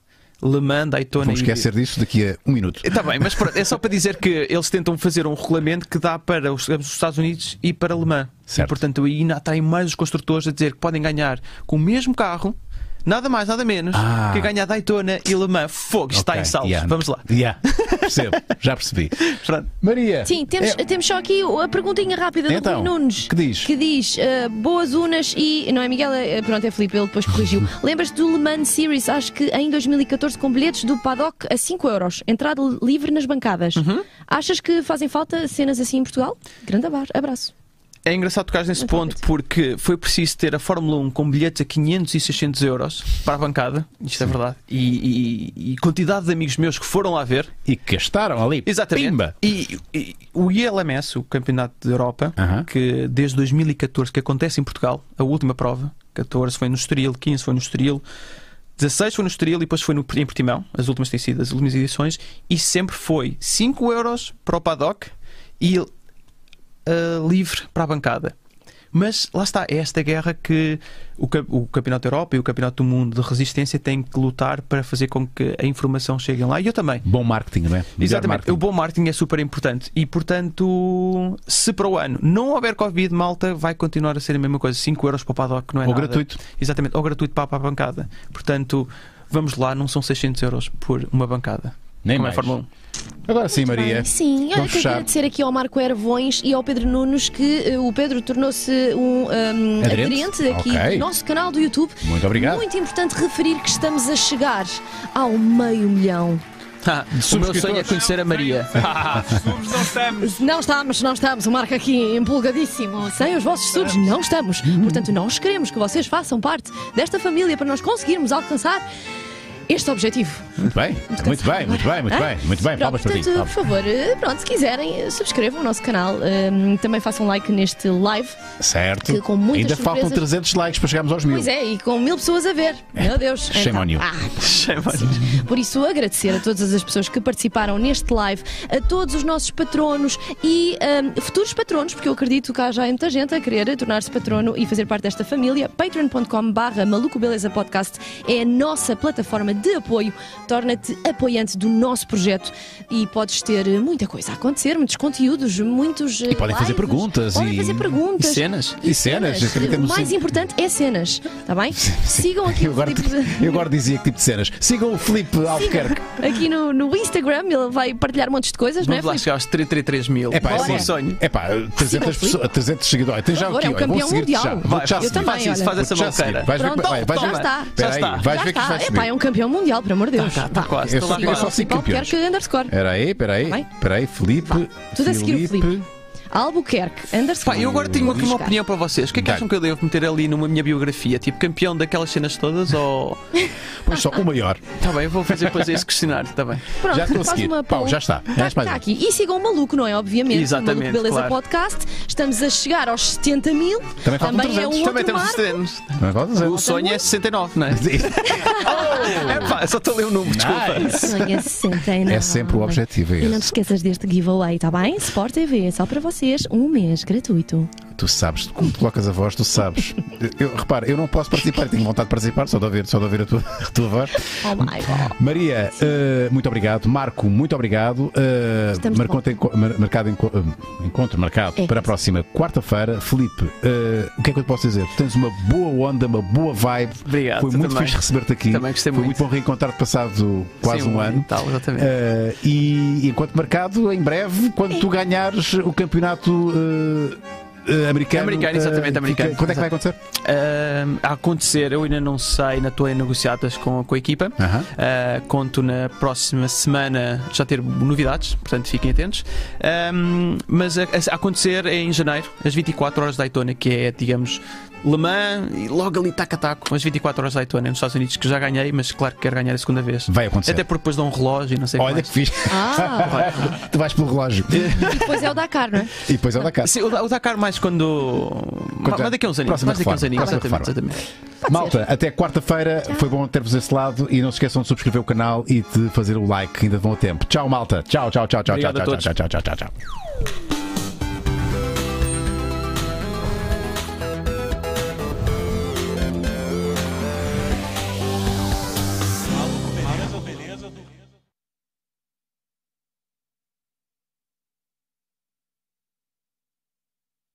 Speaker 2: Le Mans, Daytona
Speaker 1: Vamos
Speaker 2: e híbrido.
Speaker 1: esquecer disso daqui a um minuto.
Speaker 2: Está bem, mas pronto, é só para dizer que eles tentam fazer um regulamento que dá para os, os Estados Unidos e para a Alemanha.
Speaker 1: Certo.
Speaker 2: E, portanto, aí ainda atraem mais os construtores a dizer que podem ganhar com o mesmo carro, Nada mais, nada menos
Speaker 1: Ah.
Speaker 2: que ganhar Daytona e Le Mans. Fogo, está
Speaker 1: Ok,
Speaker 2: em salvo.
Speaker 1: yeah.
Speaker 2: Vamos lá.
Speaker 1: Yeah. Percebo, já percebi.
Speaker 2: Pronto.
Speaker 1: Maria.
Speaker 3: Sim, temos,
Speaker 1: é-
Speaker 3: temos só aqui a perguntinha rápida do
Speaker 1: Então,
Speaker 3: Rui Nunes.
Speaker 1: que diz?
Speaker 3: Que diz, eh, boas unas e... Não é Miguel, é, pronto, é Filipe, ele depois corrigiu. Lembras-te do Le Mans Series, acho que em 2014, com bilhetes do paddock a 5 euros. Entrada livre nas bancadas.
Speaker 2: Uhum.
Speaker 3: Achas que fazem falta cenas assim em Portugal? Grande abar- abraço.
Speaker 2: É engraçado tocares nesse
Speaker 3: Muito
Speaker 2: ponto
Speaker 3: rápido.
Speaker 2: porque foi preciso ter a Fórmula 1 com bilhetes a 500 e 600 euros para a bancada, isto é verdade, e, e- e quantidade de amigos meus que foram lá ver,
Speaker 1: E que gastaram ali.
Speaker 2: exatamente,
Speaker 1: Pimba.
Speaker 2: E, e o ILMS, o Campeonato da Europa,
Speaker 1: Aham.
Speaker 2: que desde 2014 que acontece em Portugal, a última prova, 14 foi no Estoril, 15 foi no Estoril, 16 foi no Estoril e depois foi no, em Portimão, as últimas têm sido as últimas edições, e sempre foi 5 euros para o paddock e uh, livre para a bancada. Mas lá está, é esta guerra que o, cam- o Campeonato da Europa e o Campeonato do Mundo de Resistência têm que lutar para fazer com que a informação chegue lá. E eu também.
Speaker 1: Bom marketing, não é? Melhor
Speaker 2: Exatamente,
Speaker 1: marketing.
Speaker 2: o bom marketing é super importante e, portanto, se para o ano não houver Covid, malta, vai continuar a ser a mesma coisa. 5 euros para o paddock, não é
Speaker 1: Ou
Speaker 2: nada.
Speaker 1: gratuito.
Speaker 2: Exatamente, ou gratuito para para a bancada. Portanto, vamos lá, não são 600 euros por uma bancada.
Speaker 1: Nem
Speaker 2: Como é
Speaker 1: mais.
Speaker 2: a Fórmula 1.
Speaker 1: Agora sim, Maria.
Speaker 3: Bem, Sim, olha,
Speaker 1: Vamos
Speaker 3: quero
Speaker 1: fechar.
Speaker 3: agradecer aqui ao Marco Ervões e ao Pedro Nunes que eh, o Pedro tornou-se um, um,
Speaker 1: Aderente?
Speaker 3: aderente aqui
Speaker 1: Ok.
Speaker 3: do nosso canal do YouTube.
Speaker 1: Muito obrigado.
Speaker 3: Muito importante referir que estamos a chegar ao meio milhão.
Speaker 2: Ah, o meu sonho é conhecer a Maria.
Speaker 4: Subs não estamos.
Speaker 3: Não estamos, não estamos. O Marco aqui empolgadíssimo. Sem os vossos subs, não estamos. Portanto, nós queremos que vocês façam parte desta família para nós conseguirmos alcançar este objetivo.
Speaker 1: Muito bem, muito bem, muito bem, muito bem, muito bem.
Speaker 3: Pronto,
Speaker 1: Palmas para ti.
Speaker 3: Ah, portanto,
Speaker 1: palmas.
Speaker 3: por favor, eh, pronto, se quiserem, eh, subscrevam o nosso canal. eh, também façam like neste live.
Speaker 1: Certo.
Speaker 3: que com muitas
Speaker 1: Ainda faltam
Speaker 3: surpresas-
Speaker 1: 300 likes para chegarmos aos mil.
Speaker 3: Pois é, e com mil pessoas a ver. Meu Deus.
Speaker 1: É. shame on you.
Speaker 3: ah,
Speaker 2: Chama-lhe.
Speaker 3: Por isso, agradecer a todas as pessoas que participaram neste live, a todos os nossos patronos e ahm, futuros patronos, porque eu acredito que há já muita gente a querer tornar-se patrono e fazer parte desta família. patreon.com barra Maluco Beleza Podcast é a nossa plataforma de apoio. Torna-te apoiante do nosso projeto e podes ter muita coisa a acontecer, muitos conteúdos, muitos eh,
Speaker 1: E podem fazer perguntas
Speaker 3: podem
Speaker 1: e-
Speaker 3: fazer perguntas.
Speaker 2: e cenas.
Speaker 1: E cenas, acreditamos-
Speaker 3: O mais importante é cenas, está bem? Sigam aqui
Speaker 1: Eu
Speaker 3: o
Speaker 1: agora,
Speaker 3: Filipe de-
Speaker 1: eu agora dizia que tipo de cenas. Sigam o Filipe Albuquerque.
Speaker 3: aqui no, no Instagram, ele vai partilhar montes de coisas, não é?
Speaker 2: Vamos lá
Speaker 3: Filipe?
Speaker 2: chegar aos 33 mil.
Speaker 1: É pá,
Speaker 2: é o
Speaker 1: assim,
Speaker 2: meu sonho.
Speaker 1: é pá, 300, pessoas, 300 seguidores. Tem já
Speaker 3: Por favor,
Speaker 1: aqui,
Speaker 3: é um
Speaker 1: olha, vou
Speaker 3: campeão
Speaker 1: seguir-te
Speaker 3: mundial.
Speaker 1: já.
Speaker 3: Vai,
Speaker 1: Vou-te já
Speaker 3: eu
Speaker 1: seguir.
Speaker 3: também,
Speaker 2: faz isso,
Speaker 3: olha.
Speaker 2: faz essa
Speaker 1: Vou-te já seguir.
Speaker 2: malqueira.
Speaker 1: Vais ver, é
Speaker 3: Pronto,
Speaker 1: vai, vais
Speaker 3: já
Speaker 1: ver-
Speaker 3: está.
Speaker 1: Espera
Speaker 2: Já
Speaker 1: aí,
Speaker 2: está.
Speaker 1: vais
Speaker 3: Já
Speaker 1: ver que isto
Speaker 3: está,
Speaker 1: vai
Speaker 3: é
Speaker 1: subir.
Speaker 3: pá, é um campeão mundial, pelo amor de Deus.
Speaker 2: Está tá quase,
Speaker 1: Eu
Speaker 2: estou lá
Speaker 1: só- eu
Speaker 2: quase.
Speaker 1: só sei campeões. É.
Speaker 3: Albuquerque underscore.
Speaker 1: Espera aí, espera aí.
Speaker 3: Tá bem?
Speaker 1: Espera aí, Filipe.
Speaker 3: Tudo a seguir o Filipe. Albuquerque
Speaker 2: Pá,
Speaker 3: underscore.
Speaker 2: eu agora tenho aqui uma
Speaker 3: Buscar.
Speaker 2: opinião para vocês. O que é que
Speaker 1: Dá.
Speaker 2: acham que eu devo meter ali numa minha biografia? Tipo campeão daquelas cenas todas ou.
Speaker 1: Pois só o maior.
Speaker 2: Está bem, eu vou fazer depois esse questionário, está bem.
Speaker 3: Pronto,
Speaker 1: Já estou a
Speaker 3: faz
Speaker 1: seguir.
Speaker 3: uma
Speaker 1: Pau,
Speaker 3: poll.
Speaker 1: já está.
Speaker 3: Tá,
Speaker 1: Mais mais
Speaker 3: tá
Speaker 1: um.
Speaker 3: aqui. E sigam o maluco, não é? Obviamente. o
Speaker 2: Exatamente,
Speaker 3: Maluco Beleza
Speaker 2: claro.
Speaker 3: Podcast. Estamos a chegar aos 70 mil.
Speaker 1: Também faltam
Speaker 3: é um
Speaker 1: 300.
Speaker 3: outro
Speaker 2: Também temos
Speaker 3: marco.
Speaker 2: 70.
Speaker 1: Mas vamos dizer.
Speaker 2: O sonho é 69, não é?
Speaker 3: Oh!
Speaker 2: É pá, só estou a ler o número, desculpa.
Speaker 3: Sonha 69.
Speaker 1: É sempre o objetivo, é
Speaker 3: E não te
Speaker 1: esse.
Speaker 3: esqueças deste giveaway, tá bem? Sport TV, só para vocês, um mês gratuito.
Speaker 1: Tu sabes, como colocas a voz, tu sabes. Eu, repara, eu não posso participar, tenho vontade de participar, só de ouvir, só de ouvir a tua, a tua voz.
Speaker 3: Oh my god.
Speaker 1: Maria, eh, muito obrigado. Marco, muito obrigado. Eh,
Speaker 3: Estamos
Speaker 1: marcou-
Speaker 3: de
Speaker 1: enco- mar- marcado enco- eh, encontro marcado
Speaker 3: É.
Speaker 1: para a próxima quarta-feira. Felipe, o que é que eu te posso dizer? Tens uma boa onda, uma boa vibe.
Speaker 2: Obrigado,
Speaker 1: Foi muito
Speaker 2: também.
Speaker 1: fixe receber-te aqui.
Speaker 2: Também gostei
Speaker 1: Foi
Speaker 2: muito.
Speaker 1: bom reencontrar-te passado quase
Speaker 2: Sim,
Speaker 1: um ano.
Speaker 2: Tal, exatamente.
Speaker 1: Eh, e enquanto marcado, em breve,
Speaker 3: É.
Speaker 1: quando tu ganhares o campeonato eh, eh, americano.
Speaker 2: Americano,
Speaker 1: eh,
Speaker 2: exatamente,
Speaker 1: fica-
Speaker 2: americano.
Speaker 1: Quando é que vai acontecer?
Speaker 2: Ahm, a acontecer, eu ainda não sei, ainda estou em negociatas com, com a equipa.
Speaker 1: Aham.
Speaker 2: Ah, conto na próxima semana já ter novidades, portanto fiquem atentos. Ahm, mas a, a acontecer é em janeiro, às 24 horas da Daytona, que é, digamos, Le Mans e logo ali tac a taco, às 24 horas da Daytona, É nos Estados Unidos, que já ganhei, mas claro que quero ganhar a segunda vez.
Speaker 1: Vai acontecer.
Speaker 2: Até porque depois dá um relógio e não sei o que
Speaker 1: Olha
Speaker 2: mais.
Speaker 1: que fixe.
Speaker 3: Ah,
Speaker 1: tu vais pelo relógio.
Speaker 3: e depois é o Dakar, não é?
Speaker 1: e depois é o da casa.
Speaker 2: Sim, o, da- o Dakar mais quando.
Speaker 1: Quando-
Speaker 2: mais daqui a uns aninhos.
Speaker 1: próxima
Speaker 2: Mais daqui a uns
Speaker 1: reforma,
Speaker 2: aninhos,
Speaker 1: próxima
Speaker 2: exatamente. exatamente.
Speaker 1: Malta, até quarta-feira. Foi bom ter-vos esse lado. E não se esqueçam de subscrever o canal e de fazer o like, que ainda vão a tempo. Tchau, malta. Tchau, tchau, tchau, tchau, tchau,
Speaker 2: Obrigado a
Speaker 1: tchau,
Speaker 2: todos.
Speaker 1: tchau, tchau, tchau, tchau, tchau.